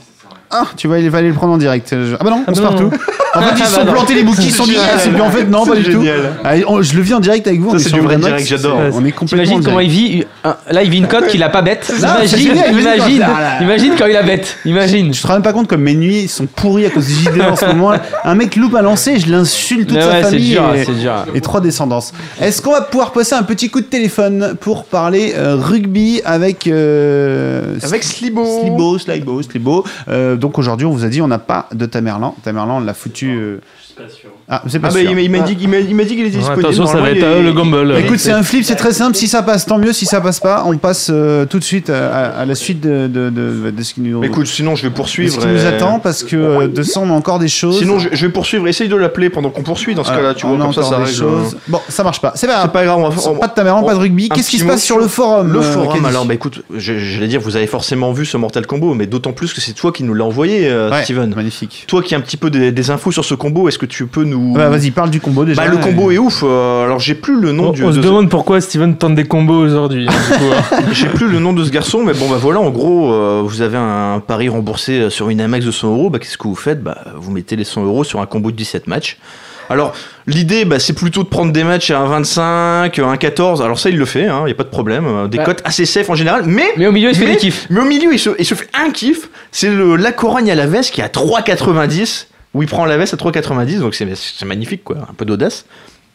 Ah, tu vois, il fallait le prendre en direct. Je- Ah bah non, on se
non,
partout. En fait, ils se
Ah
sont
bah non.
plantés les bouquets, ils sont dit,
génial.
ah, c'est bien en fait, non, pas
C'est
du tout.
génial.
Ah, on- je le vis en direct avec vous.
Ça,
on est
c'est
sur
du
le
vrai
Remax,
direct, j'adore.
c'est- On est complètement.
T'imagines
en
comment
direct.
il vit euh, Là, il vit une cote qu'il a pas bête.
c'est
Imagine,
génial, imagine quand-
imagine,
Ah là.
imagine quand il a bête. Imagine.
Je te rends même pas compte comme mes nuits ils sont pourris à cause du JD E en ce moment.
Un mec loupe à lancer, je l'insulte toute
Mais
sa
ouais, c'est
famille.
dur,
et...
c'est dur.
et trois descendances. Est-ce qu'on va pouvoir passer un petit coup de téléphone pour parler euh, rugby avec euh,
Avec Slibo.
Slibo, Slibo, Slibo. Euh, donc aujourd'hui, on vous a dit, on n'a pas de Tamerlan. Tamerlan, on l'a foutu. euh, Ah, c'est pas
Ah, bah,
sûr.
il m'a- il m'a dit il m'a- il m'a dit qu'il était
Ouais,
disponible.
Attention, ça va être euh, le gamble.
Bah, Écoute, c'est un flip, c'est très simple. Si ça passe, tant mieux. Si ça passe pas, on passe euh, tout de suite à, à- à la suite de, de, de- de ce qui nous,
Mais Écoute, sinon, je vais
de
poursuivre.
ce qui nous
euh,
attend, parce que euh, de ça, on a encore des choses.
Sinon, je, je vais poursuivre. Essaye de l'appeler pendant qu'on poursuit. Dans ce
Voilà,
cas-là, tu
on
vois,
a
comme ça,
encore
ça
des
règle. hein.
choses. Bon, ça marche pas. C'est pas
C'est
grave.
pas grave, on va- on-
Pas de Tamerlan,
on-
pas de rugby.
un
Qu'est-ce qui
petit
se
mot
passe sur
sur
le forum
Le
euh,
forum,
Caddy
alors, bah écoute, je- j'allais dire, vous avez forcément vu ce Mortal Combo, mais d'autant plus que c'est toi qui nous l'as envoyé, euh,
Ouais,
Steven.
Magnifique.
Toi qui as un petit peu des, des infos sur ce combo, est-ce que tu peux nous.
Mm.
Bah, vas-y, parle du combo déjà.
Bah, le combo est ouf. euh, alors, j'ai plus le nom
On,
du.
on se
de-
demande pourquoi Steven tente des combos aujourd'hui. hein, du coup, hein.
J'ai plus le nom de ce garçon, mais bon, bah voilà, en gros, euh, vous avez un pari remboursé euh, sur une Amex de 100 euros. Bah, qu'est-ce que vous faites Bah, vous mettez les 100 euros sur un combo de 17 matchs. Alors, l'idée, bah, c'est plutôt de prendre des matchs à un 25, un 14. Alors, ça, il le fait, il n'y a pas de problème. euh, Des
Bah.
cotes assez safe en général, mais.
Mais au milieu, il se fait des kiffs.
mais au milieu, il se, il se fait un kiff. C'est le la Corogne à la veste qui est à 3,90. Où il prend la veste à 3,90. Donc, c'est c'est magnifique, quoi. Un peu d'audace.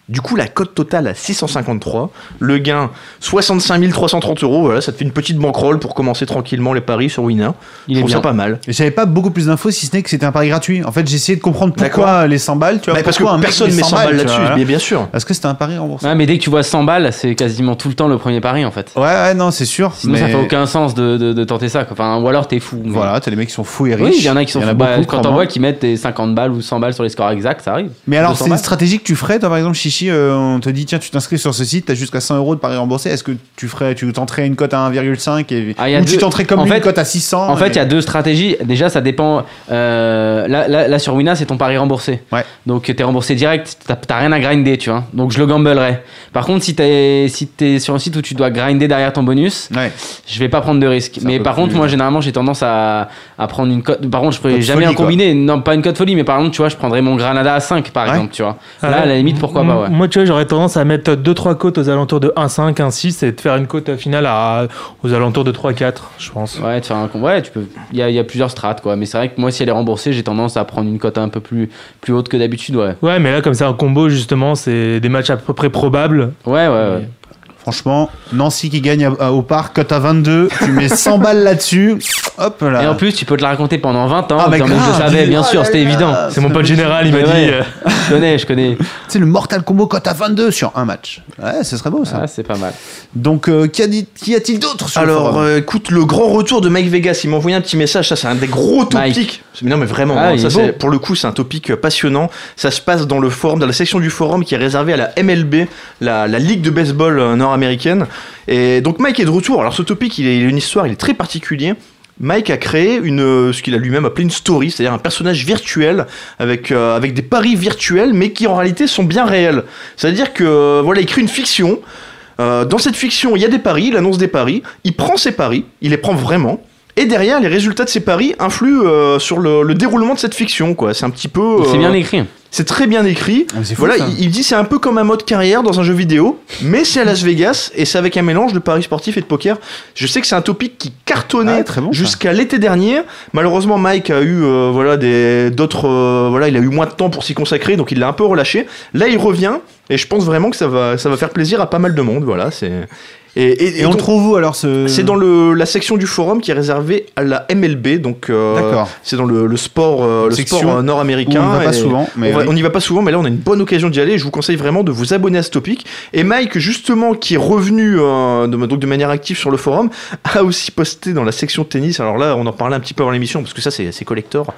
Du coup, la cote totale à 653, le gain 65 330 euros. Voilà, ça te fait une petite banquerolle pour commencer tranquillement les paris sur Winner.
Il
Je
est
trouve
bien.
ça pas mal.
Et J'avais pas beaucoup plus d'infos si ce n'est que c'était un pari gratuit. En fait, j'ai essayé de comprendre pourquoi
D'accord.
les 100 balles, tu vois.
Bah, parce que
pourquoi un mec
personne
met
met 100 balles
tu vois,
là-dessus,
voilà.
mais bien sûr.
Parce que c'était un pari remboursé.
Ouais, mais dès que tu vois 100 balles, c'est quasiment tout le temps le premier pari en fait.
Ouais, ouais, non, c'est sûr.
Sinon, ça
mais-
fait aucun sens de, de- de tenter ça. quoi. Enfin, ou alors t'es fou. mais-
Voilà, t'as les mecs qui sont fous et riches.
Oui, il y en a qui sont fous. Bah,
beaucoup,
Quand on
crois-moi.
voit qu'ils mettent des 50 balles ou 100 balles sur les scores exacts, ça arrive.
Mais alors,
200
c'est une
balles.
stratégie que tu ferais, toi, par exemple, Chichi, euh, on te dit, tiens, tu t'inscris sur ce site, t'as jusqu'à 100 euros de paris remboursé. Est-ce que tu ferais, tu tenterais une cote à 1,5 et,
Ah, il y a
ou tu
deux-
tenterais comme
en
lui une
fait-
cote à 600
En fait,
et-
il y a deux stratégies. Déjà, ça dépend. euh, là, là- là, sur Wina, c'est ton pari remboursé.
Ouais.
Donc, t'es remboursé direct. T'as t'as rien à grinder, tu vois. Donc, je le gamblerais. Par contre, si t'es si t'es sur un site où tu dois grinder derrière ton bonus,
Ouais.
je vais pas prendre de risque.
un
Mais
peu
par
plus-
contre, moi, généralement, j'ai tendance à, à prendre une cote. Par contre, je ferai
Cote
jamais
folie,
un combiné. Non, pas une cote folie, mais par exemple, tu vois, je prendrais mon Granada à 5, par
Ouais. Mmh.
exemple, tu vois.
Ah
Là,
ouais.
à la limite, pourquoi pas, ouais.
Moi, tu vois, j'aurais tendance à mettre 2-3 côtes aux alentours de 1,5, 1,6 et de faire une côte euh, finale à, aux alentours de 3,4, je pense.
Ouais, de faire un com- ouais, tu peux. Il y a, il y a plusieurs strates, quoi. Mais c'est vrai que moi, si elle est remboursée, j'ai tendance à prendre une cote un peu plus, plus haute que d'habitude, ouais.
Ouais, mais là, comme c'est un combo, justement, c'est des matchs à peu près probables.
Ouais, ouais, ouais.
Franchement, Nancy qui gagne à- à- au parc, cote à 22, tu mets 100 balles là-dessus, hop là.
Et en plus, tu peux te la raconter pendant 20 ans.
Ah,
en
mais
disant, mais
grave,
je savais,
dis-
bien
oh
sûr,
là
c'était
là.
évident.
Ah,
C'est mon pote général, il m'a
Mais
dit.
Eh ouais.
euh,
Je connais, je connais.
C'est le Mortal Combo cote à 22 sur un match. Ouais, ce serait beau ça.
Ah, c'est pas mal.
Donc, euh, qu'y a- qu'y a-t-il d'autre sur le
Alors,
forum
euh, écoute, le grand retour de Mike Vegas, il m'a envoyé un petit message, ça c'est un des gros
Mike.
topics. Mais Non mais vraiment,
Ah,
hein,
il
ça,
est
c'est-
beau.
pour le coup c'est un topic euh, passionnant. Ça se passe dans le forum, dans la section du forum qui est réservée à la MLB, la, la ligue de baseball euh, nord-américaine. Et donc Mike est de retour. Alors ce topic, il est il a une histoire, il est très particulier. Mike a créé une, euh, ce qu'il a lui-même appelé une story, c'est-à-dire un personnage virtuel avec, euh, avec des paris virtuels, mais qui en réalité sont bien réels. C'est-à-dire que euh, voilà, il crée une fiction. Euh, dans cette fiction, il y a des paris, il annonce des paris, il prend ses paris, il les prend vraiment. Et derrière, les résultats de ses paris influent euh, sur le, le déroulement de cette fiction, quoi. C'est un petit peu. euh,
C'est bien écrit.
c'est très bien écrit.
Ah, mais c'est fou,
voilà,
ça.
il, il dit c'est un peu comme un mode carrière dans un jeu vidéo, mais c'est à Las Vegas et c'est avec un mélange de paris sportifs et de poker. Je sais que c'est un topic qui cartonnait
Ah, très bon, ça.
jusqu'à l'été dernier. Malheureusement, Mike a eu euh, voilà des d'autres euh, voilà, il a eu moins de temps pour s'y consacrer, donc il l'a un peu relâché. Là, il revient et je pense vraiment que ça va ça va faire plaisir à pas mal de monde. Voilà, c'est et, et- et
Et on le
donc,
trouve euh, où alors ce.
C'est dans le, la section du forum qui est réservée à la MLB, donc euh,
D'accord.
c'est dans le, le sport, euh, le
Section
sport euh,
Où
nord-américain.
on va pas
et-
souvent, mais
on, va-
oui.
on y va pas souvent, mais là on a une bonne occasion d'y aller. Je vous conseille vraiment de vous abonner à ce topic. Et Mike, justement, qui est revenu euh, de, donc de manière active sur le forum, a aussi posté dans la section tennis. Alors là, on en parlait un petit peu avant l'émission parce que ça, c'est c'est collector.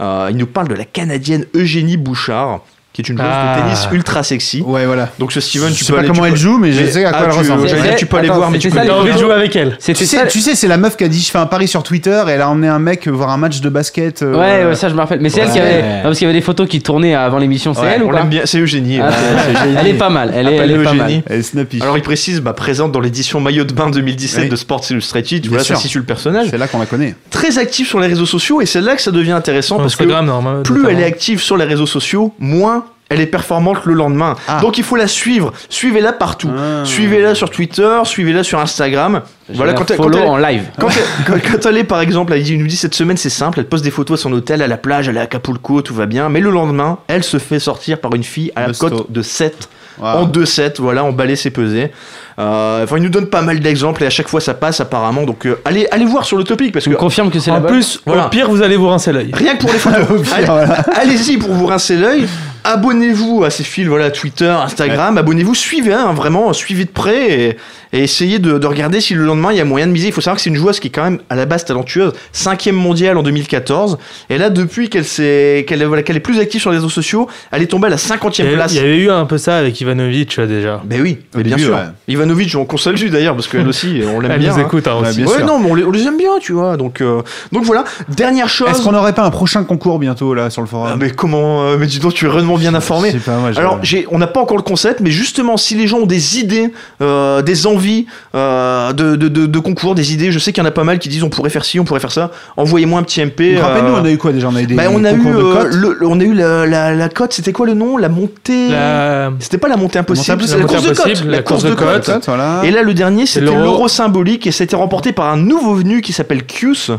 Euh, il nous parle de la canadienne Eugénie Bouchard, qui est une joueuse
Ah.
de tennis ultra sexy.
Ouais, voilà.
Donc ce Steven,
je
tu
sais
peux
pas
aller-
comment
tu
elle
peux-
joue, mais je
Mais-
sais à quoi
ah,
elle
tu-
ressemble.
j'allais dire, tu peux aller voir, mais tu
c'était
peux-
ça,
T'as
les
envie de
photos.
jouer avec elle.
C'était
Tu
ça,
sais, tu sais, c'est la meuf qui a dit Je fais un pari sur Twitter et elle a emmené un mec voir un match de basket. euh,
Ouais, ouais, ça je me rappelle. Mais c'est elle qui
Ouais.
avait. Non, parce qu'il y avait des photos qui tournaient avant l'émission. C'est
Ouais,
elle ou
on
pas
l'aime bien, c'est Eugénie.
Ah,
Ouais,
c'est-
c'est Eugénie.
Elle est pas mal. Elle est, elle
Appelle
est pas
Eugénie.
mal.
Elle est snappy.
Alors il précise, bah, présente dans l'édition maillot de bain 2017
Oui.
de Sports Illustrated, voilà, ça
sûr.
situe le personnage.
C'est là qu'on la connaît.
très active sur les réseaux sociaux et c'est là que ça devient intéressant parce que
Instagram, normalement.
plus elle est active sur les réseaux sociaux, moins elle est performante le lendemain.
Ah.
Donc il faut la suivre. Suivez-la partout.
Ah.
Suivez-la sur Twitter, suivez-la sur Instagram. Voilà,
Je la
quand elle, quand
follow hein.
elle-
en live.
quand, elle- quand- quand elle est, par exemple, elle dit- il nous dit cette semaine c'est simple, elle poste des photos à son hôtel, à la plage, elle est à Acapulco, tout va bien. Mais le lendemain, elle se fait sortir par une fille à la
Costaud.
cote de 7
Ah.
Voilà.
en 2-7, voilà, en balai c'est pesé. Euh, Enfin, il nous donne pas mal d'exemples et à chaque fois ça passe apparemment. Donc euh, allez, allez voir sur le topic parce
Tu
que
me confirmes que c'est la
En
bonne
plus,
Voilà.
au pire, vous allez vous rincer l'œil.
Rien que pour les photos. Allez-
voilà.
Allez-y pour vous rincer l'œil. Abonnez-vous à ces fils, voilà, Twitter, Instagram. Abonnez-vous, suivez, hein, vraiment, suivez de près et, et essayez de, de regarder si le lendemain il y a moyen de miser. Il faut savoir que c'est une joueuse qui est quand même à la base talentueuse, cinquième mondiale en 2014. Et là, depuis qu'elle s'est- qu'elle voilà, qu'elle est plus active sur les réseaux sociaux, elle est tombée à la
Il y
50e
avait-
place.
il y avait eu un peu ça avec Ivanovic euh, déjà.
Ben oui, mais bien
début,
sûr.
ouais.
Ivanovic, on console lui d'ailleurs parce qu'elle aussi, on l'aime
Elle
bien.
nous
hein.
écoute hein,
Ouais,
aussi.
bien
ouais,
sûr.
non, mais on les, on les aime bien, tu vois. Donc, euh, donc voilà. Dernière chose.
Est-ce qu'on n'aurait pas un prochain concours bientôt là sur le forum
Ah, mais comment euh, Mais dis donc, tu es vraiment bien informé.
Je sais pas, moi, je-
Alors, j'ai- on n'a pas encore le concept, mais justement, si les gens ont des idées, euh, des envies euh, de, de, de- de concours, des idées, je sais qu'il y en a pas mal qui disent on pourrait faire ci, on pourrait faire ça, envoyez-moi un petit MP.
Donc, Rappelle-nous,
euh,
on a eu quoi déjà On a eu des
bah, on a eu,
concours de
euh,
cotes.
le- le- on a eu la, la, la cote, c'était quoi le nom La montée
La-
C'était pas la montée impossible,
montée
c'est la, course de
impossible,
cote.
la course de
cote.
cote.
Cotes, voilà.
Et là, le dernier, c'était
l'euro.
l'euro symbolique et ça a été remporté par un nouveau venu qui s'appelle Kius,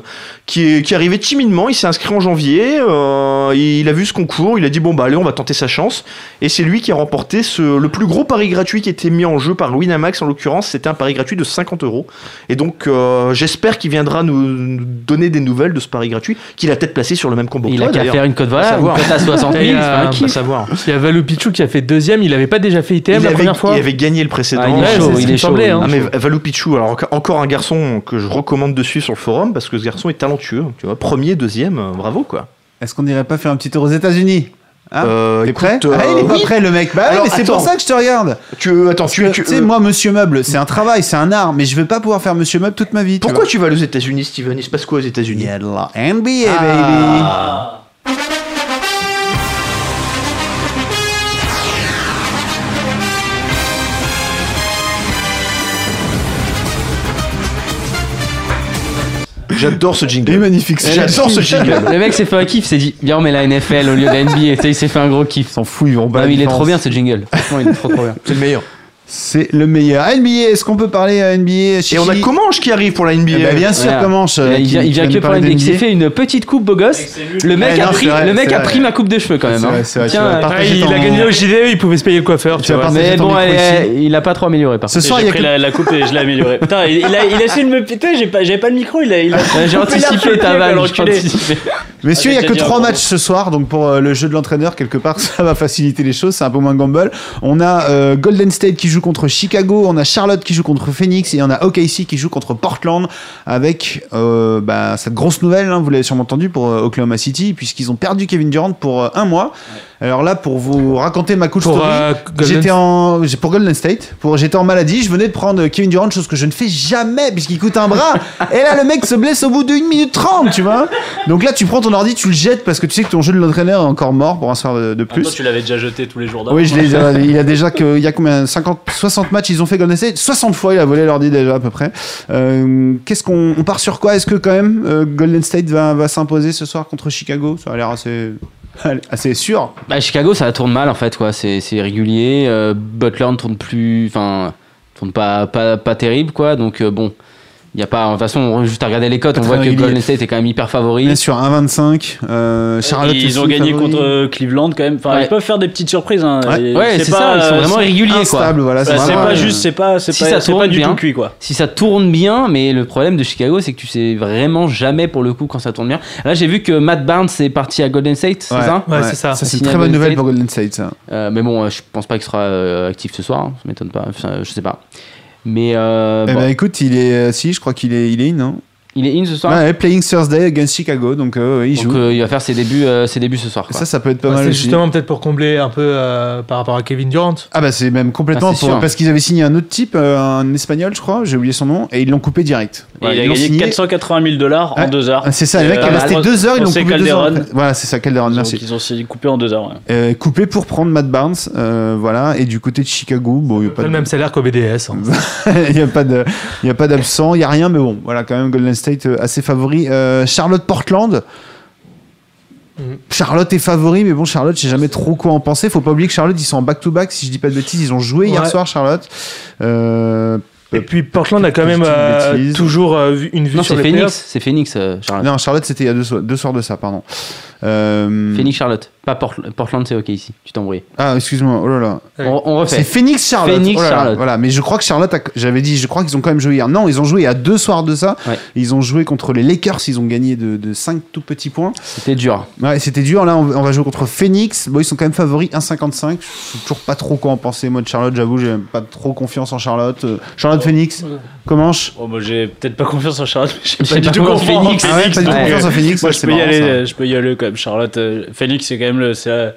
qui est qui arrivait timidement. Il s'est inscrit en janvier. euh, il a vu ce concours. Il a dit bon bah allez, on va tenter sa chance. Et c'est lui qui a remporté ce, le plus gros pari gratuit qui était mis en jeu par Winamax en l'occurrence. C'était un pari gratuit de 50 euros. Et donc euh, j'espère qu'il viendra nous, nous donner des nouvelles de ce pari gratuit qu'il a peut-être placé sur le même combo. que
Il
toi,
a qu'à
d'ailleurs.
faire une cote
À
voilà, une
savoir.
cote à 60 000,
Et,
c'est
euh,
pas un kiff.
À savoir.
Il y a Valoupichou qui a fait deuxième, il avait pas déjà fait
Il
ITM la
avait,
première fois
il avait gagné le précédent.
Ah, il
Ouais,
est
c'est
chaud, il
ce qui
est
me
chaud.
semblait,
il est
hein.
Ah
chaud.
mais Valou Pichou, alors enca- encore un garçon que je recommande de suivre sur le forum parce que ce garçon est talentueux, tu vois, premier, deuxième, euh, bravo quoi.
Est-ce qu'on n'irait pas faire un petit tour aux États-Unis Hein
Euh,
T'es
écoute,
prêt
euh,
Ah, il est pas
oui.
prêt le mec. Bah ouais,
Alors,
mais c'est
attends.
pour ça que je te regarde.
Tu euh, attends,
Parce
tu,
que,
tu-
tu sais,
euh,
moi, Monsieur Meuble, c'est un travail, c'est un art, mais je veux pas pouvoir faire Monsieur Meuble toute ma vie. tu
pourquoi
vois.
tu vas aux États-Unis, Steven Il se passe quoi aux États-Unis
Il y a de la NBA,
Ah. J'adore ce jingle.
baby. est magnifique.
J'adore ce jingle.
Le mec s'est fait un kiff, s'est dit viens on met la NFL au lieu de la NBA. Tu sais, Il s'est fait un gros kiff.
S'en fout, ils vont pas.
Ah,
la
mais il est
différence.
trop bien ce jingle. Franchement, il est trop trop bien.
C'est le meilleur.
C'est le meilleur. Ah, NBA, est-ce qu'on peut parler à NBA Chichi
Et on a Comanche qui arrive pour la NBA.
Eh ben, Bien sûr,
Voilà.
Comanche. euh,
il
qui-
vient, il
qui
vient
nous
que pour
parler
NBA. Il s'est
d'NBA.
fait une petite coupe beau gosse. Le mec
Ouais,
a
non,
pris,
c'est vrai,
le mec
c'est
a
vrai.
pris ma coupe de cheveux quand même.
C'est
hein.
vrai, c'est vrai, tu
Tiens,
l'as partagé.
Ouais, Ah, il a
ton-
gagné au JDE, il pouvait se payer le coiffeur.
Tu
Tu
as
vois.
partagé
mais
ton
Eh bon,
micro
elle-
ici.
elle- il a pas trop amélioré par
Ce
contre.
soir, il y
J'ai
a
pris la, la coupe et je l'ai améliorée. Putain, il, il a, il a essayé de me. Putain, j'ai pas, j'avais pas le micro, il a. il a-
Ouais, J'ai
coupé
anticipé
l'arbre,
ta
le
vanne.
pied,
j'ai
l'enculé.
anticipé.
Messieurs, il n'y a
Avec
que
Jadir,
trois
pardon.
matchs ce soir, donc pour euh, le jeu de l'entraîneur, quelque part, ça va faciliter les choses, c'est un peu moins gamble. On a euh, Golden State qui joue contre Chicago, on a Charlotte qui joue contre Phoenix, et on a OKC qui joue contre Portland, avec euh, bah, cette grosse nouvelle, hein, vous l'avez sûrement entendu, pour euh, Oklahoma City, puisqu'ils ont perdu Kevin Durant pour euh, un mois. Alors là, pour vous raconter ma cool
Pour,
story,
euh, Golden-
j'étais en j'ai- pour Golden State, pour j'étais en maladie, je venais de prendre Kevin Durant, chose que je ne fais jamais puisqu'il coûte un bras. Et là le mec se blesse au bout de 1 minute 30, tu vois. Donc là tu prends ton ordi, tu le jettes parce que tu sais que ton jeu de l'entraîneur est encore mort pour un soir de de
Attends,
plus.
Ah, tu l'avais déjà jeté tous les jours d'avant.
Oui, je l'ai déjà- il a déjà que il y a combien 50 60 matchs ils ont fait Golden State, 60 fois il a volé l'ordi déjà à peu près. Euh, qu'est-ce qu'on on part sur quoi Est-ce que quand même euh, Golden State va va s'imposer ce soir contre Chicago Ça a l'air assez assez sûr.
Bah, Chicago, ça tourne mal en fait, quoi. C'est c'est irrégulier. euh, Butler ne tourne plus. Enfin, tourne pas, pas, pas terrible, quoi. Donc, euh, bon. Il y a pas. De toute façon, on- juste à regarder les cotes,
Pas
on
très
voit que
régulier.
Golden State est quand même hyper favori.
Bien sûr, 1,25. Euh, Charlotte
ils
aussi,
ont gagné
favori.
contre euh, Cleveland quand même. Enfin,
Ouais.
ils peuvent faire des petites surprises. hein. Et
Ouais, c'est ça,
pas,
ils sont
euh,
vraiment
c'est-
irréguliers, quoi.
instable, voilà.
bah, C'est
vraiment,
pas
euh,
juste, c'est pas, c'est
Si
pas,
ça
c'est pas
tourne
du
bien.
tout cuit quoi.
Si ça tourne bien, mais le problème de Chicago, c'est que tu sais vraiment jamais pour le coup quand ça tourne bien. Là, j'ai vu que Matt Barnes est parti à Golden State, c'est
Ouais.
ça
Ouais, c'est ça.
Ça, c'est une
Signé à
très bonne
Golden
nouvelle
State.
pour Golden State, ça.
Euh, Mais bon, euh, je pense pas qu'il sera euh, actif ce soir, hein, ça m'étonne pas, Enfin, je sais pas. Mais euh,
Eh
bon.
ben, écoute, il est. euh, Si, je crois qu'il est, il est in, non
il est in ce soir,
Ouais, playing Thursday against Chicago, donc euh, ouais, il
donc
joue.
euh, il va faire ses débuts, euh, ses débuts ce soir. quoi.
Ça, ça peut être pas
Ouais,
mal
c'est
aussi.
justement peut-être pour combler un peu euh, par rapport à Kevin Durant.
Ah bah c'est même complètement
Ah, c'est
pour-
sûr.
parce qu'ils avaient signé un autre type, euh, un espagnol je crois, j'ai oublié son nom, et ils l'ont coupé direct.
Et
Voilà,
il
ils
a
l'ont
gagné
signé.
480 000 dollars
Ouais.
en deux heures.
Ah, C'est ça, le mec
Euh,
qui est resté
José
deux heures, ils l'ont
José
coupé deux heures.
Calderon.
après. Voilà, c'est ça, Calderon,
Donc,
merci.
Ils ont aussi coupé en deux heures. ouais.
Euh, coupé pour prendre Matt Barnes, euh, voilà, et du côté de Chicago, bon, il n'y a
Pas
pas
le
de
même salaire qu'au BDS. hein.
il n'y a pas de, il y a pas d'absent, il y a rien, mais bon, voilà, quand même Golden State euh, assez favori. Euh, Charlotte Portland.
Mhm.
Charlotte est favori, mais bon, Charlotte, je sais jamais trop quoi en penser. Faut pas oublier que Charlotte, ils sont en back-to-back, si je dis pas de bêtises, ils ont joué hier
Ouais.
soir, Charlotte. Euh,
Et puis Portland a quand
Je dis
même
une
euh,
bêtise.
toujours euh, vu- une vue
Non,
sur
c'est
les
Phoenix,
playoffs.
c'est Phoenix, euh, Charlotte.
non, Charlotte, c'était il y a deux, so- deux soirs de ça, pardon. Euh,
Phoenix, Charlotte. Pas Port- Portland, c'est OK ici. Tu t'es embrouillé.
Ah, excuse-moi, oh là là.
Ouais.
On, on
C'est
refait.
Phoenix Charlotte.
Phoenix,
Oh là là,
Charlotte.
Voilà, mais je crois que Charlotte, a- j'avais dit, je crois qu'ils ont quand même joué hier. Non, ils ont joué il y a deux soirs de ça.
Ouais.
Ils ont joué contre les Lakers, ils ont gagné de, de 5 tout petits points.
C'était dur.
Ouais, c'était dur. Là, on, on va jouer contre Phoenix. Bon, ils sont quand même favoris 1,55. Je sais toujours pas trop quoi en penser. Moi, de Charlotte, j'avoue, j'ai pas trop confiance en Charlotte. Euh, Charlotte Phoenix, comment je
Oh, moi j'ai peut-être pas confiance en Charlotte, mais j'ai
J'ai
pas, du
pas
tout
confiance en
confiance
Phoenix.
en Phoenix.
Ah ouais, pas du tout
ouais.
confiance en Phoenix.
Moi
ouais,
je
c'est
peux y
marrant,
aller,
ça.
euh, je peux y aller quand même. Charlotte, euh, Phoenix c'est quand même le, c'est la-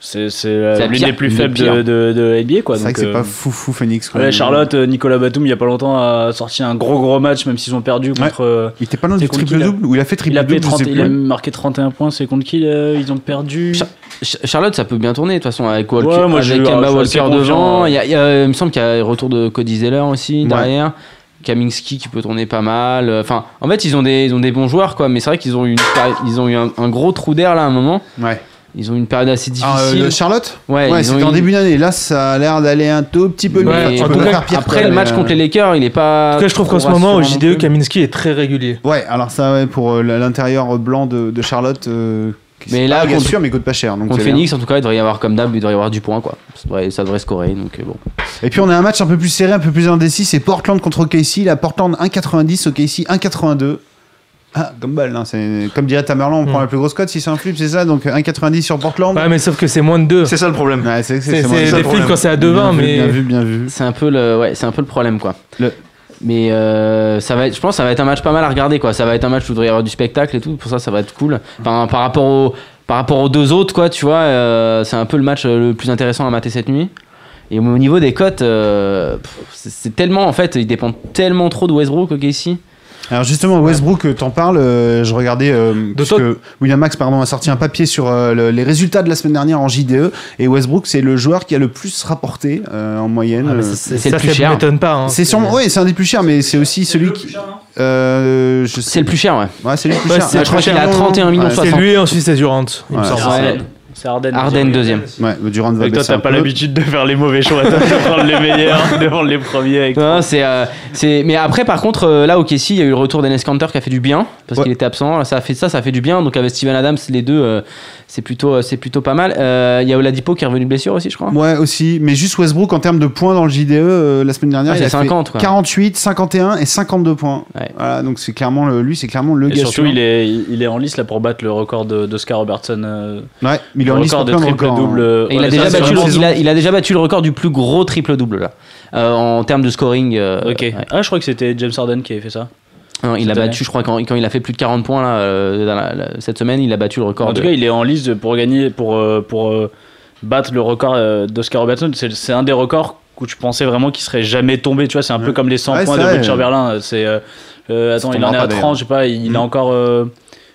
c'est c'est
C'est la
la- l'une des
pire.
plus
Une
faibles
des pires.
de, de, de NBA quoi.
C'est vrai
donc,
que c'est
euh,
pas fou, fou Phoenix. quoi.
ouais, Charlotte, euh, Nicolas Batum il y a pas longtemps a sorti un gros gros match même s'ils ont perdu contre. euh,
Il était pas loin du
C'est contre qui,
triple double ou il a fait triple
il a, fait
double.
30
je sais
il a
plus.
marqué 31 points, c'est contre qui là Ils ont perdu.
Cha- Ch- Charlotte, ça peut bien tourner. De toute façon, avec Walker,
Ouais, moi, je
avec
suis-
Kemba
je suis assez
Walker
confiant,
devant.
ouais.
Il, y a- il y a- il me semble qu'il y a le retour de Cody Zeller aussi
Ouais.
derrière. Kaminski qui peut tourner pas mal. Enfin, en fait, ils ont des, ils ont des bons joueurs, quoi. Mais c'est vrai qu'ils ont eu, une péri- ils ont eu un, un gros trou d'air là à un moment.
Ouais.
Ils ont eu une période assez difficile.
Ah, euh, Charlotte
ouais,
Ouais,
ils ont
c'était
eu
en
une-
début d'année. Là, ça a l'air d'aller un tout petit peu mieux.
Mais
Enfin, tu
en
peux
tout
pas
cas,
faire pire,
Après
quoi,
le match
mais,
contre les
euh,
Lakers, il est pas.
En tout cas, je
Ah,
trouve qu'en ce moment, au JDE, Kaminski est très régulier.
Ouais, alors ça, ouais, pour euh, l'intérieur blanc de, de Charlotte. euh, qui-
Mais
c'est
là,
pas un gars
contre-
sûr, mais il coûte pas cher. Donc
Contre
c'est bien.
Phoenix, en tout cas, il devrait y avoir comme d'hab, il devrait y avoir du point, quoi. Ça devrait, ça devrait scorer, donc euh, bon.
Et puis on a un match un peu plus serré, un peu plus indécis, c'est Portland contre OKC. La Portland 1,90, OKC 1,82. Ah, comme balle, hein, c'est- comme dirait Tamerlan, on prend
Mm.
la plus grosse cote si c'est un flip, c'est ça Donc 1,90 sur Portland.
Ouais, mais sauf que c'est moins de 2.
C'est ça le problème.
Ouais, c'est
C'est
moins-
c'est
ça,
des
problème.
flics quand c'est à 2-20,
Bien vu,
mais.
Bien vu, bien vu.
C'est un peu le, ouais, c'est un peu le problème, quoi.
Le-
Mais euh, ça va être, je pense, que ça va être un match pas mal à regarder, quoi. Ça va être un match où il devrait y avoir du spectacle et tout. Pour ça, ça va être cool. Enfin, par rapport au, par rapport aux deux autres, quoi, tu vois, euh, c'est un peu le match euh, le plus intéressant à mater cette nuit. Et au niveau des cotes, euh, pff, c'est- c'est tellement, en fait, il dépend tellement trop de Westbrook, ok, ici.
Alors justement, Westbrook, euh, t'en parles. euh, je regardais euh, parce
toi-
que William Max, pardon, a sorti un papier sur euh, le- les résultats de la semaine dernière en JDE. Et Westbrook, c'est le joueur qui a le plus rapporté euh, en moyenne.
Ah, mais
euh,
ça,
c'est le
ça,
plus
ça
cher.
m'étonne pas. hein.
c'est sûrement, oui, c'est un des plus chers, mais c'est aussi celui qui. Euh, je sais
Bah, C'est le plus cher, ouais.
Ouais, c'est lui le plus
Ouais,
cher.
c'est
Ah,
le
je crois
plus
qu'il
cher.
a
31 millions
Ouais.
soixante.
C'est lui et ensuite c'est Durant. il me
Ouais.
semble.
Ouais.
Arsenal. C'est Arden.
Ardennes deuxième.
Ouais, Durant va
Et toi,
baisser
t'as
un
pas
peu.
l'habitude de faire les mauvais choix. T'as de prendre les meilleurs, de prendre les premiers. Avec...
Non, c'est, euh, c'est- Mais après, par contre, euh, là, au Casey, il y a eu le retour d'Enes Kanter qui a fait du bien, parce
Ouais.
qu'il était absent. Ça a fait ça, ça a fait du bien. Donc, avec Steven Adams, les deux, euh, c'est plutôt, euh, c'est plutôt pas mal. Euh, Il y a Oladipo qui est revenu de blessure aussi, je crois.
Ouais, aussi. Mais juste Westbrook, en termes de points dans le JDE, euh, la semaine dernière,
Ah,
il
il
a
a 50,
fait
quoi.
48, 51 et 52 points.
Ouais.
Voilà, donc c'est clairement le, lui, c'est clairement le
Et
gars.
surtout,
sûr.
il est, il est en lice là pour battre le record de- d'Oscar Robertson. euh,
Ouais, mais il est
le
en lice pour
record de
plein de
triple
records,
double.
hein.
euh,
Et il, a
ouais,
déjà
ça, c'est
battu,
vraiment-
le- il, a, il a déjà battu le record du plus gros triple-double, là. Euh, en termes de scoring. euh,
Ok.
ouais.
Ah, je crois que c'était James Harden qui avait fait ça.
Non, il a
Cette
battu, je crois, quand, quand il a fait plus de 40 points là, euh, dans la- la- cette semaine, il a battu le record.
En tout
de-
cas, il est en lice pour gagner, pour, euh, pour euh, battre le record euh, d'Oscar Robertson. C'est c'est un des records où tu pensais vraiment qu'il serait jamais tombé. Tu vois, c'est un peu comme les 100
Ouais,
points
c'est
de
vrai.
Will Chamberlain. C'est euh, euh, attends, il en
tombera
est
pas,
à
d'ailleurs.
30, je sais pas, il
Mm.
a encore. euh,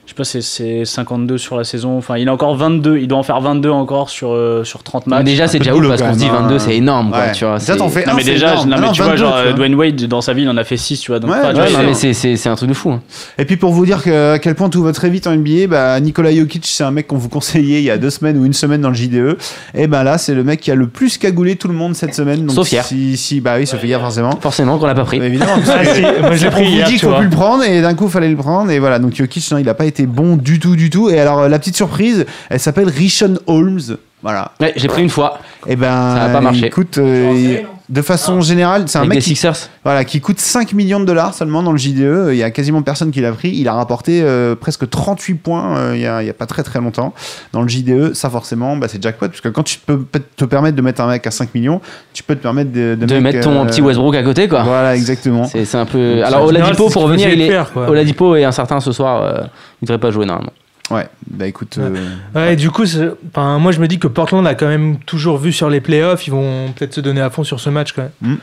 je sais pas, c'est- c'est 52 sur la saison. Enfin, il a encore 22. Il doit en faire 22 encore sur, euh, sur 30
Mais
matchs.
déjà,
peu
c'est
de
déjà ouf
boulot,
parce
quand
qu'on se dit
même, hein.
22, c'est énorme. Quoi,
Ouais.
tu vois,
Déjà,
c'est-
t'en fais
Non,
un,
mais
Ah, c'est
déjà,
énorme.
non, mais
Non,
tu vois,
22,
genre, euh,
tu vois.
Dwayne Wade, dans sa vie, il en a fait 6, tu vois. Donc,
Ouais,
enfin, tu
Ouais,
vois,
non,
c'est-
mais c'est- c'est c'est un truc de fou. hein.
Et puis pour vous dire que- euh, à quel point tout va très vite en NBA, bah, Nikola Jokic, c'est un mec qu'on vous conseillait il y a deux semaines ou une semaine dans le JDE. Et ben là, c'est le mec qui a le plus cagoulé tout le monde cette semaine. Donc
Sauf hier.
Si, si, bah oui, sauf hier forcément.
Forcément qu'on l'a pas pris.
Mais évidemment, parce
Ah,
que-
si, moi je l'ai
on
pris
vous
hier,
dit qu'il
tu
faut
vois.
plus le prendre et d'un coup fallait le prendre et voilà donc Jokic non il a pas été bon du tout du tout et alors euh, la petite surprise elle s'appelle Rishon Holmes voilà
Ouais, j'ai pris une fois
et ben
Ça a pas marché.
écoute euh, il- de façon générale c'est un
avec
mec
les
qui,
Sixers.
voilà, qui coûte 5 millions de dollars seulement dans le JDE il y a quasiment personne qui l'a pris il a rapporté euh, presque 38 points euh, il, y a, il y a pas très très longtemps dans le JDE ça forcément bah, c'est jackpot parce que quand tu peux peut- te permettre de mettre un mec à 5 millions tu peux te permettre de,
De
mec,
mettre ton
euh,
petit Westbrook à côté, quoi.
voilà exactement
C'est c'est un peu.
En
Alors,
général, c'est
Oladipo, pour
ce qu'il
revenir,
essayait
il
de
est.
faire, quoi.
Oladipo est incertain ce soir. euh, Il devrait pas jouer normalement.
ouais bah écoute euh,
Ouais, et du coup, c'est- enfin, moi je me dis que Portland a quand même toujours vu sur les playoffs, ils vont peut-être se donner à fond sur ce match quand même.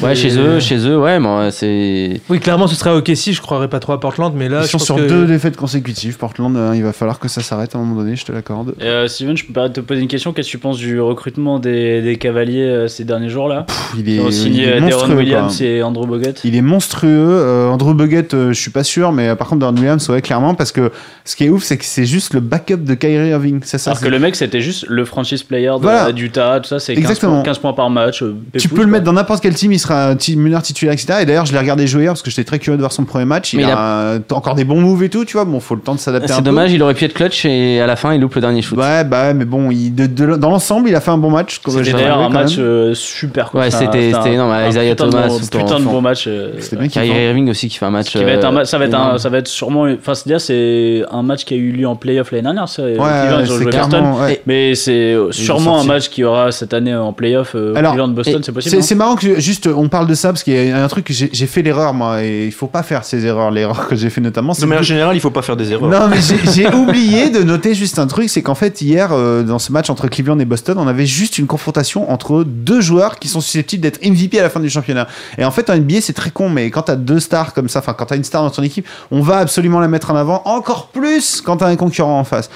Ouais,
Et-
chez eux, chez eux, ouais, mais euh, c'est.
Oui, clairement, ce serait OK si je croirais pas trop à Portland, mais là,
Ils
je
sont
pense
sur
que-
deux défaites consécutives. Portland, euh, il va falloir que ça s'arrête à un moment donné, je te l'accorde.
Et, euh, Steven, je peux pas te poser une question. Qu'est-ce que tu penses du recrutement des, des cavaliers euh, ces derniers jours-là
Pff, Il
Ils
est,
ont
il
signé
est
euh, Deron
monstrueux.
Williams
quoi.
et Andrew Bogut.
Il est monstrueux. Euh, Andrew Bucket, euh, je suis pas sûr, mais euh, par contre, Deron Williams, ouais, clairement, parce que ce qui est ouf, c'est que c'est juste le backup de Kyrie Irving. C'est ça.
Alors
c'est-
que le mec, c'était juste le franchise player de-
Voilà.
d'Utah, tout ça, c'est 15
Exactement.
points, 15 points par match. euh,
Tu
pépouze,
peux le
quoi.
mettre dans n'importe quel team, il sera team meneur titulaire, etc. Et d'ailleurs, je l'ai regardé jouer hier parce que j'étais très curieux de voir son premier match. Il,
Mais il Ah,
a, euh, encore des bons moves et tout, tu vois. Bon, faut le temps de s'adapter un
C'est
peu.
dommage, il aurait pu être clutch et à la fin, il loupe le dernier shoot.
Ouais, bah, ouais, mais bon, il- de- de- dans l'ensemble, il a fait un bon match. comme
C'était
j'ai
d'ailleurs un
relevé quand
match
même.
euh, super. quoi.
Ouais,
C'est un-
c'était-
c'est un-
c'était énorme,
un
Isaiah
putain de
Thomas
bon-
sous ton-
Putain de
son-
bon match. euh,
C'était bien
Kyrie
kiffant.
Irving aussi qui fait un match.
Qui va être un
euh,
ma- ça va être un-
énorme.
ça va être sûrement enfin c'est dire c'est un match qui a eu lieu en playoff l'année dernière ça, euh, Cleveland,
Ouais,
ils ont
c'est
joué Boston
clairement. ouais.
mais c'est euh, sûrement un
sorti.
match qui aura cette année en playoff euh,
Alors,
Cleveland Boston
et-
c'est
C'est
possible
c'est marrant que je- juste on parle de ça parce qu'il y a un truc que j'ai j'ai fait l'erreur moi et il faut pas faire ces erreurs l'erreur que j'ai fait notamment c'est
De manière
que-
générale, il faut pas faire des erreurs.
non mais j'ai j'ai oublié de noter juste un truc c'est qu'en fait hier euh, dans ce match entre Cleveland et Boston on avait juste une confrontation entre deux joueurs qui sont susceptibles d'être MVP à la fin du championnat et en fait en NBA c'est très con mais quand t'as deux stars comme ça enfin quand t'as une star dans ton équipe on va absolument la mettre en avant encore plus quand t'as un concurrent en face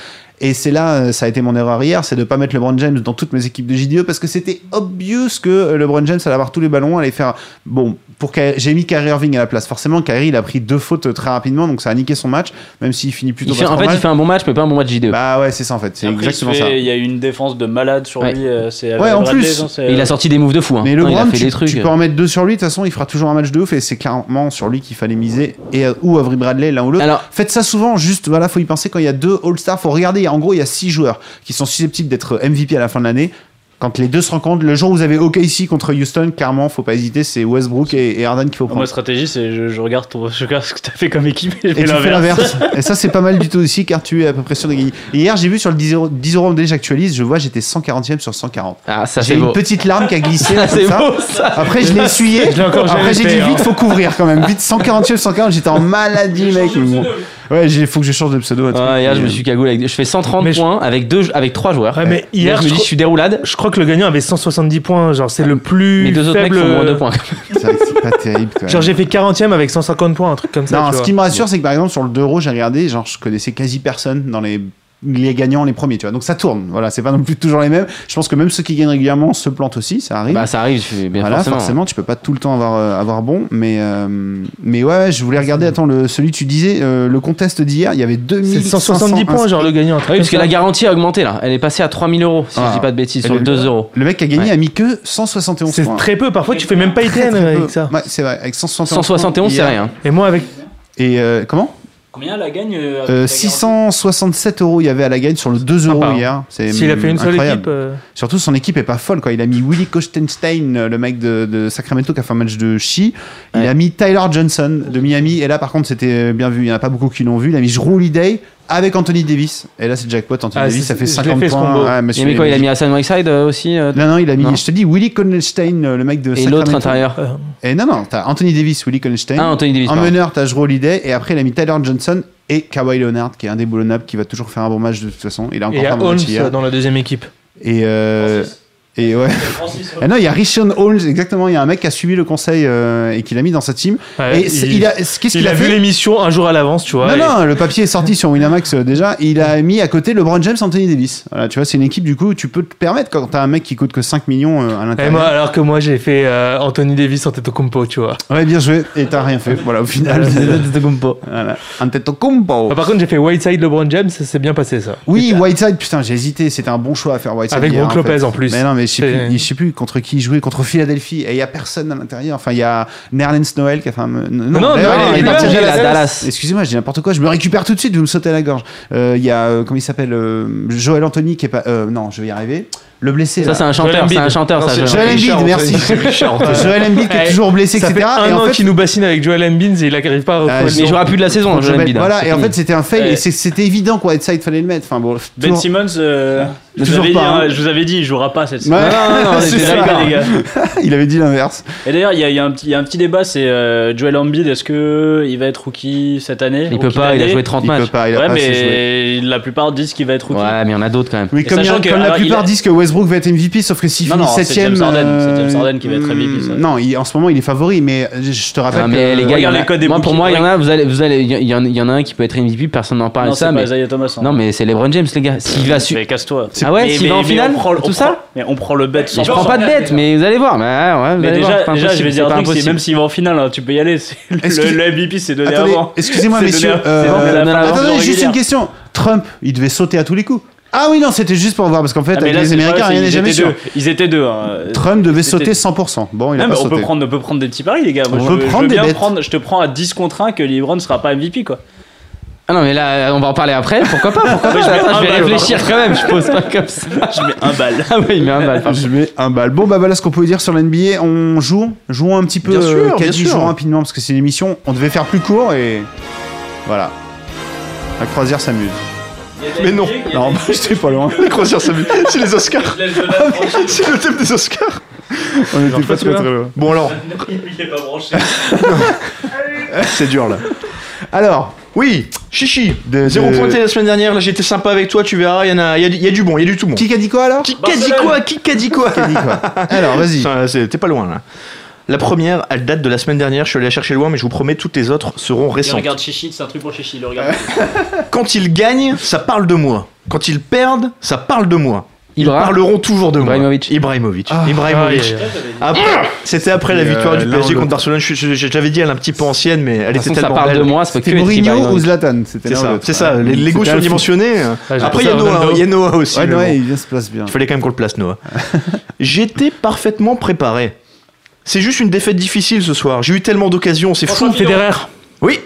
et c'est là, euh, ça a été mon erreur hier, c'est de pas mettre LeBron James dans toutes mes équipes de JDE parce que c'était obvious que euh, LeBron James allait avoir tous les ballons, allait faire. Bon, pour Ky- j'ai mis Kyrie Irving à la place. Forcément, Kyrie il a pris deux fautes euh, très rapidement, donc ça a niqué son match, même s'il finit plutôt
Il
pas
fait-
trop
en fait,
mal.
il fait un bon match, mais pas un bon match JDE.
Bah ouais, c'est ça en fait, c'est
Après, il se
exactement
fait-
ça.
il y a eu une défense de malade sur
Ouais.
lui euh, c'est
Ouais, en
Bradley,
plus,
non, c'est- euh,
Et il a sorti des moves de fou. Hein.
Mais
Putain, il a
LeBron,
fait
tu,
des trucs.
tu peux en mettre deux sur lui, de toute façon, il fera toujours un match de ouf et c'est clairement sur lui qu'il fallait miser, et, euh, ou Avery Bradley, l'un ou l'autre.
Alors,
Faites ça souvent, juste, voilà, faut y penser quand il y a deux All-Stars, faut regarder, il y a- en gros, il y a six joueurs qui sont susceptibles d'être euh, MVP à la fin de l'année. Quand les deux se rencontrent, le jour où vous avez OKC contre Houston, clairement, faut pas hésiter, c'est Westbrook et, et Harden qu'il faut
ma
prendre.
stratégie c'est je, je regarde ton- je regarde ce que t'as fait comme équipe et je
Et
fais
tu fais
l'inverse
l'inverse. Et ça, c'est pas mal du tout aussi, car tu es à peu près sûr de gagner. Et hier, j'ai vu sur le 10 euros, 10 euros modèle, j'actualise, je vois, j'étais 140e sur 140.
ah, ça
J'ai
c'est
une
beau.
petite larme qui a glissé.
Ça
comme
c'est
ça.
beau ça.
Après, je l'ai essuyé.
Je l'ai encore jamais
Après, j'ai dit
fait,
vite,
hein.
faut couvrir quand même. Vite, 149, 140, j'étais en maladie, mec. mais bon. Ouais, j'ai- faut que je change de pseudo. un truc.
Ah,
Ouais, hier, je me suis cagoulé. Avec... Je fais 130
Mais je-
points avec deux, avec trois joueurs.
Ouais, mais
Hier,
hier,
je me
je,
dis, je
crois-
suis déroulade.
je crois que le gagnant avait 170 points, genre c'est le plus
Mais deux autres mecs
faible.
font moins
euh,
de points.
C'est vrai que c'est pas terrible. quand même.
Genre j'ai fait 40ème avec 150 points, un truc comme ça.
Non,
tu
ce
vois.
qui me rassure, c'est que par exemple, sur le 2 euros, j'ai regardé, genre, je connaissais quasi personne dans les les gagnants les premiers, tu vois. Donc ça tourne. Voilà, c'est pas non plus toujours les mêmes. Je pense que même ceux qui gagnent régulièrement se plantent aussi, ça arrive.
Bah, ça arrive, je- bien
voilà, forcément.
forcément.
tu peux pas tout le temps avoir, euh, avoir bon, mais, euh, mais ouais, ouais, je voulais regarder. Attends, le, celui que tu disais, euh, le contest d'hier, il y avait 2500.
C'est 170 points, genre le gagnant. un truc
Oui, parce que
comme
la
ça.
garantie a augmenté là. Elle est passée à 3000 euros, si
Ah.
je dis pas de bêtises, sur
Elle
le
est-
2 euros.
Le mec qui a gagné
Ouais.
a mis que 171
C'est
hein.
points.
très peu. Parfois, tu fais même pas ITN avec ça.
Ouais, c'est vrai, avec 171.
171, c'est
hier.
rien.
Et moi, avec.
Et euh, comment
Combien la gagne
Euh, 667 euros il y avait à la gagne sur le 2 euros
Sympa, hein.
hier. C'est
S'il a fait une seule
incroyable.
équipe. euh,
Surtout, son équipe est pas folle. Quoi. Il a mis Willy Kostenstein, euh, le mec de, de Sacramento qui a fait un match de chi. Il a mis Tyler Johnson de Miami. Et là, par contre, c'était euh, bien vu. Il y en a pas beaucoup qui l'ont vu. Il a mis Jrue Day avec Anthony Davis. Et là, c'est jackpot. Anthony
Ah,
Davis,
c'est-
ça fait
je l'ai
50
fait, ce
points.
combo.
Ouais,
Il
monsieur,
a mis quoi Il a mis Hassan Whiteside euh, aussi euh,
Non, non, il a mis,
Non.
je te dis, Willy Kostenstein, euh, le mec de
Et
Sacramento.
l'autre intérieur.
euh,
Et non, non, t'as Anthony Davis, Willy Kostenstein.
Ah, Anthony Davis.
En
pardon.
meneur, t'as Jrue Holiday et après, il a mis Tyler Johnson et Kawhi Leonard, qui est indéboulonnable, qui va toujours faire un bon match de toute façon. Il a
Et
encore
il y
fait
a
un bon
Holmes
match hier.
euh, dans la deuxième équipe.
Et, euh, et ouais. Ah non, il y a Richon Holmes, exactement. Il y a un mec qui a suivi le conseil euh, et qui l'a mis dans sa team.
Ouais,
et c'est- il, a, qu'est-ce qu'il
il
a,
a vu
fait
l'émission un jour à l'avance, tu vois.
non,
et-
non, le papier est sorti sur Winamax euh, déjà. Il a mis à côté LeBron James, Anthony Davis. Voilà, tu vois, c'est une équipe du coup où tu peux te permettre quand t'as un mec qui coûte que 5 millions euh, à
Et
l'intérieur.
moi, alors que moi, j'ai fait euh, Anthony Davis en tête au compo, tu vois.
Ouais, bien joué. Et t'as rien fait. Voilà, au
Ah,
final.
Antetokounmpo.
voilà. Antetokounmpo.
Bah, par contre, j'ai fait Whiteside LeBron James, ça s'est bien passé ça.
Oui, Whiteside, putain, j'ai hésité. C'était un bon choix à faire Whiteside.
Avec
hier,
Brook
en fait.
Lopez en plus.
Mais non, mais je sais,
C'est-
plus, je sais plus contre qui il jouait, contre Philadelphie. Et il y a personne à l'intérieur. Enfin, il y a Nerlens Noël qui a fait un. Non,
non,
d'ailleurs,
Noël,
il
il est
est parti
plus là,
à
il est à
Dallas.
Excusez-moi, j'ai n'importe quoi. Je me récupère tout de suite, vous me sautez à la gorge. Euh, Il y a, euh, comment il s'appelle euh, Joël Anthony qui est pas. euh, non, je vais y arriver. Le blessé.
Ça,
là.
c'est un chanteur,
Joel
c'est un
Embiid.
chanteur,
Non,
ça.
c'est
Joel.
Joel
Richard
Embiid, merci.
Anthony, c'est Richard Anthony.
Joël Embiid qui est
Eh,
toujours blessé,
Ça
etc.
fait
et
un
en
an
fait,
qu'il nous bassine avec Joel Embiid et il n'arrive pas à
Ah, je-
retrouver son-
Mais j'aurais plus de la saison,
Joel
Joel
Embiid,
Embiid. hein,
Voilà,
c'est
et en
fini.
fait, c'était un fail.
Ouais.
Et c'est- c'était évident que Whiteside fallait le mettre. Enfin bon,
Ben
toujours-
Simmons, euh, je, vous
Toujours
avais dit,
pas, hein.
hein, je vous avais dit, il jouera pas cette saison.
Ouais.
Non, non, non, on
C'est
était
ça.
d'accord.
les gars.
Il avait dit l'inverse.
Et d'ailleurs, il y, a- il y a un petit- il y a un petit débat, c'est euh, Joel Embiid, est-ce que il va être rookie cette année
Il peut
Rookie
pas, il a
d'année
joué 30
Il peut
matchs.
pas, il a
Ouais,
pas assez joué.
mais la plupart disent qu'il va être rookie.
Ouais, mais il y en a d'autres quand même.
Oui,
Et
comme, il y a-
sachant que-
comme la
alors, il
plupart
a-
disent que Westbrook va être MVP, sauf que s'il
Non,
finit
non, c'est
7
James Harden, c'est James Harden qui va être MVP, ça.
Non, il- en ce moment, il est favori, mais je- je te rappelle.
Ah,
que-
mais les gars, il y en
regarde
a-
les codes des
moi,
bookies,
pour moi, il y en a, vous allez, vous allez, il y, en- il y en a un qui peut être MVP, personne n'en parle
Non,
de
c'est
ça,
pas
mais
Isaiah Thomas. hein.
non, mais c'est LeBron James, les gars. S'il va su,
Mais casse-toi.
Ah ouais, s'il va en finale,
on prend-
tout
on
ça
prend- Mais on prend le bet.
Mais je prends pas de bête, mais vous allez voir. Mais, ouais, ouais, vous
Mais
allez
déjà,
voir, c'est pas
déjà je
impossible,
vais dire
c'est
un
pas
truc, c'est
impossible.
même s'il va en finale, hein, tu peux y aller. c'est-
Excuse-
Le, le MVP, c'est donné
Attendez,
avant.
excusez-moi,
C'est donné
messieurs.
avant.
euh,
C'est donné avant la fin de saison
Attendez, juste
régulière.
une question. Trump, il devait sauter à tous les coups. Ah oui, non, c'était juste pour voir, parce qu'en fait,
Ah, mais
avec
là,
les
c'est le
Américains,
problème,
rien
c'est
n'est
qu'ils
jamais
étaient
sûr.
deux. Ils étaient deux. hein.
Trump devait
C'était-
sauter 100%. Bon, il a
Non,
pas
mais on peut,
sauté.
prendre, on peut prendre des petits paris, les gars. Moi,
On
je,
peut
veux- je veux
prendre des
bien
bêtes.
prendre, je te prends à 10 contre 1 que LeBron ne sera pas MVP, quoi.
Ah non, mais là, on va en parler après. Pourquoi pas Pourquoi pas Attends,
je mets un
Je vais
bal,
réfléchir quand même. Je pose pas comme ça.
Je mets un bal.
Ah oui, il met un bal. pardon.
Je mets un bal. Bon, bah voilà ce qu'on pouvait dire sur l'NBA. On joue, jouons un petit peu.
Bien sûr,
euh,
bien
Caddy,
sûr.
jouons rapidement parce que c'est une émission. On devait faire plus court et voilà. La croisière s'amuse.
Mais non.
Non, bah, j'étais pas loin.
Les croisières s'amusent. C'est les Oscars. C'est le thème des Oscars.
On était
pas
pas très
celui-là.
très loin.
Bon alors,
Il est pas branché.
c'est dur là.
Alors,
Oui, chichi.
de-
Zéro
de-
pointé la semaine dernière. Là, j'étais sympa avec toi. Tu verras, il y en a, il y a du- il y, a du bon, il y a du tout bon.
Qui a dit quoi alors
Qui qu'a dit quoi Qui qu'a dit quoi
Qui a dit quoi
Ah,
Alors, vas-y.
Putain, c'est- T'es pas loin là. La première, elle date de la semaine dernière. Je suis allé la chercher loin, mais je vous promets, toutes les autres seront
Il
récentes.
regarde Chichi, c'est un truc pour Chichi, il le regarde.
Quand ils gagnent, ça parle de moi. Quand ils perdent, ça parle de moi. Ils
Ibra.
parleront toujours de
Ibrahimovic.
moi. Ibrahimovic.
Ah,
Ibrahimovic.
aïe, aïe, aïe.
Après, c'était après la
Et,
victoire
euh,
du
là,
PSG
on
contre
le-
Barcelone. Je, je- je- je l'avais dit, elle est un petit peu ancienne, mais elle
De
était
toute façon, ça
tellement
parle de
belle.
moi, ça peut que
C'était
être
Mourinho ou
Ibrahimovic.
Zlatan C'était
C'est
l'un ou
ça,
l'autre.
c'est ça.
Ouais.
Les l'ego
C'était un
surdimensionné.
Ah, j'ai
Après, il y
ça,
a Noah.
Ronaldo.
Il y a Noah aussi.
fou. Ouais,
mais bon.
ouais, il se place bien.
Il fallait quand même qu'on le place, Noah. J'étais parfaitement préparé. C'est juste une défaite difficile ce soir. J'ai eu tellement d'occasions, c'est fou.
Federer.
Oui,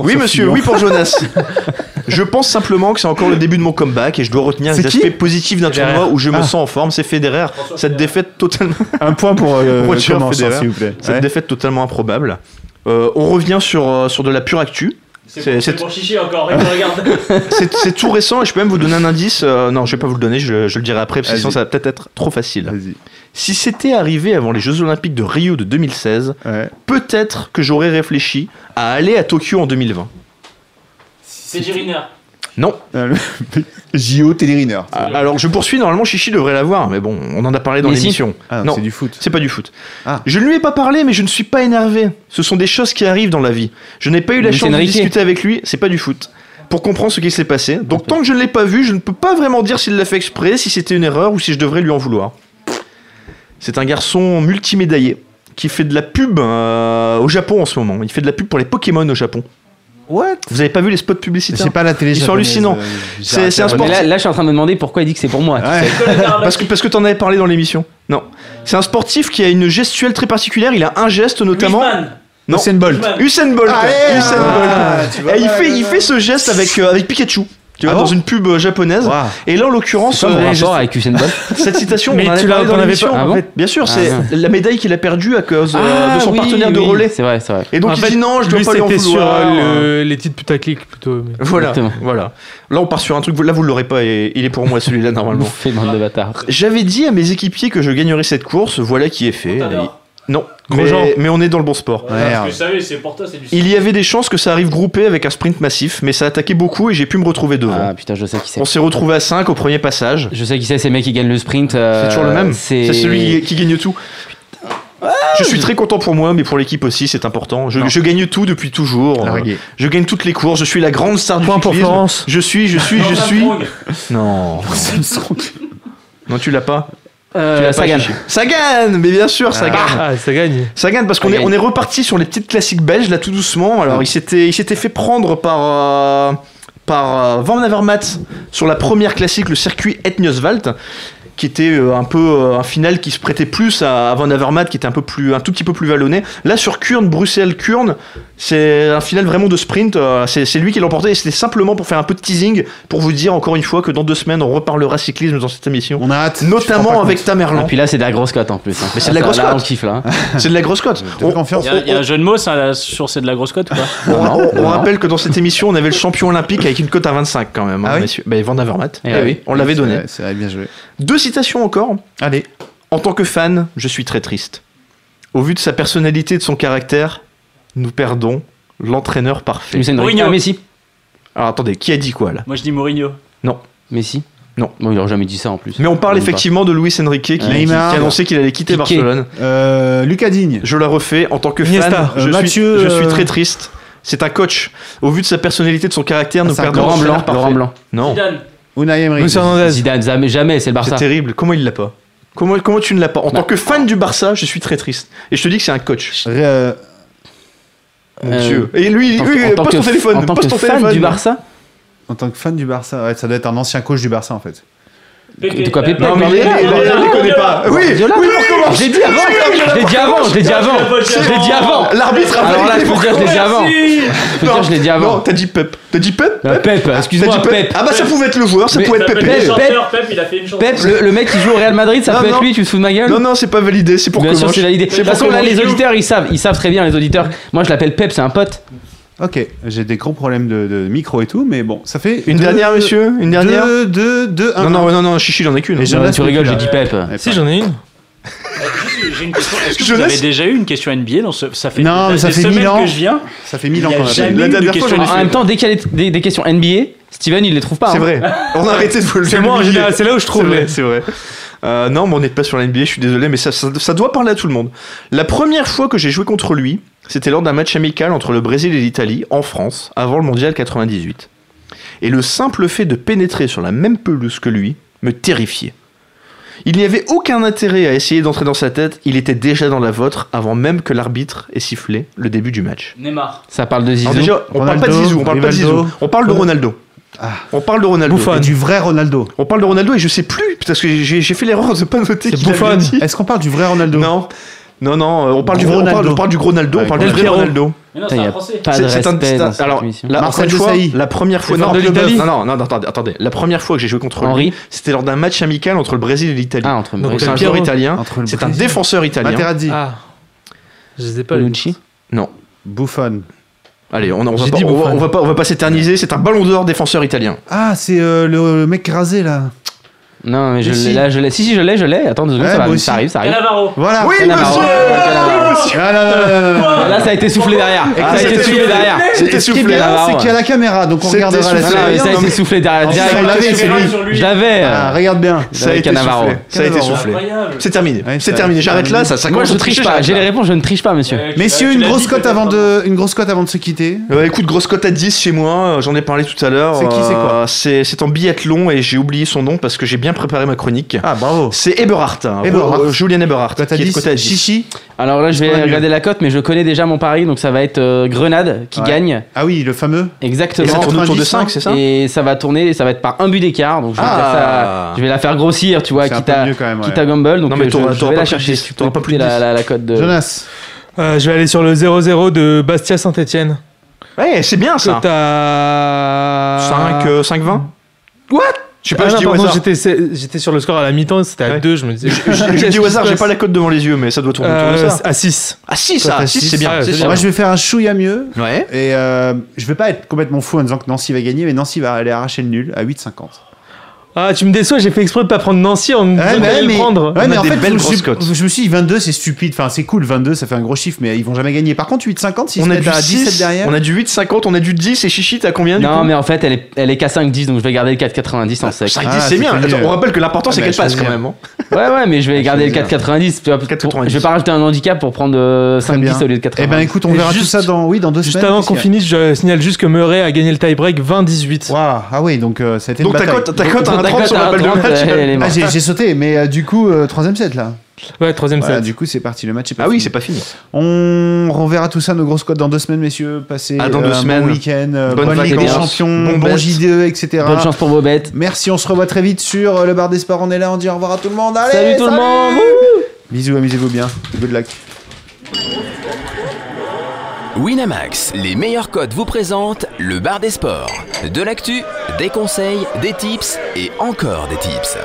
oui monsieur, oui pour Jonas. je pense simplement que c'est encore le début de mon comeback et je dois retenir
C'est
les
qui
aspects positifs d'un
Federer.
tournoi où je me
Ah.
sens en forme. C'est Federer. Cette défaite totalement,
Un point pour euh,
Roger
Clémence,
Federer.
s'il vous plaît.
cette
Ouais.
défaite totalement improbable. Euh, on revient sur, euh, sur de la pure actu. C'est- c'est-
Chichi encore, il le regarde.
C'est c'est tout récent et je peux même vous donner un indice. Euh, non, je vais pas vous le donner, je, je le dirai après, parce que
Vas-y.
sinon ça va peut-être être trop facile.
Vas-y.
Si c'était arrivé avant les Jeux Olympiques de Rio de 2016,
Ouais.
peut-être que j'aurais réfléchi à aller à Tokyo en 2020.
C'est Giriner.
Non.
Euh, le- JO Télériner.
Ah, Alors je poursuis, normalement Chichi devrait l'avoir, mais bon, on en a parlé dans
Mais si.
l'émission.
Ah,
non,
c'est du foot.
c'est pas du foot.
Ah.
Je ne lui ai pas parlé, mais je ne suis pas énervé. Ce sont des choses qui arrivent dans la vie. Je n'ai pas eu la
Mais c'est
chance de
Enrique.
discuter avec lui, c'est pas du foot. pour comprendre ce qui s'est passé. Donc tant que je ne l'ai pas vu, je ne peux pas vraiment dire s'il l'a fait exprès, si c'était une erreur ou si je devrais lui en vouloir. C'est un garçon multimédaillé qui fait de la pub euh, au Japon en ce moment. Il fait de la pub pour les Pokémon au Japon.
What
Vous avez pas vu les spots publicitaires
C'est pas la télé
Ils sont
japonaise,
hallucinants.
euh, j'ai
C'est-
arrêté
c'est un
de
sport.
Mais là, là, je suis en train de me demander pourquoi il dit que c'est pour moi. tu
Ouais.
sais.
Parce que, parce que t'en avais parlé dans l'émission. Non. C'est un sportif qui a une gestuelle très particulière. Il a un geste notamment. Non.
Usain Bolt.
Usain Bolt.
Allez,
Usain
ah,
Bolt.
tu vois,
Et il,
voilà,
fait,
voilà.
il fait ce geste avec, euh, avec Pikachu. Tu vois,
Ah bon
dans une pub euh, japonaise.
Waouh.
Et là, en l'occurrence,
C'est quoi
euh,
mon
je-
rapport avec Usain Bolt
cette citation,
Mais
on en
tu
avait
l'as-
parlé dans
t'en avais
l'émission.
pas- Ah
Ah bon
Bien sûr,
Ah,
c'est
non.
la médaille qu'il a perdue à cause euh, de son
oui,
partenaire de
Ah oui,
relais.
C'est vrai, c'est vrai.
Et donc
En
il
fait,
dit non, je dois
lui,
pas lui en
c'était sur
vouloir.
euh, le- les titres putaclic plutôt. mais-
Voilà,
Exactement.
voilà. Là, on part sur un truc. Là, vous l'aurez pas. Et il est pour moi celui-là normalement.
Bouffé, bande de bâtards.
J'avais dit à mes équipiers que je gagnerais cette course, voilà qui est fait. Non, mais,
Grosjean.
mais on est dans le bon sport.
Merde.
savez, c'est pour toi, c'est du
Il y avait des chances que ça arrive groupé avec un sprint massif, mais ça attaquait beaucoup et j'ai pu me retrouver devant.
Ah putain, je sais qui c'est.
on s'est retrouvé à 5 au premier passage.
Je sais qui c'est, ces mecs qui gagnent le sprint.
C'est
euh,
toujours le même.
C'est Ah
C'est celui qui, qui gagne tout. Je suis très content pour moi, mais pour l'équipe aussi, c'est important. Je, je gagne tout depuis toujours.
Ah,
Euh,
ok.
Je gagne toutes les courses. Je suis la grande star du
Point pour
cyclisme.
Florence.
Je suis, je suis, je suis. Non.
Samsung.
Non, tu l'as pas. Tu
Euh,
l'as pas,
Sagan.
Chichi. Sagan, mais bien sûr, Sagan.
Ah, ça gagne.
Ça gagne parce qu'on
Ça
est,
gagne.
on est reparti sur les petites classiques belges là tout doucement. Alors il s'était, il s'était fait prendre par euh, par euh, Van Avermaet sur la première classique, le circuit Etnioswald, qui était euh, un peu euh, un final qui se prêtait plus à, à Van Avermaet, qui était un peu plus, un tout petit peu plus vallonné. Là sur Kurn, Bruxelles Kurn, c'est un final vraiment de sprint. euh, c'est, c'est lui qui l'a emporté et c'était simplement pour faire un peu de teasing pour vous dire encore une fois que dans deux semaines on reparlera cyclisme dans cette émission,
On a hâte.
notamment avec Tamerlan.
Et Ah, puis là, c'est de la grosse cote en plus. Mais
c'est de la grosse
Là, on
cote.
kiffe là. hein.
C'est de la grosse cote.
On...
On-
confiance.
Il y, a- il y a un jeu de mots, ça, là, sur c'est de la grosse cote, quoi.
On, on- on rappelle que dans cette émission, on avait le champion olympique avec une cote à 25 quand même, hein,
Ah oui
messieurs. Ben, Van Avermaet.
Eh
Eh
oui.
oui, on l'avait donné.
Ouais, C'est vrai, bien joué.
Deux citations encore.
Allez.
En tant que fan, je suis très triste. Au vu de sa personnalité et de son caractère, nous perdons l'entraîneur parfait.
Usain Bolt.
Mourinho.
Ah, Messi.
Alors attendez, qui a dit quoi là
Moi, je dis Mourinho.
Messi.
Non.
Bon, il aurait jamais dit ça en plus.
Mais on parle
Même pas.
effectivement de Luis Enrique qui, qui- qui a annoncé qu'il allait quitter
Piqué.
Barcelone.
Euh, Lucas Digne.
Je la refais en tant que fan.
Iniesta,
Je,
euh,
suis,
Mathieu,
je
euh,
suis très triste. C'est un coach. Au vu de sa personnalité, de son caractère, nous
Ah, c'est un
perdons
Laurent Blanc.
l'entraîneur parfait.
Laurent Blanc.
Non,
Zidane.
Unai Emery.
Luis Hernandez.
Zidane, jamais, jamais, c'est le
C'est
Barça.
terrible. Comment il l'a pas comment, comment tu ne l'as pas En
Bah.
tant que fan du Barça, je suis très triste. Et je te dis que c'est un coach.
Ré- euh,
Mon
Euh,
Dieu. Et lui,
En tant
lui,
que- en tant
pose ton
que- En
téléphone.
tant
Pose
que
ton
fan
téléphone.
du Barça
en tant que fan du Barça, ouais, ça doit être un ancien coach du Barça en fait.
De quoi Pépé
Non, mais il est là, il est là, il les connaît pas. Oui, oui,
Guardiola.
on recommence.
Je l'ai dit avant. Je l'ai dit avant. Je l'ai dit avant. Je l'ai dit avant.
L'arbitre a
Alors là,
validé
je peux
pour-
dire, je l'ai dit avant. Je peux dire, je l'ai dit
Non,
avant.
t'as dit Pep. T'as dit Pep
Euh,
Pep
Pep,
T'as dit
excuse-moi,
Pep.
Pep.
Ah bah ça pouvait être le joueur, ça
Mais-
pouvait être
Pep,
Pépé.
Pep.
Pep, il a fait une chanson.
Pep, le, le mec qui joue au Real Madrid, ça
Non,
peut
non.
être lui, tu te fous de ma gueule
Non, non, c'est pas validé, c'est pour hein.
Bien sûr,
Comanche.
c'est validé. De toute
pour
façon, là,
Comanche.
les auditeurs, ils savent, ils savent très bien, les auditeurs. Moi, je l'appelle Pep, c'est un pote.
Ok, j'ai des gros problèmes de, de micro et tout, mais bon, ça fait.
Une
deux-
dernière, messieurs Une dernière
Deux, deux, deux, un.
Non, non, non, non, Chichi, j'en ai qu'une.
Et
Non,
Jonas
Euh, tu rigoles, j'ai
Nicolas.
dit Pep.
Ouais,
Si,
pas-
j'en ai une.
J'ai une question. Est-ce que
Je
vous avez
laisse-
déjà eu une question NBA dans ce... Ça fait,
Non, mais
des
ça fait
semaines
mille ans.
que je viens.
ça fait mille ans
Il y a
qu'on a
jamais
fait.
La
eu de
dernière
question
fois, j'en ai
NBA.
En même temps, dès qu'il y a des, des- des questions NBA, Steven, il les trouve pas.
C'est
hein.
vrai. On a arrêté de vous le
C'est moi en
humilier.
général, c'est là où je
C'est
trouve.
vrai,
les-
c'est vrai. Euh, non, mais on n'est pas sur la NBA, je suis désolé, mais ça, ça, ça doit parler à tout le monde. La première fois que j'ai joué contre lui, c'était lors d'un match amical entre le Brésil et l'Italie, en France, avant le Mondial 98. Et le simple fait de pénétrer sur la même pelouse que lui me terrifiait. Il n'y avait aucun intérêt à essayer d'entrer dans sa tête, il était déjà dans la vôtre avant même que l'arbitre ait sifflé le début du match.
Neymar.
Ça parle de Zizou.
Alors déjà, on parle pas de
Ronaldo,
Zizou, on parle pas de
Rivaldo.
Zizou, on parle de Ronaldo.
Ah.
On parle de Ronaldo.
Et du vrai Ronaldo.
On parle de Ronaldo et je sais plus, parce que j'ai j'ai fait l'erreur de pas noter qui l'avait dit.
Est-ce qu'on parle du vrai Ronaldo
Non, non, non, euh, on parle, du, on,
Ronaldo.
parle, on parle du gros Ronaldo, on
Ouais,
parle du vrai
Ronaldo.
Ronaldo.
Mais non,
Putain,
c'est
y
un
a
français.
Pas de respect dans cette
alors,
émission.
là, encore
Marcel
une fois,
Desailly.
la première fois,
C'est
non,
fort de l'Italie.
non, non, non, attendez, attendez, la première fois que j'ai joué contre
Henri.
lui, c'était lors d'un match amical entre le Brésil et l'Italie.
Ah, entre
Donc,
Donc c'est
Brésil.
un
Piero.
joueur italien,
Entre le
c'est un
Brésil.
défenseur italien.
Materazzi.
Ah. Je les ai pas. les-
Bonucci.
Non,
Buffon.
allez, on, on va
J'ai
pas,
dit
on, va,
Buffon.
on va pas, on va pas s'éterniser. C'est un Ballon d'Or défenseur italien.
Ah, c'est euh, le, le mec rasé là.
Non, mais je
Mais
l'ai,
si.
là, je l'ai. Si, si, je l'ai, je l'ai. Attends deux secondes,
Ouais,
ça,
moi
va,
aussi.
ça arrive, ça arrive.
Navarro.
Voilà.
Oui,
Canavaro.
monsieur
Canavaro.
Ah là là là là là.
Ah, Là, ça a été soufflé derrière.
Ah,
ça a été
c'était
soufflé
soufflé.
derrière.
C'était
Ce qui est
soufflé.
bien, c'est
Navarro,
qu'il y a la caméra, donc on
C'était
regardera la
soufflé.
Ah, mais
série.
ça a été euh. soufflé derrière.
Ah,
direct.
on l'avait, c'est lui.
sur lui.
Je l'avais.
Ah, regarde bien.
Je
Ça a
l'avais
été
Canavaro.
soufflé. Ça a été
Canavaro.
soufflé.
Incroyable.
C'est terminé.
Ouais,
c'est
ça-
terminé. J'arrête là. Ça, ça
Moi,
commence
je
au
triche
trichage,
pas.
là.
J'ai les réponses, je ne triche pas,
Eh,
monsieur.
Messieurs, une grosse cote avant de, une grosse cote avant de se quitter.
Ouais, Euh, écoute, grosse cote à 10 chez moi, euh, j'en ai parlé tout à l'heure.
C'est qui, c'est quoi
Euh, C'est c'est en biathlon et j'ai oublié son nom parce que j'ai bien préparé ma chronique.
Ah bravo.
C'est Eberhardt, hein,
Eberhardt.
euh, Julien Eberhardt,
Cote à
qui est
10.
coté à 10.
Chichi.
Alors là, je
qu'on a
vais
mieux.
regarder la cote, mais je connais déjà mon pari, donc ça va être euh, Grenade qui
Ouais.
gagne.
Ah oui, le fameux.
Et ça
Exactement.
tourne autour de
90,
5, c'est ça
Et ça va tourner, ça va être par un but d'écart, donc je vais,
Ah.
faire ça- je vais la faire grossir, tu vois,
C'est un
quitte
peu
à,
mieux quand même. ouais.
quitte à Gumball, donc
Non, mais
euh, je,
t'auras-
je
t'auras
vais
pas
la
plus de
chercher.
dix,
Tu peux
t'auras pas plus de
écouter la,
dix.
la, la cote de.
Jonas.
Euh, je vais aller sur le 0-0 de Bastia Saint-Etienne.
Ouais, c'est bien ça.
Cote à.
5, euh, 5, 20 What Je sais pas,
Ah
je
non,
dis au
pardon,
hasard.
j'étais, c'est- j'étais sur le score à la mi-temps, c'était à
Ouais.
2, je me disais.
Je- je- Je dis au hasard, j'ai pas la cote devant les yeux, mais ça doit tourner autour de
Euh,
ça.
à 6.
Ah si, ça,
cote à
ah, si,
six,
c'est bien.
ouais,
c'est
c'est
bien.
Moi, je vais faire un chouïa mieux.
Ouais.
Et euh, je vais pas être complètement fou en disant que Nancy va gagner, mais Nancy va aller arracher le nul à 8,50.
Ah, tu me déçois, j'ai fait exprès de pas prendre Nancy en me disant
mais-
d'aller le
mais-
prendre.
ouais,
On
mais
a
en
des
fait,
belles
je, me suis-
grosses cotes.
je me suis dit 22, c'est stupide. Enfin, c'est cool, 22, ça fait un gros chiffre, mais ils vont jamais gagner. Par contre, 8,50, si
On a
du
du
à 17
6,
derrière.
on a du 8, 50, on a du 10 et Chichi, t'as combien du
Non,
coup
mais en fait, elle est, elle est qu'à 5-10, donc je vais garder le 4,90 en sec.
5,
Ah,
10,
c'est
c'est bien.
mieux.
Attends, on rappelle que l'important,
Ah,
c'est
mais
qu'elle
je
passe
choisis
quand
un.
même. hein.
Ouais, ouais, mais je vais garder le 4,90. tu vois, pour-
4,90.
Je vais pas rajouter un handicap pour prendre euh, 5-10 au lieu de 90.
Eh ben, écoute, on verra
Juste-
tout ça dans, oui, dans deux
Juste
semaines.
avant
parce
qu'on
qu'il y a-
finisse, je signale juste que Murray a gagné le tie-break 20-18.
Waouh, ah oui, donc euh, ça a été
Donc
une
ta
bataille.
cote, ta cote à
Sur ta
1,30
cote
sur
à
l'appel de
1,30,
match. euh,
elle est
Ah,
morte.
j'ai j'ai sauté, mais euh, du coup, euh, troisième set là.
Ouais, troisième
Voilà,
set.
du coup, c'est parti, le match est pas
Ah oui,
fini.
c'est pas fini.
On reverra tout ça, nos grosses cotes, dans deux semaines, messieurs. Passez
Ah, dans deux
euh, un
semaines.
bon week-end, euh,
Bonnes
bonne Ligue des
vacances.
Champions,
Bon
bon,
bet.
JDE, etc.
Bonne chance pour vos bêtes.
Merci, on se revoit très vite sur euh, le bar des sports. On est là, on dit au revoir à tout le monde. Allez,
Salut tout le monde! Wouh
Bisous, amusez-vous bien. Good luck.
Winamax, les meilleurs codes vous présentent le bar des sports. De l'actu, des conseils, des tips et encore des tips.